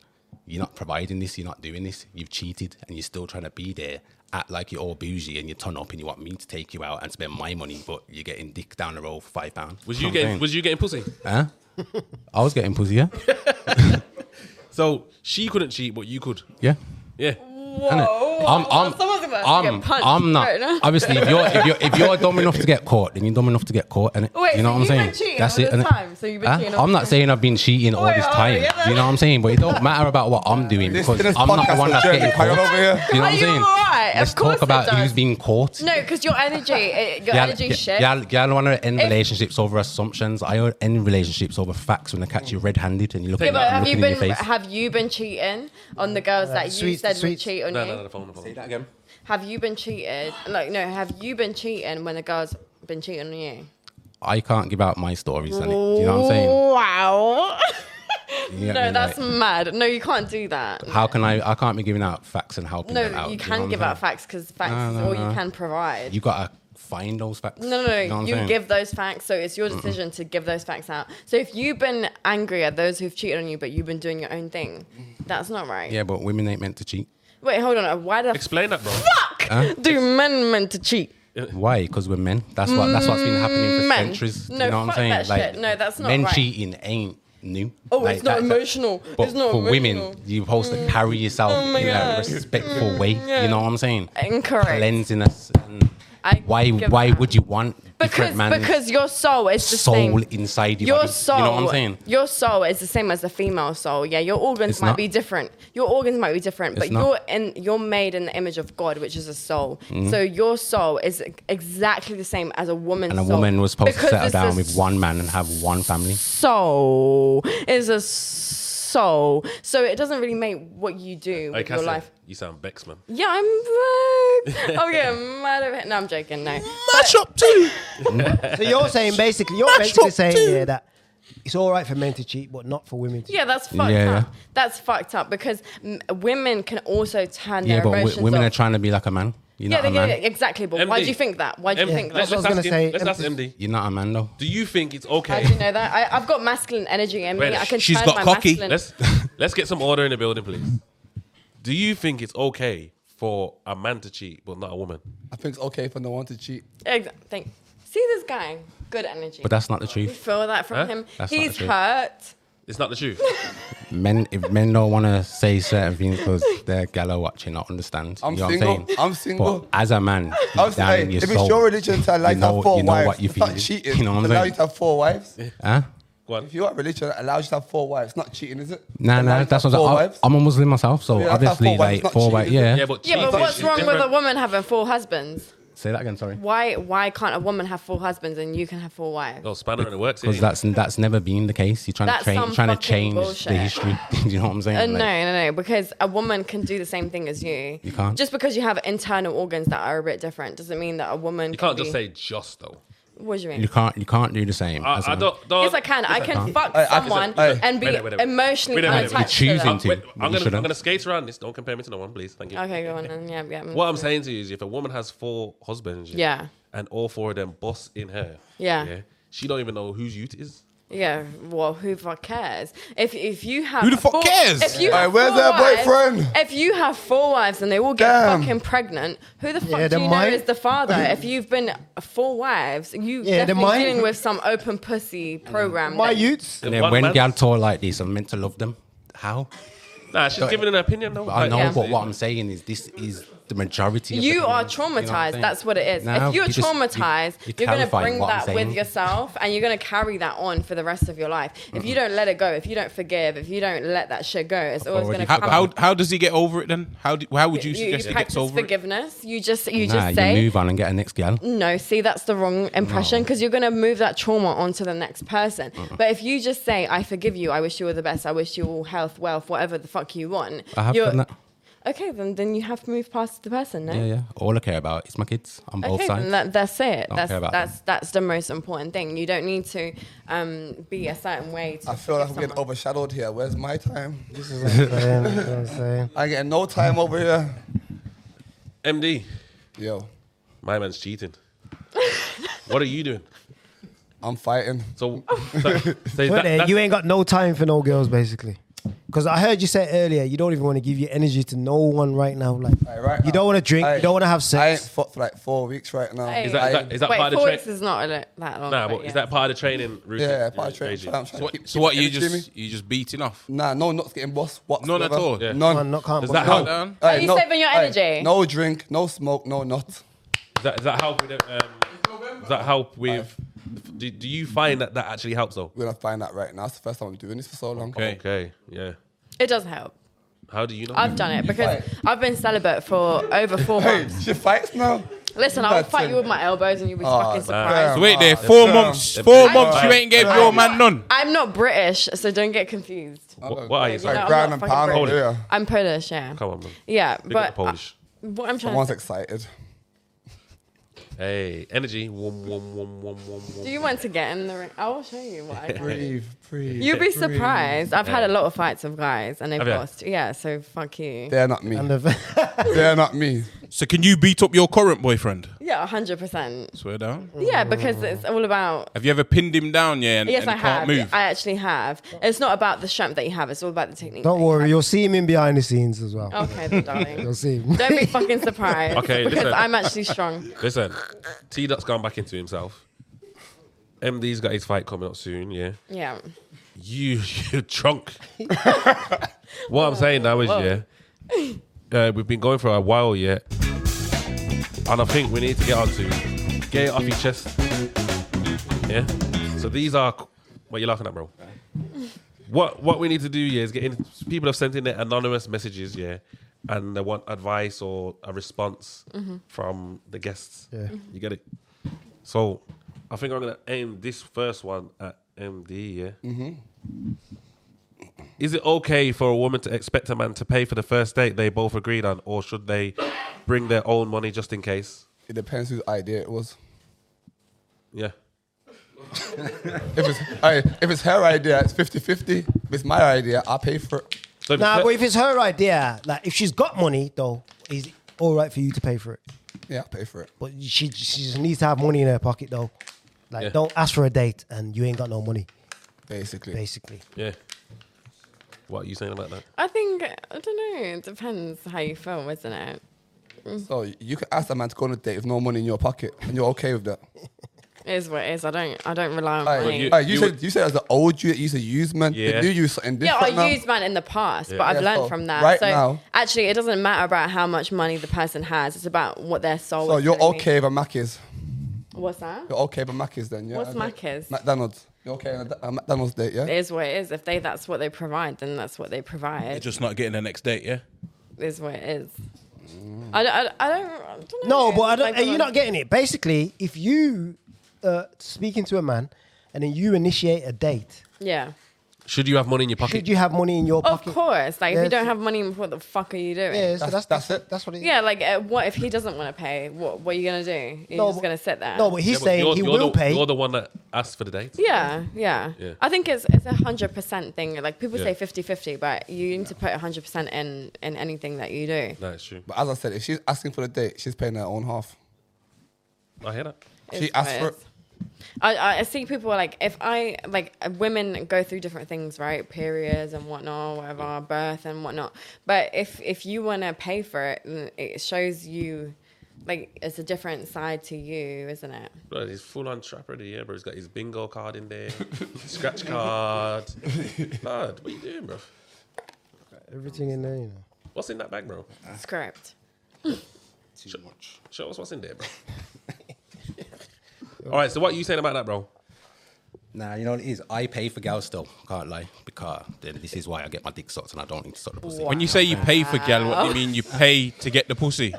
Speaker 7: You're not providing this, you're not doing this, you've cheated, and you're still trying to be there, act like you're all bougie and you turn up and you want me to take you out and spend my money, but you're getting dick down the road for five pounds.
Speaker 2: Was you getting was you getting pussy?
Speaker 7: Huh? I was getting pussy, yeah?
Speaker 2: So she couldn't cheat, but you could.
Speaker 7: Yeah.
Speaker 2: Yeah.
Speaker 3: Whoa.
Speaker 7: I'm, I'm,
Speaker 3: Someone's about to
Speaker 7: I'm,
Speaker 3: get punched
Speaker 7: I'm not.
Speaker 3: right now.
Speaker 7: Obviously, if you're, if you're if you're dumb enough to get caught, then you're dumb enough to get caught, and
Speaker 3: Wait,
Speaker 7: you know
Speaker 3: so
Speaker 7: what I'm
Speaker 3: you've
Speaker 7: saying.
Speaker 3: been cheating
Speaker 7: That's
Speaker 3: all
Speaker 7: it.
Speaker 3: this
Speaker 7: innit?
Speaker 3: time, so you've been
Speaker 7: Huh?
Speaker 3: cheating all
Speaker 7: I'm
Speaker 3: this
Speaker 7: not
Speaker 3: time.
Speaker 7: saying I've been cheating all
Speaker 3: Wait,
Speaker 7: this
Speaker 3: oh,
Speaker 7: time.
Speaker 3: yeah,
Speaker 7: Do you know what I'm saying? But it don't matter about what I'm doing
Speaker 5: This-
Speaker 7: because
Speaker 5: this
Speaker 7: I'm not the
Speaker 5: podcast
Speaker 7: one
Speaker 5: will
Speaker 7: that's
Speaker 5: turn
Speaker 7: getting
Speaker 5: quite
Speaker 7: caught.
Speaker 5: over here.
Speaker 7: Do you know what I'm
Speaker 3: Are you
Speaker 7: saying?
Speaker 3: alright? Of
Speaker 7: Let's
Speaker 3: course
Speaker 7: talk
Speaker 3: it
Speaker 7: about
Speaker 3: does.
Speaker 7: who's being caught.
Speaker 3: No, because your energy, it, your
Speaker 7: Y'all,
Speaker 3: energy shit.
Speaker 7: y'all, y'all want to end
Speaker 3: If-
Speaker 7: relationships over assumptions. I end relationships over facts when I catch you red-handed and you look
Speaker 3: Yeah,
Speaker 7: at
Speaker 3: but have
Speaker 7: looking
Speaker 3: you
Speaker 7: in
Speaker 3: been
Speaker 7: your face.
Speaker 3: have you been cheating on the girls that you
Speaker 6: sweets,
Speaker 3: said would
Speaker 6: sweets.
Speaker 3: cheat on
Speaker 2: No,
Speaker 3: you?
Speaker 2: no, no, the phone, the phone.
Speaker 3: Have you been cheated? Like, no, have you been cheating when the girls been cheating on you?
Speaker 7: I can't give out my stories on it. Do you know what I'm saying?
Speaker 3: Wow.
Speaker 7: You get
Speaker 3: no,
Speaker 7: me?
Speaker 3: that's
Speaker 7: Like,
Speaker 3: mad. No, you can't do that.
Speaker 7: how can I? I can't be giving out facts and helping them
Speaker 3: No,
Speaker 7: out.
Speaker 3: you
Speaker 7: do know what
Speaker 3: can
Speaker 7: I'm
Speaker 3: give
Speaker 7: saying?
Speaker 3: out facts because facts
Speaker 7: No,
Speaker 3: is
Speaker 7: no,
Speaker 3: all
Speaker 7: no.
Speaker 3: you can provide.
Speaker 7: You gotta find those facts.
Speaker 3: No, no, no.
Speaker 7: You know what I'm
Speaker 3: You,
Speaker 7: saying?
Speaker 3: give those facts, so it's your decision to give those facts out. So if you've been angry at those who've cheated on you, but you've been doing your own thing, that's not right.
Speaker 7: Yeah, but women ain't meant to cheat.
Speaker 3: Wait, hold on. Why the
Speaker 2: Explain that, bro.
Speaker 3: fuck do men meant to cheat?
Speaker 7: Why? Because we're men. That's what. That's what's been happening for
Speaker 3: Mm, Men.
Speaker 7: centuries. Do
Speaker 3: No,
Speaker 7: you know what I'm
Speaker 3: fuck
Speaker 7: saying?
Speaker 3: that
Speaker 7: like,
Speaker 3: shit. No, that's not
Speaker 7: Men
Speaker 3: right.
Speaker 7: cheating ain't new.
Speaker 3: Oh,
Speaker 7: Like,
Speaker 3: it's not
Speaker 7: that-
Speaker 3: emotional.
Speaker 7: But
Speaker 3: it's not
Speaker 7: for
Speaker 3: emotional.
Speaker 7: women, you're supposed to carry yourself
Speaker 3: Oh my
Speaker 7: in
Speaker 3: God. Mm,
Speaker 7: a respectful way. You know what I'm saying?
Speaker 3: Incorrect.
Speaker 7: Cleansiness. And
Speaker 3: I
Speaker 7: why?
Speaker 3: give
Speaker 7: Why
Speaker 3: that.
Speaker 7: would you want
Speaker 3: Because
Speaker 7: different man's
Speaker 3: because your soul is the
Speaker 7: soul
Speaker 3: same.
Speaker 7: inside you?
Speaker 3: Your soul,
Speaker 7: You know what I'm saying?
Speaker 3: your soul is the same as the female soul. Yeah, your organs
Speaker 7: It's
Speaker 3: might
Speaker 7: not.
Speaker 3: be different. Your organs might be different, but
Speaker 7: It's not.
Speaker 3: you're in, you're made in the image of God, which is a soul.
Speaker 7: Mm-hmm.
Speaker 3: So your soul is exactly the same as a woman's.
Speaker 7: And a
Speaker 3: soul.
Speaker 7: woman was supposed
Speaker 3: Because
Speaker 7: to settle
Speaker 3: it's a
Speaker 7: down with one man and have one family.
Speaker 3: Soul is a soul, so it doesn't really make what you do
Speaker 2: Hey,
Speaker 3: with your
Speaker 2: Cassie,
Speaker 3: life.
Speaker 2: you sound vexed, man.
Speaker 3: Yeah, I'm broke. oh yeah, I'm mad at it. No, I'm joking. No,
Speaker 1: Mash up too.
Speaker 6: So you're saying basically, you're basically saying yeah that it's all right for men to cheat, but not for women to.
Speaker 3: Yeah, that's fucked
Speaker 7: Yeah,
Speaker 3: up.
Speaker 7: yeah.
Speaker 3: That's fucked up because m- women can also turn
Speaker 7: Yeah,
Speaker 3: their
Speaker 7: but
Speaker 3: emotions
Speaker 7: w- women
Speaker 3: off.
Speaker 7: are trying to be like a man. You're
Speaker 3: yeah,
Speaker 7: not
Speaker 3: they
Speaker 7: a man.
Speaker 3: get it. exactly. But why
Speaker 2: MD.
Speaker 3: do you think that? Why do you
Speaker 2: M-
Speaker 3: think
Speaker 2: let's
Speaker 3: that?
Speaker 6: what I was
Speaker 2: ask
Speaker 6: gonna
Speaker 2: him.
Speaker 6: say.
Speaker 2: Let's ask
Speaker 6: Emphasis.
Speaker 2: MD.
Speaker 7: You're not a man though.
Speaker 2: Do you think it's
Speaker 3: How do you
Speaker 2: okay?
Speaker 3: know that? I, I've got masculine energy in me.
Speaker 2: Wait,
Speaker 3: I can
Speaker 1: she's
Speaker 3: turn
Speaker 1: got
Speaker 3: my
Speaker 1: cocky.
Speaker 3: masculine.
Speaker 2: Let's let's get some order in the building, please. Do you think it's okay for a man to cheat but not a woman?
Speaker 5: I think it's okay for no one to cheat.
Speaker 3: Ex- think. See this guy, good energy.
Speaker 7: But that's not the
Speaker 3: you
Speaker 7: truth.
Speaker 3: feel that from
Speaker 2: Huh?
Speaker 3: him.
Speaker 7: That's not
Speaker 3: He's
Speaker 7: the truth.
Speaker 3: hurt.
Speaker 2: It's not the truth.
Speaker 7: Men, if men don't want to say certain things because they're gala watching, I understand.
Speaker 5: I'm
Speaker 7: you know
Speaker 5: single.
Speaker 7: what I'm saying?
Speaker 5: I'm single.
Speaker 7: But as a man, deep
Speaker 5: I'm
Speaker 7: down
Speaker 5: saying,
Speaker 7: in
Speaker 5: if
Speaker 7: your
Speaker 5: it's
Speaker 7: soul,
Speaker 5: your religion to allow you,
Speaker 7: you know,
Speaker 5: to have four
Speaker 7: you know
Speaker 5: wives,
Speaker 7: what you
Speaker 5: it's
Speaker 7: feel.
Speaker 5: not cheating.
Speaker 7: You know what
Speaker 5: allow you
Speaker 7: I'm saying?
Speaker 5: to have four wives.
Speaker 7: Huh?
Speaker 2: Go on.
Speaker 5: If your religion allows you to have four wives, it's not cheating, is it?
Speaker 7: Nah,
Speaker 5: Allow
Speaker 7: nah.
Speaker 5: you to
Speaker 7: That's
Speaker 5: have
Speaker 7: what
Speaker 5: four
Speaker 7: I,
Speaker 5: wives.
Speaker 7: I'm a Muslim myself, so
Speaker 5: Yeah, that's
Speaker 7: obviously,
Speaker 5: four wives,
Speaker 7: like
Speaker 5: it's not
Speaker 7: four
Speaker 5: cheating,
Speaker 7: wives.
Speaker 5: is it?
Speaker 7: Yeah.
Speaker 2: Yeah, but
Speaker 3: Yeah, but
Speaker 2: cheating
Speaker 3: what's
Speaker 2: is
Speaker 3: wrong with
Speaker 2: different.
Speaker 3: a woman having four husbands?
Speaker 7: Say that again. Sorry.
Speaker 3: Why why can't a woman have four husbands and you can have four wives?
Speaker 2: Oh, spanner and it works.
Speaker 7: Because
Speaker 2: innit?
Speaker 7: that's that's never been the case. You're trying
Speaker 3: That's
Speaker 7: to train,
Speaker 3: some
Speaker 7: trying to
Speaker 3: fucking
Speaker 7: change
Speaker 3: bullshit.
Speaker 7: the history. Do you know what I'm saying?
Speaker 3: Uh, no,
Speaker 7: Like,
Speaker 3: no, no, because a woman can do the same thing as you.
Speaker 7: You can't.
Speaker 3: Just because you have internal organs that are a bit different doesn't mean that a woman.
Speaker 2: You can't
Speaker 3: can
Speaker 2: just
Speaker 3: be-
Speaker 2: say just though.
Speaker 3: What do you mean?
Speaker 7: You can't. You can't do the same.
Speaker 2: I,
Speaker 7: as
Speaker 2: I
Speaker 7: a-
Speaker 2: don't, don't.
Speaker 3: yes, I can. I can fuck
Speaker 5: Hey, I can-
Speaker 3: someone
Speaker 5: hey.
Speaker 3: and be
Speaker 2: Wait a minute, wait a minute.
Speaker 3: emotionally
Speaker 2: Wait a minute, wait a
Speaker 3: unattached.
Speaker 7: minute.
Speaker 3: to
Speaker 7: You're
Speaker 3: them.
Speaker 7: choosing
Speaker 2: Wait, I'm
Speaker 7: You
Speaker 2: gonna, I'm
Speaker 7: shouldn't.
Speaker 2: gonna skate around this. Don't compare me to no one, please. Thank you.
Speaker 3: Okay, go on. Then. Yeah, yeah.
Speaker 2: What I'm saying to you is, if a woman has four husbands,
Speaker 3: Yeah.
Speaker 2: and all four of them boss in her,
Speaker 3: Yeah.
Speaker 2: she don't even know whose youth is.
Speaker 3: Yeah. Well, who the fuck cares? If if you have
Speaker 1: Who the fuck
Speaker 3: four-
Speaker 1: cares?
Speaker 3: If you
Speaker 5: Hey,
Speaker 3: have
Speaker 5: where's
Speaker 3: four
Speaker 5: her
Speaker 3: wives-
Speaker 5: boyfriend?
Speaker 3: If you have four wives and they all get
Speaker 5: Damn.
Speaker 3: fucking pregnant, who the fuck
Speaker 6: Yeah,
Speaker 3: do
Speaker 6: they
Speaker 3: you
Speaker 6: might-
Speaker 3: know is the father? if you've been four wives, you
Speaker 6: Yeah, they
Speaker 3: definitely
Speaker 6: might-
Speaker 3: dealing with some open pussy program.
Speaker 6: My
Speaker 3: that-
Speaker 6: youths.
Speaker 7: And then
Speaker 2: One
Speaker 7: when
Speaker 2: man-
Speaker 7: gal talk like this, I'm meant to love them. How?
Speaker 2: Nah, she's giving an opinion though.
Speaker 7: I know,
Speaker 3: Yeah.
Speaker 7: but what I'm saying is this is the majority. Of the
Speaker 3: You are
Speaker 7: people, you know what I'm
Speaker 3: traumatized.
Speaker 7: saying?
Speaker 3: That's what it is.
Speaker 7: No,
Speaker 3: if you're
Speaker 7: you just- you-
Speaker 3: traumatized,
Speaker 7: you're
Speaker 3: you're, going to
Speaker 7: clarifying
Speaker 3: bring
Speaker 7: what I'm
Speaker 3: that with
Speaker 7: saying.
Speaker 3: yourself and you're going to carry that on for the rest of your life. If you don't let it go, if you don't forgive, if you don't let that shit go, it's always going
Speaker 7: already
Speaker 3: to
Speaker 1: How,
Speaker 3: come.
Speaker 7: forgotten.
Speaker 1: how, how does he get over it then? How do, how would you
Speaker 3: you, you
Speaker 1: suggest he
Speaker 3: practice
Speaker 1: gets over it?
Speaker 3: forgiveness. You just you
Speaker 7: nah,
Speaker 3: just say Mm,
Speaker 7: you move on and get a next gal.
Speaker 3: no. See, that's the wrong impression because you're going to move that trauma onto the next person. But if you just say, "I forgive you. I wish you were the best. I wish you all health, wealth, whatever the fuck you want,"
Speaker 7: I have
Speaker 3: you're-
Speaker 7: done that.
Speaker 3: Okay, then then you have to move past the person. No?
Speaker 7: Yeah, yeah. All I care about is my kids on both
Speaker 3: Okay,
Speaker 7: sides.
Speaker 3: then that, that's it.
Speaker 7: Don't
Speaker 3: That's
Speaker 7: care about
Speaker 3: that's that's the most important thing. You don't need to um, be a certain way. To
Speaker 5: I feel like I'm
Speaker 3: forgive
Speaker 5: getting
Speaker 3: someone.
Speaker 5: overshadowed here. Where's my time?
Speaker 6: Yeah, you know what I'm saying?
Speaker 5: I get no time over here.
Speaker 2: MD,
Speaker 5: Yo,
Speaker 2: my man's cheating. what are you doing?
Speaker 5: I'm fighting.
Speaker 2: So, so, so is that-
Speaker 6: But, uh,
Speaker 2: that's-
Speaker 6: you ain't got no time for no girls, basically. Because I heard you say earlier, you don't even want to give your energy to no one right now. Like,
Speaker 5: Hey, right
Speaker 6: you don't
Speaker 5: now,
Speaker 6: want to drink,
Speaker 5: I-
Speaker 6: you don't want to have
Speaker 5: I ain't
Speaker 6: sex.
Speaker 5: fucked for like four weeks right now.
Speaker 3: Hey. Is
Speaker 2: that, is
Speaker 5: I-
Speaker 2: that, is that
Speaker 3: Wait,
Speaker 2: part of
Speaker 3: four
Speaker 2: the
Speaker 3: weeks
Speaker 2: training?
Speaker 3: is not a- that long.
Speaker 2: Nah,
Speaker 3: but
Speaker 2: but
Speaker 3: yeah.
Speaker 2: is that part of the training routine?
Speaker 5: Yeah, part of the training.
Speaker 2: regime?
Speaker 5: I'm trying
Speaker 1: So what,
Speaker 5: to keep-
Speaker 1: so what,
Speaker 5: keep
Speaker 1: you
Speaker 5: energy in me.
Speaker 1: just you just beating off?
Speaker 5: Nah, no, not getting boss.
Speaker 1: None at
Speaker 5: whatsoever.
Speaker 1: all? Yeah.
Speaker 5: None.
Speaker 6: Man, not can't.
Speaker 2: Does
Speaker 6: but-
Speaker 2: that
Speaker 5: No.
Speaker 2: help?
Speaker 1: Cut down?
Speaker 5: Aye,
Speaker 3: Are you saving your
Speaker 5: aye,
Speaker 3: energy?
Speaker 5: no drink, no smoke, no nut.
Speaker 2: Does that, does that help with? the, Um, does that help with? Do, do you find that that actually helps though?
Speaker 5: We're gonna find that right now. It's the first time I'm doing this for so long.
Speaker 1: Okay.
Speaker 2: Okay. Yeah.
Speaker 3: It does help.
Speaker 2: How do you know?
Speaker 3: I've done
Speaker 5: Mm.
Speaker 3: it because I've been celibate for over four months.
Speaker 5: She fights now.
Speaker 3: Listen, I'll
Speaker 5: That's
Speaker 3: fight
Speaker 5: it. Oh,
Speaker 3: you with my elbows and you'll be fucking
Speaker 1: So
Speaker 5: Damn.
Speaker 3: surprised.
Speaker 1: wait there,
Speaker 5: Ah,
Speaker 1: four
Speaker 5: yeah.
Speaker 1: months, four
Speaker 2: I-
Speaker 1: months. You
Speaker 2: I-
Speaker 1: ain't gave your man none.
Speaker 3: I'm not British, so don't get confused.
Speaker 2: What, what are you?
Speaker 3: No,
Speaker 2: Sorry.
Speaker 3: I'm
Speaker 5: brown
Speaker 3: not
Speaker 5: and
Speaker 3: fucking
Speaker 5: pound
Speaker 3: British.
Speaker 5: over here.
Speaker 3: I'm Polish, yeah.
Speaker 2: Come on, man.
Speaker 3: Yeah,
Speaker 2: Big
Speaker 3: but
Speaker 2: up the Polish.
Speaker 3: what I'm trying
Speaker 5: Someone's
Speaker 3: to
Speaker 5: excited.
Speaker 2: hey, energy. Wom, wom, wom, wom, wom, wom.
Speaker 3: do you want to get in the ring? I will show you what I can.
Speaker 5: Breathe, breathe.
Speaker 3: You'll be surprised. I've had a lot of fights with guys and they've
Speaker 2: Have ya?
Speaker 3: lost. Yeah, so fuck you.
Speaker 5: They're not me.
Speaker 6: And the-
Speaker 5: They're not me.
Speaker 1: So can you beat up your current boyfriend?
Speaker 3: Yeah, hundred percent.
Speaker 1: Swear down.
Speaker 3: Yeah, because it's all about
Speaker 1: Have you ever pinned him down? Yeah, and,
Speaker 3: Yes,
Speaker 1: and
Speaker 3: I
Speaker 1: he
Speaker 3: have.
Speaker 1: can't move.
Speaker 3: I actually have. It's not about the shrimp that you have. It's all about the technique.
Speaker 6: don't
Speaker 3: that you
Speaker 6: worry, you'll see him in behind the scenes as well.
Speaker 3: have. Okay, then, darling.
Speaker 6: You'll see him.
Speaker 3: Don't be fucking surprised.
Speaker 2: Okay,
Speaker 3: because
Speaker 2: listen.
Speaker 3: I'm actually strong.
Speaker 2: Listen, T Dot's gone back into himself. MD's got his fight coming up soon. Yeah.
Speaker 3: Yeah.
Speaker 2: You, you drunk. what I'm saying now is,
Speaker 3: Whoa.
Speaker 2: yeah, uh, we've been going for a while yet, and I think we need to get onto get it off your chest. Yeah. So these are what you laughing at, bro. What what we need to do yeah, is get in. People have sent in their anonymous messages, yeah, and they want advice or a response from the guests.
Speaker 6: Yeah.
Speaker 2: You get it. So I think I'm gonna aim this first one at MD. Yeah. Is it okay for a woman to expect a man to pay for the first date they both agreed on, or should they bring their own money just in case?
Speaker 5: It depends whose idea it was.
Speaker 2: Yeah.
Speaker 5: If it's, aye, if it's her idea, it's 50 50. If it's my idea, I'll pay for it.
Speaker 2: So if
Speaker 6: Nah,
Speaker 2: it's-
Speaker 6: but if it's her idea, like if she's got money though, is it all right for you to pay for it?
Speaker 5: Yeah, I'll pay for it.
Speaker 6: But she she just needs to have money in her pocket though. Like,
Speaker 2: Yeah.
Speaker 6: don't ask for a date and you ain't got no money,
Speaker 5: Basically.
Speaker 6: basically.
Speaker 2: yeah. What are you saying about that?
Speaker 3: I think I don't know. It depends how you feel, isn't it?
Speaker 5: So you can ask a man to go on a date with no money in your pocket and you're okay with that.
Speaker 3: It is what it is. I don't. I don't rely on
Speaker 5: Aye,
Speaker 3: money.
Speaker 5: aye, you,
Speaker 2: you
Speaker 5: said,
Speaker 2: would-
Speaker 5: you said as an old you, you said use man.
Speaker 2: Yeah.
Speaker 5: Yeah. You use something
Speaker 3: yeah,
Speaker 5: different.
Speaker 3: I
Speaker 5: now.
Speaker 3: used mine in the past, but
Speaker 2: Yeah.
Speaker 3: I've
Speaker 5: Yeah,
Speaker 3: learned
Speaker 5: so
Speaker 3: from that.
Speaker 5: right
Speaker 3: so
Speaker 5: now-
Speaker 3: actually, it doesn't matter about how much money the person has. It's about what their soul.
Speaker 5: So
Speaker 3: is
Speaker 5: you're
Speaker 3: telling me.
Speaker 5: okay with a Mackey's.
Speaker 3: What's that?
Speaker 5: You're okay with a Mackey's then, yeah?
Speaker 3: What's
Speaker 5: Okay.
Speaker 3: Maccas?
Speaker 5: McDonald's. You're okay uh, with a McDonald's date, yeah?
Speaker 3: It is what it is. If they that's what they provide, then that's what they provide.
Speaker 1: Just not getting the next date. Yeah.
Speaker 3: is what it is. I don't, I, don't- I don't, I don't know.
Speaker 6: No, but I don't,
Speaker 3: Like,
Speaker 6: are you not getting it? Basically, if you uh, speaking to a man and then you initiate a date,
Speaker 3: Yeah.
Speaker 2: Should you have money in your
Speaker 6: should
Speaker 2: pocket?
Speaker 6: you have money in your
Speaker 3: Of
Speaker 6: pocket?
Speaker 3: course. Like, if
Speaker 6: Yeah,
Speaker 3: you don't
Speaker 6: so-
Speaker 3: have money, what the fuck are you doing?
Speaker 6: Yeah, so that's,
Speaker 5: That's-
Speaker 6: that's,
Speaker 5: that's it.
Speaker 6: That's what it is.
Speaker 3: Yeah, like, uh, what if he doesn't want to pay? What What are you going to do? You're just
Speaker 6: but-
Speaker 3: going to sit there?
Speaker 6: No, but he's
Speaker 2: Yeah, but
Speaker 6: saying
Speaker 2: you're-
Speaker 6: he
Speaker 2: you're
Speaker 6: will
Speaker 2: the,
Speaker 6: pay.
Speaker 2: You're the one that asked for the date.
Speaker 3: Yeah, yeah,
Speaker 2: Yeah.
Speaker 3: I think it's it's a hundred percent thing. Like people
Speaker 2: Yeah.
Speaker 3: say 50-50, but you need to put hundred percent in in anything that you do.
Speaker 2: That's true.
Speaker 5: But as I said, if she's asking for the date, she's paying her own half.
Speaker 2: I hear that.
Speaker 5: She
Speaker 3: It's
Speaker 5: asked
Speaker 3: what it
Speaker 5: for
Speaker 3: is. I, I- I see people like if I like women go through different things, right? Periods and whatnot, whatever, birth and whatnot. But if if you want to pay for it, then it shows you like it's a different side to you, isn't it?
Speaker 2: Bro, he's full on trap already, yeah, bro. He's got his bingo card in there, scratch card. Blood, what are you doing, bro?
Speaker 6: Everything in there, you know.
Speaker 2: What's in that bag, bro?
Speaker 3: Script.
Speaker 2: Show, show us what's in there, bro. All right, so what are you saying about that, bro?
Speaker 7: Nah, you know what it is? I pay for girls still, can't lie. Because then this is why I get my dick sucked and I don't need to suck the pussy.
Speaker 1: When you say you pay for gal, what do you mean? You pay to get the pussy?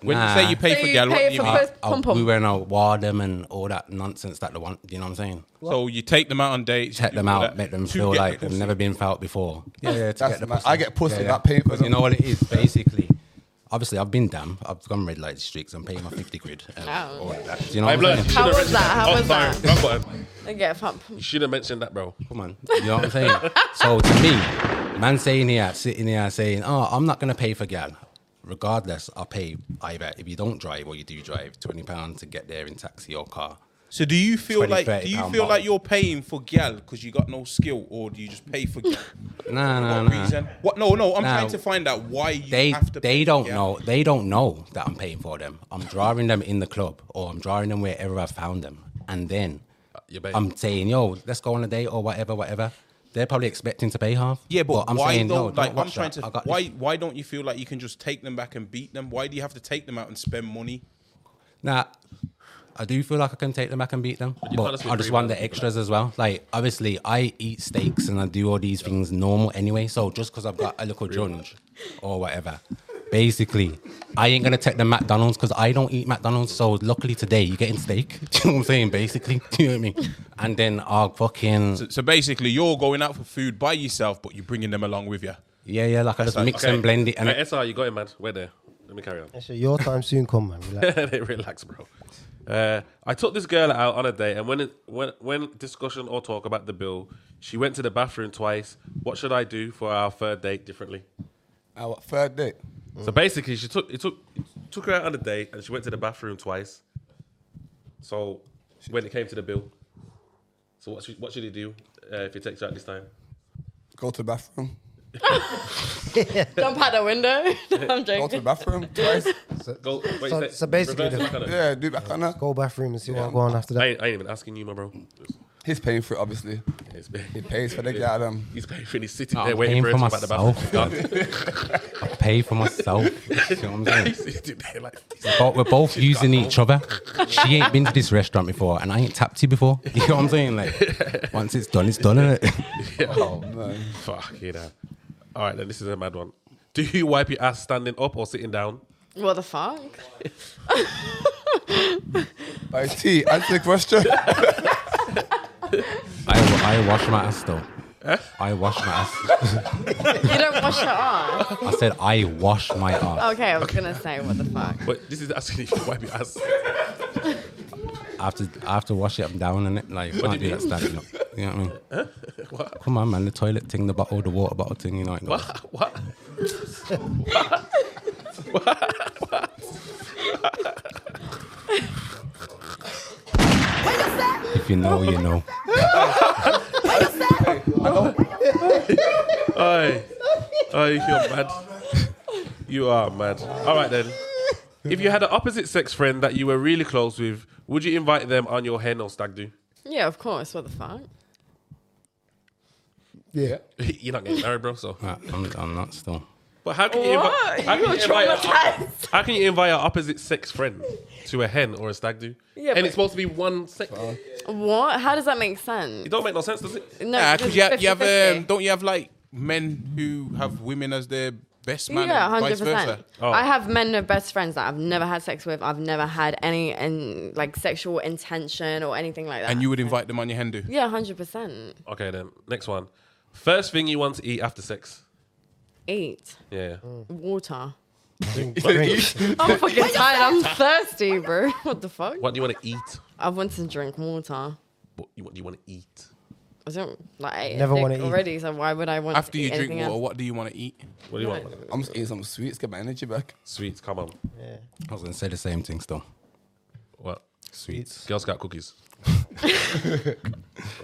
Speaker 1: When you say you pay
Speaker 3: So
Speaker 1: for
Speaker 3: you
Speaker 1: gal,
Speaker 3: pay
Speaker 1: what do you
Speaker 3: for
Speaker 1: mean?
Speaker 3: pussy.
Speaker 7: I,
Speaker 3: First
Speaker 7: I,
Speaker 3: pom-pom.
Speaker 7: uh, we went out Wardem and all that nonsense that they want. Do you know what I'm saying?
Speaker 1: So you take them out on dates,
Speaker 7: Check
Speaker 1: you
Speaker 7: them
Speaker 1: do all
Speaker 7: out,
Speaker 1: that
Speaker 7: make them
Speaker 1: to
Speaker 7: feel
Speaker 1: get the
Speaker 7: like they've
Speaker 1: pussy.
Speaker 7: never been felt before. Yeah, yeah, to
Speaker 5: That's
Speaker 7: get the
Speaker 5: mad.
Speaker 7: pussy.
Speaker 5: I get pussy, that pay for
Speaker 7: 'Cause You
Speaker 5: them.
Speaker 7: know what it is? Basically, obviously, I've been damn. I've gone red light districts. I'm paying my 50 quid. and
Speaker 3: Oh.
Speaker 7: all like that. Do you know
Speaker 2: Hey,
Speaker 7: what I'm
Speaker 2: blood.
Speaker 7: saying?
Speaker 2: you
Speaker 3: How
Speaker 2: should've
Speaker 3: was that? How
Speaker 2: Oh,
Speaker 3: was
Speaker 2: sorry,
Speaker 3: that?
Speaker 2: wrong button.
Speaker 3: They get pump.
Speaker 2: You should have mentioned that, bro.
Speaker 7: Come on. You know what I'm saying? so to me, man saying here, sitting here saying, oh, I'm not going to pay for gal. Regardless, I'll pay either if you don't drive or you do drive, £20 to get there in taxi or car.
Speaker 1: So do you feel
Speaker 7: 20,
Speaker 1: like
Speaker 7: 30
Speaker 1: do you
Speaker 7: pound
Speaker 1: feel
Speaker 7: bottle.
Speaker 1: like you're paying for gal because you got no skill, or do you just pay for gal?
Speaker 7: Nah, nah,
Speaker 1: What
Speaker 7: nah.
Speaker 1: reason? What? No, no. I'm
Speaker 7: Nah.
Speaker 1: trying to find out why you
Speaker 7: they
Speaker 1: have to.
Speaker 7: they
Speaker 1: pay for
Speaker 7: don't
Speaker 1: gal.
Speaker 7: know they don't know that I'm paying for them. I'm drawing them in the club or I'm drawing them wherever I found them, and then
Speaker 2: you're baiting.
Speaker 7: I'm saying, "Yo, let's go on a date or whatever, whatever." They're probably expecting to pay half.
Speaker 1: Yeah, but,
Speaker 7: I'm
Speaker 1: why
Speaker 7: saying,
Speaker 1: though?
Speaker 7: no, don't
Speaker 1: like I'm
Speaker 7: watch
Speaker 1: trying
Speaker 7: that.
Speaker 1: to.
Speaker 7: I got
Speaker 1: Why
Speaker 7: this.
Speaker 1: why don't you feel like you can just take them back and beat them? Why do you have to take them out and spend money?
Speaker 7: Nah, I do feel like I can take them back and beat them,
Speaker 2: you can't
Speaker 7: but
Speaker 2: just
Speaker 7: I just
Speaker 2: agree
Speaker 7: want
Speaker 2: with
Speaker 7: the extras as well. Like, obviously, I eat steaks and I do all these things normal anyway. So just because I've got a little judge or whatever, basically, I ain't gonna take the McDonald's because I don't eat McDonald's. So luckily today, you're getting steak. Do you know what I'm saying? Basically, do you know what I mean? And then I'll fucking
Speaker 1: So basically, you're going out for food by yourself, but you're bringing them along with you.
Speaker 7: yeah, yeah, like I just mix and blend it. And
Speaker 2: Hey, SR, you got it, man. We're there. Let me carry on.
Speaker 6: Actually, your time soon come, man. Relax.
Speaker 2: Relax, bro. Uh, I took this girl out on a date, and when it, when when discussion or talk about the bill, she went to the bathroom twice. What should I do for our third date differently?
Speaker 5: Our third date.
Speaker 2: So
Speaker 7: Mm.
Speaker 2: basically, she took it took it took her out on a date, and she went to the bathroom twice. So when it came to the bill, so what should, what should he do uh, if he takes her out this time?
Speaker 5: Go to the bathroom.
Speaker 3: Jump out the window. No, I'm
Speaker 5: Go to the
Speaker 3: joking.
Speaker 5: bathroom twice.
Speaker 2: Go. Wait,
Speaker 6: So-
Speaker 2: say-
Speaker 6: so basically
Speaker 2: reverse
Speaker 6: the-
Speaker 2: back on her.
Speaker 5: Yeah, do it back on her.
Speaker 6: Go bathroom and see what go on after
Speaker 2: I
Speaker 6: that.
Speaker 2: ain't, I ain't even asking you, my bro.
Speaker 5: He's paying for it, obviously.
Speaker 2: It's been-
Speaker 5: He pays for the guy. Um,
Speaker 2: He's paying for it. He's sitting
Speaker 7: Oh, I'm
Speaker 2: there waiting
Speaker 7: paying
Speaker 2: for her
Speaker 7: for
Speaker 2: to come out the bathroom.
Speaker 7: I pay for myself. Do you know what I'm saying?
Speaker 2: He's sitting there like,
Speaker 7: But we're both using each other. She ain't been to this restaurant before, and I ain't tapped you before. You know what I'm saying? Like, once it's done, it's done. innit?
Speaker 5: oh, man.
Speaker 2: fuck you know. All right, then this is a mad one. Do you wipe your ass standing up or sitting down?
Speaker 3: What the fuck?
Speaker 5: By T, answer the question.
Speaker 7: I, I wash my ass though. I wash my ass.
Speaker 3: You don't wash your ass.
Speaker 7: I said I wash my ass.
Speaker 3: Okay, I was gonna say what the fuck.
Speaker 2: But this is asking if you wipe your ass.
Speaker 7: I have to, I have to wash it up and down, and it like can't do that standing up. You know what I mean?
Speaker 2: What?
Speaker 7: Come on, man. The toilet thing, the bottle, the water bottle thing. You know. Like,
Speaker 2: What? What?
Speaker 7: If you know, you know.
Speaker 2: Oi. Oi, you're mad. You are mad. All right then. If you had an opposite sex friend that you were really close with, would you invite them on your hen or stag do?
Speaker 3: Yeah, of course. What the fuck?
Speaker 5: yeah.
Speaker 2: You're not getting married, bro. So,
Speaker 7: Nah, I'm, I'm not still.
Speaker 2: but how can you,
Speaker 3: What?
Speaker 2: invi- how, can
Speaker 3: You
Speaker 2: you
Speaker 3: were
Speaker 2: invite a,
Speaker 3: traumatized.
Speaker 2: how can you invite an opposite sex friend to a hen or a stag do?
Speaker 3: Yeah,
Speaker 2: and
Speaker 3: but-
Speaker 2: it's supposed to be one sex. It
Speaker 3: What? How does that make sense?
Speaker 2: don't make no sense, does it?
Speaker 3: No,
Speaker 1: Nah,
Speaker 3: because
Speaker 1: because Uh, you, ha- you have
Speaker 3: 50-50.
Speaker 1: um, don't you have like men who have women as their best man?
Speaker 3: yeah,
Speaker 1: and
Speaker 3: hundred
Speaker 1: vice
Speaker 3: percent.
Speaker 1: versa?
Speaker 2: Oh.
Speaker 3: I have men of best friends that I've never had sex with. I've never had any in, like sexual intention or anything like that.
Speaker 1: And you would invite them on your hen do?
Speaker 3: yeah, hundred percent.
Speaker 2: Okay, then. Next one. First thing you want to eat after sex?
Speaker 3: Eat
Speaker 2: Yeah.
Speaker 3: Mm. water.
Speaker 6: Drink, drink.
Speaker 3: I'm fucking tired. I'm thirsty, bro. What the fuck?
Speaker 2: What do you want to eat?
Speaker 3: I want to drink water.
Speaker 2: What you, what do you want to eat?
Speaker 3: I don't like. I
Speaker 6: Never
Speaker 3: never want
Speaker 6: wanna eat.
Speaker 3: to already. So why would I want
Speaker 1: After
Speaker 3: to
Speaker 1: you
Speaker 3: eat
Speaker 1: drink
Speaker 3: anything
Speaker 1: water,
Speaker 3: else?
Speaker 1: what do you want to eat?
Speaker 2: What do you want?
Speaker 5: I'm just eating some sweets, get my energy back.
Speaker 2: Sweets. Come on.
Speaker 7: I was gonna say the same thing still.
Speaker 2: What?
Speaker 7: Sweets.
Speaker 2: Girl Scout cookies. Go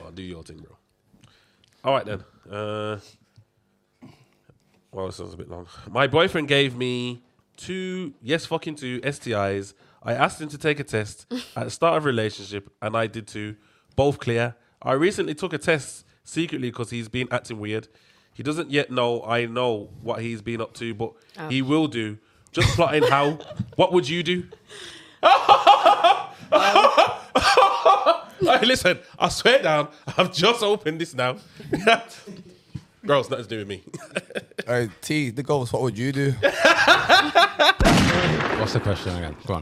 Speaker 2: on, do your thing, bro. All right then. Uh, well, this one's a bit long. My boyfriend gave me two, yes, fucking two STIs. I asked him to take a test at the start of relationship, and I did too. Both clear. I recently took a test secretly because he's been acting weird. He doesn't yet know I know what he's been up to, but he will do. Just plotting how. What would you do? Hey, listen, I swear down, I've just opened this now. Bro, it's nothing to do with me.
Speaker 5: All right, T, the goals, what would you do?
Speaker 7: What's the question again? Go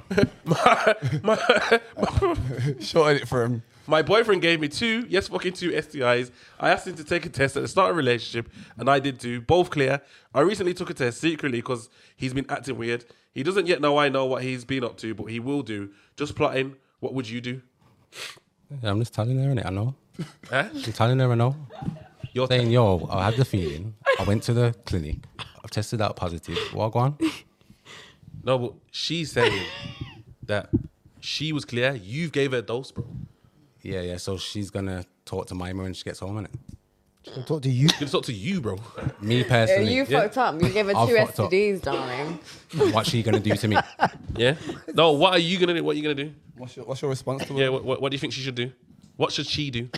Speaker 7: on.
Speaker 5: Shorten it for him.
Speaker 2: My boyfriend gave me two, yes, fucking two STIs. I asked him to take a test at the start of a relationship, and I did too. Both clear. I recently took a test secretly because he's been acting weird. He doesn't yet know I know what he's been up to, but he will do. Just plotting, what would you do?
Speaker 7: Yeah, I'm just telling her, innit? I know.
Speaker 2: Huh?
Speaker 7: I'm telling her, I know.
Speaker 2: Your
Speaker 7: saying, yo, I have the feeling. I went to the clinic. I've tested out positive. What go on?
Speaker 2: No, but she's saying that she was clear. You gave her a dose, bro.
Speaker 7: Yeah, yeah. So she's gonna talk to Mima when she gets home, innit?
Speaker 6: I'll talk to you.
Speaker 2: It's up to you, bro.
Speaker 7: Me
Speaker 3: Yeah,
Speaker 7: personally,
Speaker 3: you fucked up. You gave her
Speaker 7: I
Speaker 3: two
Speaker 7: fucked up.
Speaker 3: STDs, darling.
Speaker 7: what's she gonna do to me?
Speaker 2: Yeah. No. What are you gonna do? What are you gonna do?
Speaker 5: What's your, what's your response to it?
Speaker 2: Yeah. What, what, what do you think she should do? What should she do?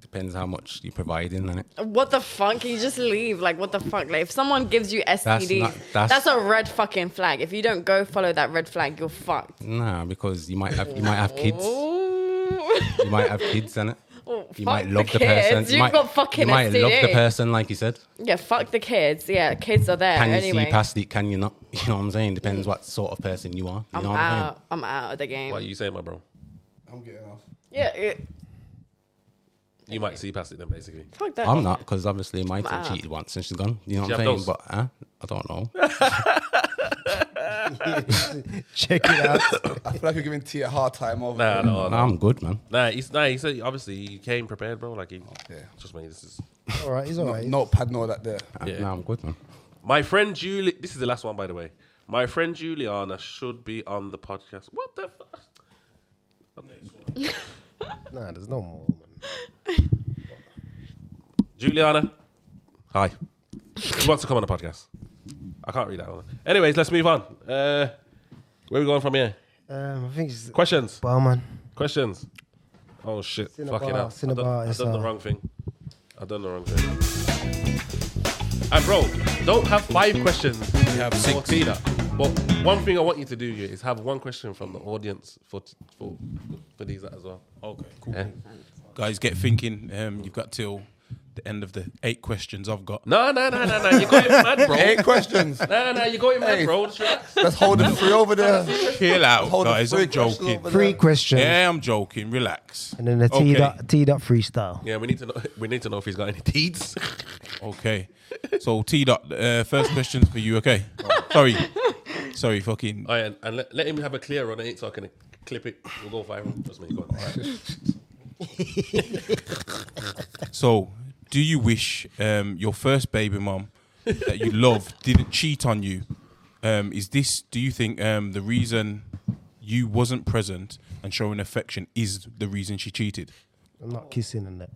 Speaker 7: Depends how much you're providing, innit?
Speaker 3: What the fuck? You just leave. Like, what the fuck? Like, if someone gives you STDs, that's,
Speaker 7: not- that's-
Speaker 3: a red fucking flag. If you don't go follow that red flag, you're fucked.
Speaker 7: Nah, because you might have you might have kids. You
Speaker 3: Ooh.
Speaker 7: might have kids, innit?
Speaker 3: Oh, fuck
Speaker 7: You might love
Speaker 3: the
Speaker 7: the, person.
Speaker 3: kids. You've got fucking
Speaker 7: You might love the
Speaker 3: STD.
Speaker 7: person, like you said.
Speaker 3: yeah, fuck the kids. Yeah, kids are there
Speaker 7: Can you
Speaker 3: anyway.
Speaker 7: see past it? Can you not? You know what I'm saying? Depends what sort of person you are. You
Speaker 3: I'm
Speaker 7: know what I'm saying?
Speaker 3: out. I'm out of the game.
Speaker 2: What are you saying, my bro?
Speaker 5: I'm getting off.
Speaker 3: Yeah, it-
Speaker 2: You might see past it then, basically.
Speaker 3: fuck that.
Speaker 7: I'm not because obviously my team
Speaker 3: out.
Speaker 7: cheated once and she's gone. You know
Speaker 2: She
Speaker 7: what
Speaker 2: have
Speaker 7: I'm saying?
Speaker 2: those?
Speaker 7: But huh? I don't know.
Speaker 6: Check it out.
Speaker 5: I feel like you're giving T a hard time over.
Speaker 2: Nah, no, no.
Speaker 7: Nah, I'm good, man.
Speaker 2: Nah, he's nah. He said obviously he came prepared, bro. Like he. Yeah. Trust me, this is
Speaker 6: all right, he's all right.
Speaker 5: Notepad, know that there.
Speaker 7: Uh,
Speaker 2: Yeah.
Speaker 7: Nah, I'm good, man.
Speaker 2: my friend Julie. This is the last one, by the way. My friend Juliana should be on the podcast. What the? Fuck?
Speaker 6: Nah, there's no more. Man.
Speaker 2: Juliana. Hi. Who wants to come on the podcast? I can't read that one. Anyways, let's move on. Uh, where we going from here?
Speaker 6: Um, I think it's
Speaker 2: Questions.
Speaker 6: barman.
Speaker 2: Questions. Oh shit!
Speaker 6: Cinnabar,
Speaker 2: Fucking hell!
Speaker 6: Cinnabar
Speaker 2: I've
Speaker 6: is,
Speaker 2: done, I've done
Speaker 6: uh,
Speaker 2: the wrong thing. I've done the wrong thing. And bro, don't have five questions. You have six. But one thing I want you to do you, is have one question from the audience for t- for for these as well. Okay. Cool. Eh?
Speaker 1: Guys, get thinking. Um, you've got till the end of the eight questions I've got.
Speaker 2: No, no, no, no, no. You're going mad, bro.
Speaker 5: Eight questions.
Speaker 2: No, no, you're going mad,
Speaker 5: Hey.
Speaker 2: bro. Just relax.
Speaker 5: Let's hold it free over there.
Speaker 1: Chill out,
Speaker 5: Hold
Speaker 1: guys.
Speaker 5: free
Speaker 1: I'm
Speaker 5: question
Speaker 1: joking.
Speaker 5: over there.
Speaker 6: Three questions.
Speaker 1: Yeah, I'm joking. Relax.
Speaker 6: And then the
Speaker 1: okay.
Speaker 6: T dot T dot freestyle.
Speaker 2: Yeah, we need to know. We need to know if he's got any deeds.
Speaker 1: Okay. So T dot. Uh, first question for you. Okay. Sorry. Sorry. Fucking.
Speaker 2: Oh, yeah, and, and let, let him have a clear run at it so I can clip it. We'll go viral. Trust me. Go on.
Speaker 1: So, do you wish um, your first baby mom that you love didn't cheat on you? Um, is this? Do you think um, the reason you wasn't present and showing affection is the reason she cheated?
Speaker 6: I'm not kissing and that.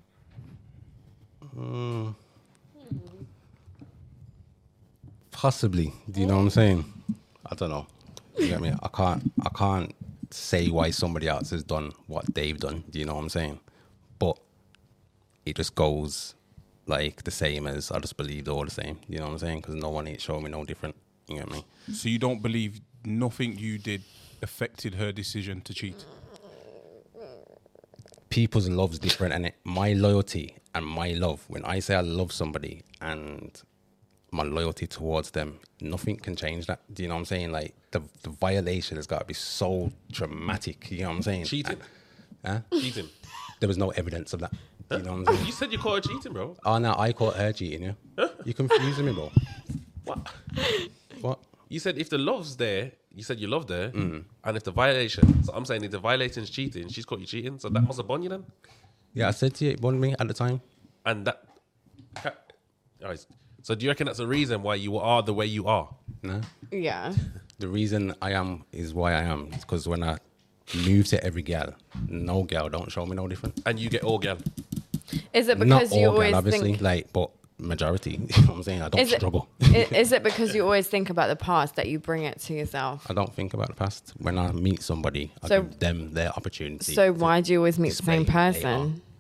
Speaker 7: Possibly. Do you know what I'm saying? I don't know. You get me? I can't. I can't say why somebody else has done what they've done. Do you know what I'm saying? But it just goes like the same as I just believed all the same. You know what I'm saying? Because no one ain't showing me no different. You get me?
Speaker 1: So you don't believe nothing you did affected her decision to cheat?
Speaker 7: people's love's different and it, my loyalty and my love when i say i love somebody and my loyalty towards them nothing can change that do you know what i'm saying like the, the violation has got to be so dramatic you know what i'm saying
Speaker 2: Cheating.
Speaker 7: Huh?
Speaker 2: Cheating.
Speaker 7: there was no evidence of that do you know what i'm saying
Speaker 2: You said you caught her cheating, bro.
Speaker 7: oh no i caught her cheating yeah you confusing me bro
Speaker 2: What?
Speaker 7: what
Speaker 2: You said if the love's there, you said you loved her, and if the violation, so I'm saying if the violation's cheating, she's caught you cheating, so that must have bonded you then,
Speaker 7: yeah i said to you it won me at the time
Speaker 2: and that. Ca- Alright, So do you reckon that's a reason why you are the way you are?
Speaker 7: no
Speaker 3: Yeah.
Speaker 7: the reason I am is why I am. Because when I move to every girl, no girl don't show me no different.
Speaker 2: And you get all gal.
Speaker 3: Is it
Speaker 7: Not
Speaker 3: because you
Speaker 7: all
Speaker 3: always
Speaker 7: girl, obviously,
Speaker 3: think?
Speaker 7: like, but majority. You know what I'm saying? I don't
Speaker 3: Is it,
Speaker 7: struggle.
Speaker 3: i- is it because you always think about the past that you bring it to yourself?
Speaker 7: I don't think about the past. When I meet somebody, I
Speaker 3: So-
Speaker 7: give them their opportunity.
Speaker 3: So why do you always meet the
Speaker 7: display
Speaker 3: same
Speaker 7: who they
Speaker 3: person?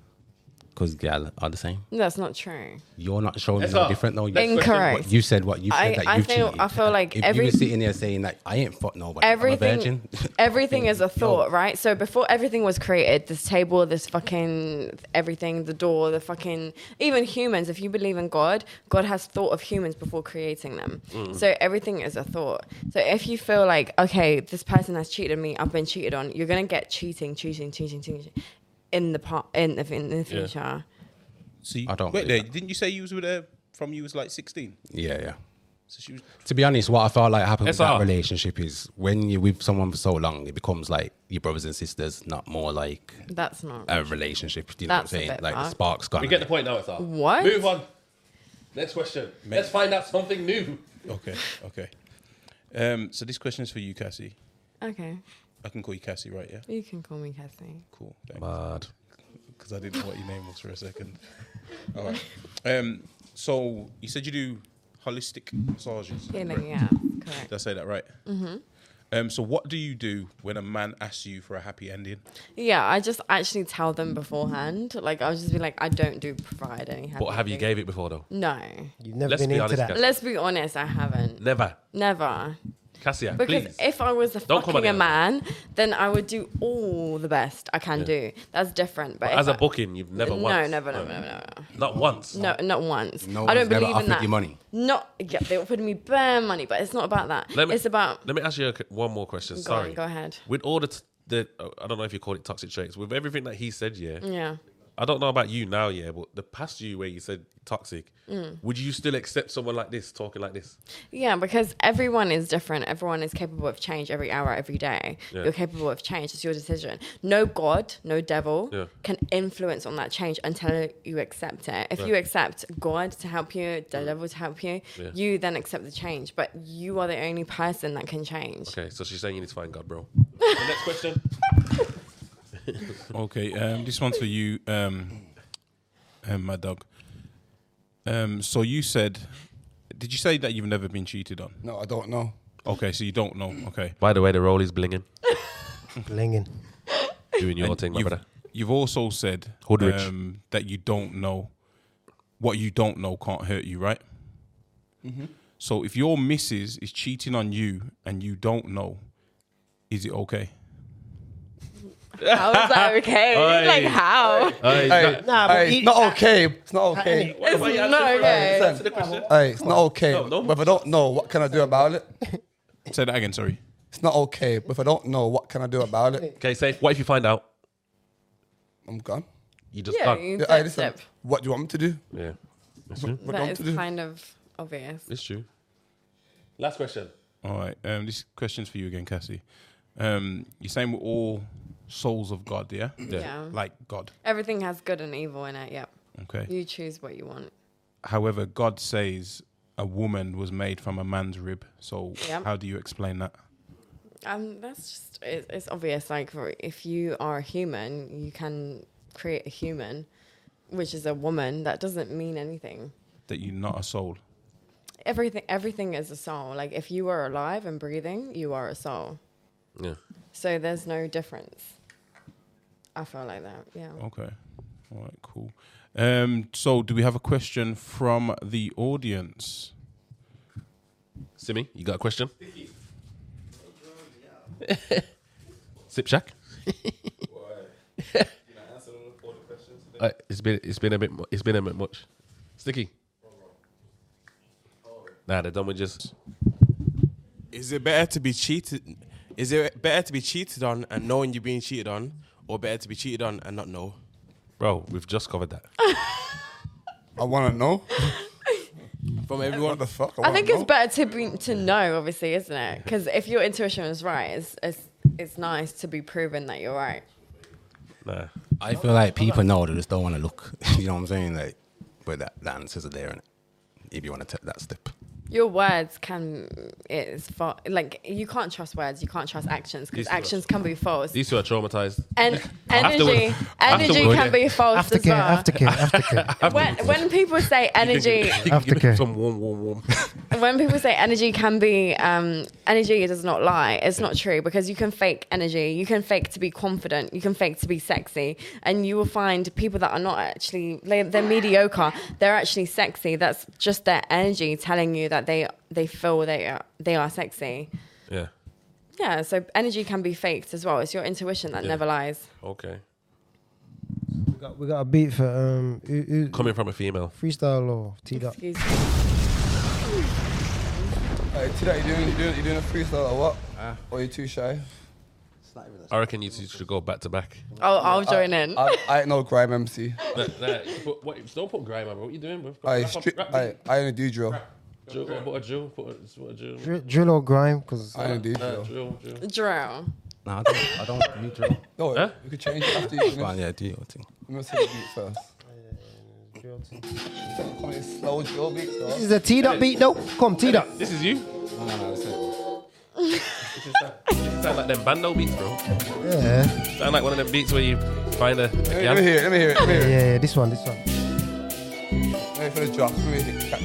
Speaker 7: Because girl are the same.
Speaker 3: That's not true.
Speaker 7: You're not showing me
Speaker 2: That's
Speaker 7: no
Speaker 2: all.
Speaker 7: different though. You-
Speaker 2: That's
Speaker 3: Incorrect.
Speaker 7: What you said what you said
Speaker 3: I-
Speaker 7: that
Speaker 3: I
Speaker 7: you've
Speaker 3: feel-
Speaker 7: cheated.
Speaker 3: I feel like
Speaker 7: if
Speaker 3: every-
Speaker 7: you were sitting there saying that I ain't fucked nobody. I'm a
Speaker 3: everything
Speaker 7: virgin.
Speaker 3: everything is a thought right so before everything was created this table this fucking everything the door the fucking even humans if you believe in god god has thought of humans before creating them
Speaker 7: Mm.
Speaker 3: so everything is a thought so if you feel like okay this person has cheated me i've been cheated on you're gonna get cheating cheating cheating cheating in the part in the, in the future
Speaker 1: So you,
Speaker 7: I don't
Speaker 1: Wait, there,
Speaker 7: believe that.
Speaker 1: didn't you say you was with her from you was like 16?
Speaker 7: yeah, yeah.
Speaker 1: So she was.
Speaker 7: to be honest, what I felt like happened with
Speaker 2: SR.
Speaker 7: that relationship is when you're with someone for so long, it becomes like your brothers and sisters, not more like
Speaker 3: that's not
Speaker 7: a relationship. Do you know
Speaker 3: That's a
Speaker 7: what I'm saying?
Speaker 3: bit
Speaker 7: Like the
Speaker 3: fucked.
Speaker 7: spark's gone.
Speaker 2: We get the point now, it's all.
Speaker 3: What?
Speaker 2: Move on. Next question. Let's find out something new.
Speaker 1: Okay. Okay. Um, so this question is for you, Cassie.
Speaker 3: okay
Speaker 1: I can call you Cassie, right? Yeah.
Speaker 3: You can call me Cassie.
Speaker 1: Cool. Thanks.
Speaker 2: Mad.
Speaker 1: because I didn't know what your name was for a second. All right. Um, so you said you do holistic massages.
Speaker 3: Healing, yeah, correct.
Speaker 1: Did I say that right? Mm-hmm. Um, so what do you do when a man asks you for a happy ending?
Speaker 3: Yeah, I just actually tell them beforehand. Like, I'll just be like, I don't do provide any happy
Speaker 2: But have you
Speaker 3: ending.
Speaker 2: gave it before though?
Speaker 3: No.
Speaker 6: You've never
Speaker 2: Let's
Speaker 6: been
Speaker 2: be
Speaker 6: into
Speaker 2: honest,
Speaker 6: that.
Speaker 2: guys.
Speaker 3: Let's be honest, I haven't.
Speaker 2: Never.
Speaker 3: Never.
Speaker 2: Cassia,
Speaker 3: Because
Speaker 2: please.
Speaker 3: if I was a
Speaker 2: Don't come
Speaker 3: fucking a
Speaker 2: at me
Speaker 3: man, then I would do all the best I can do. That's different. But
Speaker 2: As
Speaker 3: if
Speaker 2: a
Speaker 3: I-
Speaker 2: booking, you've never
Speaker 3: no,
Speaker 2: once. Oh.
Speaker 3: never, never, never, never, never.
Speaker 2: Not once.
Speaker 3: No, not once.
Speaker 7: No
Speaker 3: I don't
Speaker 7: one's never
Speaker 3: believe in
Speaker 7: offered
Speaker 3: that.
Speaker 7: you money.
Speaker 3: Not yeah, they offered me bare money, but it's not about that.
Speaker 2: Let me-
Speaker 3: it's about
Speaker 2: Let me ask you a, one more question.
Speaker 3: Go
Speaker 2: Sorry.
Speaker 3: on, go ahead.
Speaker 2: With all the, t- the, oh, I don't know if you call it toxic traits. With everything that he said, yeah.
Speaker 3: yeah.
Speaker 2: I don't know about you now, yeah, but the past you where you said toxic,
Speaker 3: Mm.
Speaker 2: would you still accept someone like this talking like this?
Speaker 3: Yeah, because everyone is different. Everyone is capable of change every hour, every day.
Speaker 2: Yeah.
Speaker 3: You're capable of change. It's your decision. No God, no devil
Speaker 2: Yeah.
Speaker 3: can influence on that change until you accept it. If you accept God to help you, the devil to help you,
Speaker 2: Yeah.
Speaker 3: you then accept the change. But you are the only person that can change.
Speaker 2: Okay, so she's saying you need to find God, bro. The next question.
Speaker 1: Okay, um, this one's for you, um, um, my dog. Um, so you said, did you say that you've never been cheated on?
Speaker 5: No, I don't know.
Speaker 1: Okay, so you don't know. Okay,
Speaker 2: By the way, the role is blinging.
Speaker 6: Blinging.
Speaker 2: Doing your thing, my
Speaker 1: you've,
Speaker 2: brother.
Speaker 1: you've also said
Speaker 2: Hoodrich.
Speaker 1: um, that you don't know what you don't know can't hurt you, right? So if your missus is cheating on you and you don't know, is it okay?
Speaker 3: How is that okay?
Speaker 2: Oi.
Speaker 3: Like how?
Speaker 5: Hey,
Speaker 6: Nah, but
Speaker 5: hey,
Speaker 6: he-
Speaker 5: it's not okay. It's not okay.
Speaker 3: It's not okay.
Speaker 2: Answer the question.
Speaker 5: Hey, it's not okay.
Speaker 2: no.
Speaker 5: But if I don't know, what can I do about it?
Speaker 1: Say that again, sorry.
Speaker 5: It's not okay. But if I don't know, what can I do about it?
Speaker 2: Okay, safe. What if you find out?
Speaker 5: I'm gone.
Speaker 2: You just
Speaker 3: Yeah,
Speaker 2: done.
Speaker 3: you
Speaker 5: Yeah,
Speaker 3: accept
Speaker 5: hey, listen,
Speaker 3: it.
Speaker 5: what do you want me to do?
Speaker 2: Yeah, that's true.
Speaker 5: What do you
Speaker 3: That
Speaker 5: want me to
Speaker 3: is
Speaker 5: do?
Speaker 3: kind of obvious.
Speaker 2: It's true. Last question.
Speaker 1: All right. Um, this question's for you again, Cassie. Um, you're saying we're all souls of God, yeah?
Speaker 3: Yeah.
Speaker 1: Like God.
Speaker 3: Everything has good and evil in it. Yep.
Speaker 1: Okay.
Speaker 3: You choose what you want.
Speaker 1: However, God says a woman was made from a man's rib. So
Speaker 3: Yeah.
Speaker 1: how do you explain that?
Speaker 3: Um, that's just it's, it's obvious. Like, for, if you are a human, you can create a human, which is a woman. That doesn't mean anything.
Speaker 1: That you're not a soul.
Speaker 3: Everything, everything is a soul. Like, if you are alive and breathing, you are a soul.
Speaker 2: Yeah.
Speaker 3: So there's no difference. I feel like that. Yeah.
Speaker 1: Okay. All right, cool. Um, so do we have a question from the audience?
Speaker 2: Simi, you got a question? Sip Shack. Uh, it's been it's been a bit mu- it's been a bit much. Sticky. Nah, they're done with just.
Speaker 9: Is it better to be cheated? Is it better to be cheated on and knowing you're being cheated on, or better to be cheated on and not know?
Speaker 2: Bro, we've just covered that.
Speaker 5: I want to know.
Speaker 9: From
Speaker 5: What
Speaker 9: everyone,
Speaker 5: the fuck?
Speaker 3: I
Speaker 5: wanna
Speaker 3: think
Speaker 5: know.
Speaker 3: it's better to be to know, obviously, isn't it? Because if your intuition is right, it's, it's it's nice to be proven that you're right.
Speaker 2: Nah.
Speaker 7: I feel like people know they just don't want to look. you know what I'm saying? Like, but that, that answers are there, innit? If you want to take that step.
Speaker 3: Your words can it's fa- like you can't trust words, you can't trust actions because
Speaker 2: These two are-
Speaker 3: actions can be false,
Speaker 2: These two are traumatized.
Speaker 3: and energy
Speaker 2: Afterwards-
Speaker 3: energy
Speaker 2: afterwards-
Speaker 3: can be false as
Speaker 6: Aftercare,
Speaker 3: well.
Speaker 6: aftercare, aftercare.
Speaker 3: When when people say energy,
Speaker 6: Aftercare.
Speaker 2: Some warm, warm, warm.
Speaker 3: when people say energy can be um, energy does not lie. It's not true because you can fake energy, you can fake to be confident, you can fake to be sexy, and you will find people that are not actually they- they're mediocre. They're actually sexy. That's just their energy telling you that they they feel they are they are sexy.
Speaker 2: yeah.
Speaker 3: Yeah, so energy can be faked as well. It's your intuition that never lies.
Speaker 2: Okay.
Speaker 6: we, got, we got a beat for um, who- who-
Speaker 2: Coming from a female.
Speaker 6: freestyle or teed up.
Speaker 3: Excuse me.
Speaker 5: Hey, Tida, you doing, you doing, you doing a freestyle or what? or you too shy?
Speaker 2: I reckon you two should go back to back.
Speaker 3: I'll, I'll join in.
Speaker 5: I, I ain't no grime MC.
Speaker 2: Nah, nah, put- what- don't put grime on. What are you doing? With?
Speaker 5: I,
Speaker 2: Rap on-
Speaker 5: stri-
Speaker 2: rap
Speaker 5: I, I only do drill.
Speaker 2: Drill, put a drill, put a, just put a drill.
Speaker 6: Drill, drill or grime? Because
Speaker 5: I only do
Speaker 2: Uh,
Speaker 5: drill.
Speaker 2: drill, drill.
Speaker 3: Drill.
Speaker 7: No, I don't. I don't you drill.
Speaker 5: No,
Speaker 2: Huh?
Speaker 5: you could change it after you. You
Speaker 7: Go on,
Speaker 5: must-
Speaker 7: yeah, do your thing.
Speaker 5: you must hit the beat first. Come on, it's slow drill beats, though.
Speaker 6: this uh, is a teed up beat, though. Come, teed up.
Speaker 2: This is you?
Speaker 7: No, no, no, that's it.
Speaker 2: Sound like them bando beats, bro.
Speaker 6: Yeah.
Speaker 2: Sound like one of them beats where you find a.
Speaker 5: Let me hear it, let me hear it, let me hear
Speaker 6: Yeah,
Speaker 5: it.
Speaker 6: yeah, this one, this one.
Speaker 5: Wait for the drop. Let me hit- catch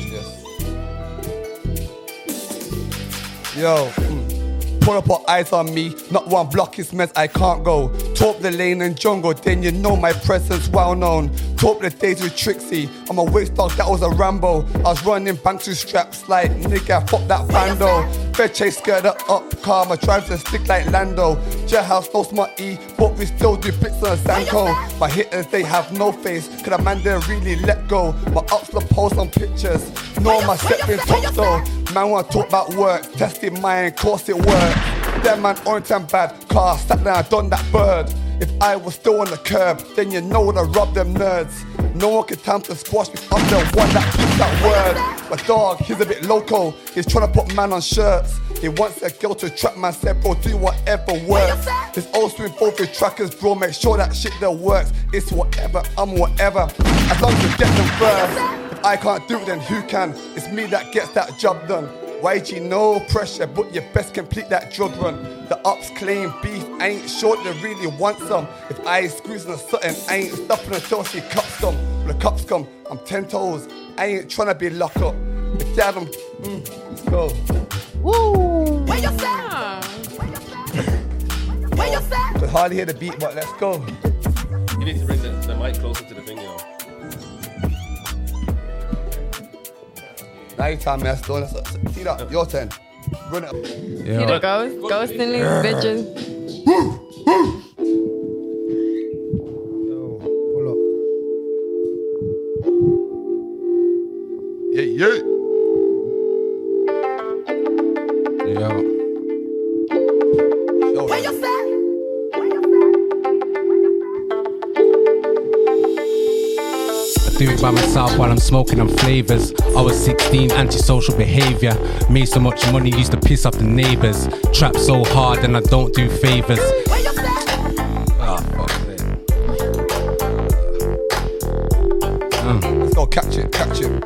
Speaker 5: this. Yo. Pull up her eyes on me, not one block is mess, I can't go. Top the lane and jungle, then you know my presence well known. Top the days with Trixie, I'm a waste dog, that was a Rambo. I was running banks with straps like nigga, fuck that bando. Fed chase skirt her up, calm, I try to stick like Lando. Jailhouse, no smart E, but we still do bits on Sanko. My hitters, they have no face, could a man there really let go? My ups the post on pictures, no, my set been top though. Man wanna talk about work, testing mine, course it work. That man orange and bad, car sat down, done that bird. If I was still on the curb, then you know when I rob them nerds. No one can time to squash me, I'm the one that keeps that word. My dog, he's a bit loco, he's trying to put man on shirts. He wants a girl to trap man, said bro, do whatever works. It's all swing both with trackers, bro, make sure that shit that works. It's whatever, I'm whatever, as long as you get them first. If I can't do it, then who can? It's me that gets that job done. YG, no pressure, but you best complete that drug run. The ups claim beef, I ain't short, they really want some. If I squeeze on a something, I ain't stopping until she cups some. When the cups come, I'm ten toes, I ain't trying to be locked up. If they had them, mm, let's go. Could hardly hear the beat, but let's go.
Speaker 2: You need to bring the, the mic closer to the thing, yo.
Speaker 5: Now you time, man, that's done. That's- See that, your turn. Run it up.
Speaker 3: You
Speaker 7: Yeah.
Speaker 3: the ghost, ghost in these bitches.
Speaker 6: Oh, pull up.
Speaker 5: Yeah, yeah.
Speaker 7: Yo.
Speaker 5: Yo,
Speaker 7: I do it by myself while I'm smoking on flavors. I was 16, antisocial behavior. Made so much money, used to piss off the neighbors. Trap so hard, and I don't do favors.
Speaker 2: Ah,
Speaker 5: let's go, catch it, catch it.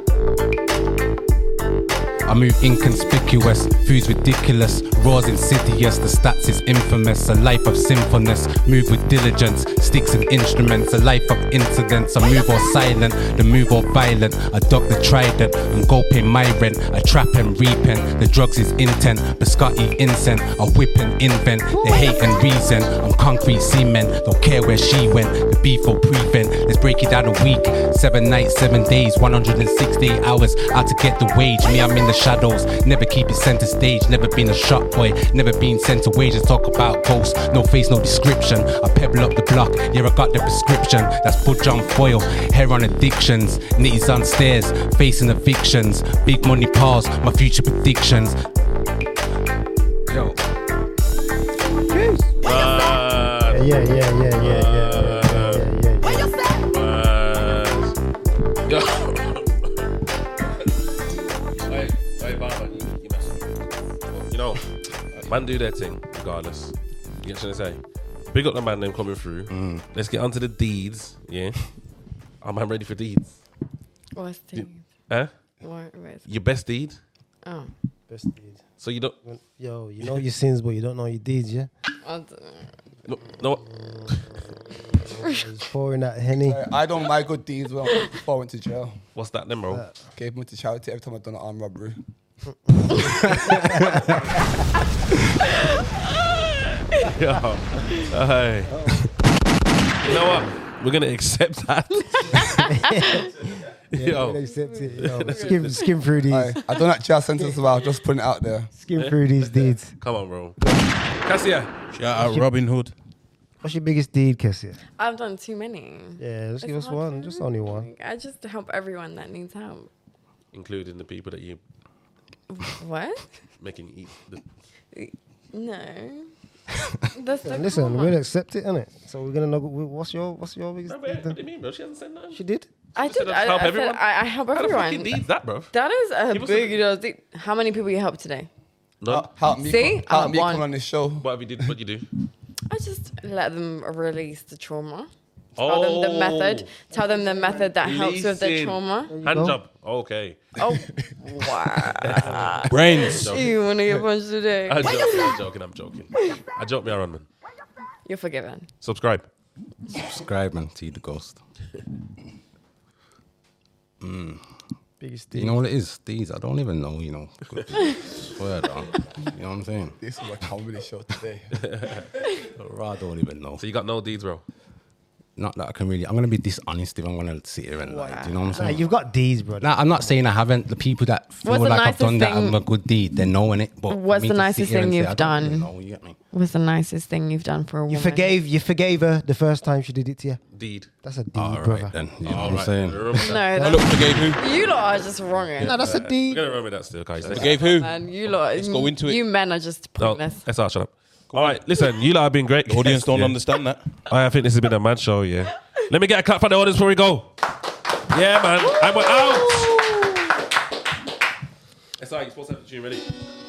Speaker 7: I move inconspicuous, food's ridiculous, raw's insidious, the stats is infamous, a life of sinfulness, move with diligence, sticks and instruments, a life of incidents, I move all silent, the move all violent, I dog the trident, and go pay my rent, I trap and repent, the drugs is intent, biscotti incense, I whip and invent, the hate and reason, I'm concrete cement, don't care where she went, the beef will prevent, let's break it down a week, seven nights, seven days, 168 hours, out to get the wage, me I'm in the shadows, never keep it center stage, never been a shot boy, never been sent to wages, talk about ghosts, no face, no description, I pebble up the block, yeah I got the prescription, that's Bud John Foyle, hair on addictions, nitties on stairs, facing evictions, big money pause, my future predictions, yo.
Speaker 2: Uh,
Speaker 6: Yeah, yeah, yeah, yeah, yeah, yeah, yeah, yeah, yeah,
Speaker 2: uh,
Speaker 6: yeah.
Speaker 2: yo. Hey, hey, Baba, you, you messed up. You know, man do their thing regardless. You get what I'm saying? Big up the man them coming through. Let's get onto the deeds. Yeah, I'm, I'm ready for deeds.
Speaker 3: What's the
Speaker 2: Huh?
Speaker 3: what, what's-
Speaker 2: Your best deed.
Speaker 3: Oh,
Speaker 6: Best deed.
Speaker 2: So you don't.
Speaker 6: Yo, you know your sins, but you don't know your deeds, yeah?
Speaker 3: I don't know.
Speaker 2: No, no
Speaker 6: Just pouring that henny.
Speaker 5: Uh, I done my good deeds when I- before I went to jail.
Speaker 2: what's that then, bro?
Speaker 5: Gave them to charity every time I done an armed robbery.
Speaker 2: Yeah. Hey. you know what? We're gonna accept that.
Speaker 6: Don't
Speaker 2: Yo,
Speaker 6: accept it, yo. Skim, skim through these.
Speaker 5: I, I done that jail sentence as well. Just putting it out there.
Speaker 6: Skim through these deeds.
Speaker 2: come on, bro. Cassia,
Speaker 1: Shout out uh, Robin Hood.
Speaker 6: What's your biggest deed, Kessia?
Speaker 3: I've done too many.
Speaker 6: Yeah, just give
Speaker 3: It's
Speaker 6: us
Speaker 3: hard
Speaker 6: one.
Speaker 3: to
Speaker 6: Just
Speaker 3: know.
Speaker 6: only one.
Speaker 3: Like, I just help everyone that needs help.
Speaker 2: including the people that you
Speaker 3: What?
Speaker 2: making eat. The,
Speaker 3: No. That's the
Speaker 6: Listen,
Speaker 3: karma.
Speaker 6: we'll accept it, innit? So we're gonna know what's your what's your biggest deed?
Speaker 2: what do
Speaker 6: then?
Speaker 2: you mean, bro? She hasn't said nothing.
Speaker 6: She did.
Speaker 3: I did.
Speaker 2: said
Speaker 3: I,
Speaker 2: help
Speaker 3: I, said
Speaker 2: everyone?
Speaker 3: I, I help
Speaker 2: How the fucking
Speaker 3: everyone.
Speaker 2: deed's that, bro?
Speaker 3: That is a
Speaker 2: People
Speaker 3: big deal. Th- How many people you helped today?
Speaker 2: None.
Speaker 5: Help me,
Speaker 3: See?
Speaker 5: help
Speaker 3: I'm
Speaker 5: me
Speaker 3: one.
Speaker 5: come on this show.
Speaker 2: What have you did? What you do?
Speaker 3: I just let them release the trauma. Tell them
Speaker 2: Oh.
Speaker 3: the method. Tell them the method that helps with the
Speaker 2: Listen.
Speaker 3: trauma.
Speaker 2: Hand job. Okay.
Speaker 3: Oh, wow.
Speaker 1: Brains.
Speaker 2: Joking.
Speaker 3: you want to get punched today?
Speaker 2: I'm joking. I'm joking. I'm joking. I joke me around, man.
Speaker 3: You're forgiven.
Speaker 2: Subscribe.
Speaker 7: Subscribe, man. See the ghost.
Speaker 4: Biggest
Speaker 7: You know what it is? These, I don't even know, you know. Good. Swear down. You know what I'm saying?
Speaker 5: This is my comedy show today.
Speaker 7: I don't even know.
Speaker 2: So you got no deeds, bro.
Speaker 7: Not that I can really. I'm going to be dishonest if I'm going to sit here and lie. Do you know what I'm
Speaker 6: Nah,
Speaker 7: saying?
Speaker 6: you've got D's, bro.
Speaker 7: Nah, I'm not saying I haven't. The people that feel
Speaker 3: What's the
Speaker 7: like I've done
Speaker 3: nicest
Speaker 7: that I'm
Speaker 3: thing-
Speaker 7: a good deed, they're knowing it. But
Speaker 3: What's
Speaker 7: me
Speaker 3: the
Speaker 7: to sit
Speaker 3: nicest
Speaker 7: here and
Speaker 3: thing
Speaker 7: say,
Speaker 3: you've
Speaker 7: I don't really
Speaker 3: done?
Speaker 7: know, you get me?
Speaker 3: What's the nicest thing you've done for a woman?
Speaker 6: You forgave, you forgave her the first time she did it to you.
Speaker 2: Deed.
Speaker 6: That's a D,
Speaker 7: All right,
Speaker 6: brother.
Speaker 7: then. You know what I'm saying?
Speaker 2: Remember that.
Speaker 3: No,
Speaker 1: I
Speaker 3: that,
Speaker 1: look, forgave who?
Speaker 3: you lot are just wrong. it.
Speaker 6: No, that's a
Speaker 2: We're
Speaker 6: D.
Speaker 2: gonna remember that still, guys.
Speaker 1: Forgave who?
Speaker 3: Man, you lot. Let's
Speaker 1: go into it.
Speaker 3: You men are just
Speaker 2: No,
Speaker 3: pointless.
Speaker 2: SR, shut up. All right, listen, you lot have been great.
Speaker 1: The audience don't
Speaker 2: Yeah.
Speaker 1: understand that.
Speaker 2: I think this has been a mad show, yeah. Let me get a clap for the audience before we go. Yeah, man. And we're out. SR, you're supposed to have the tune ready.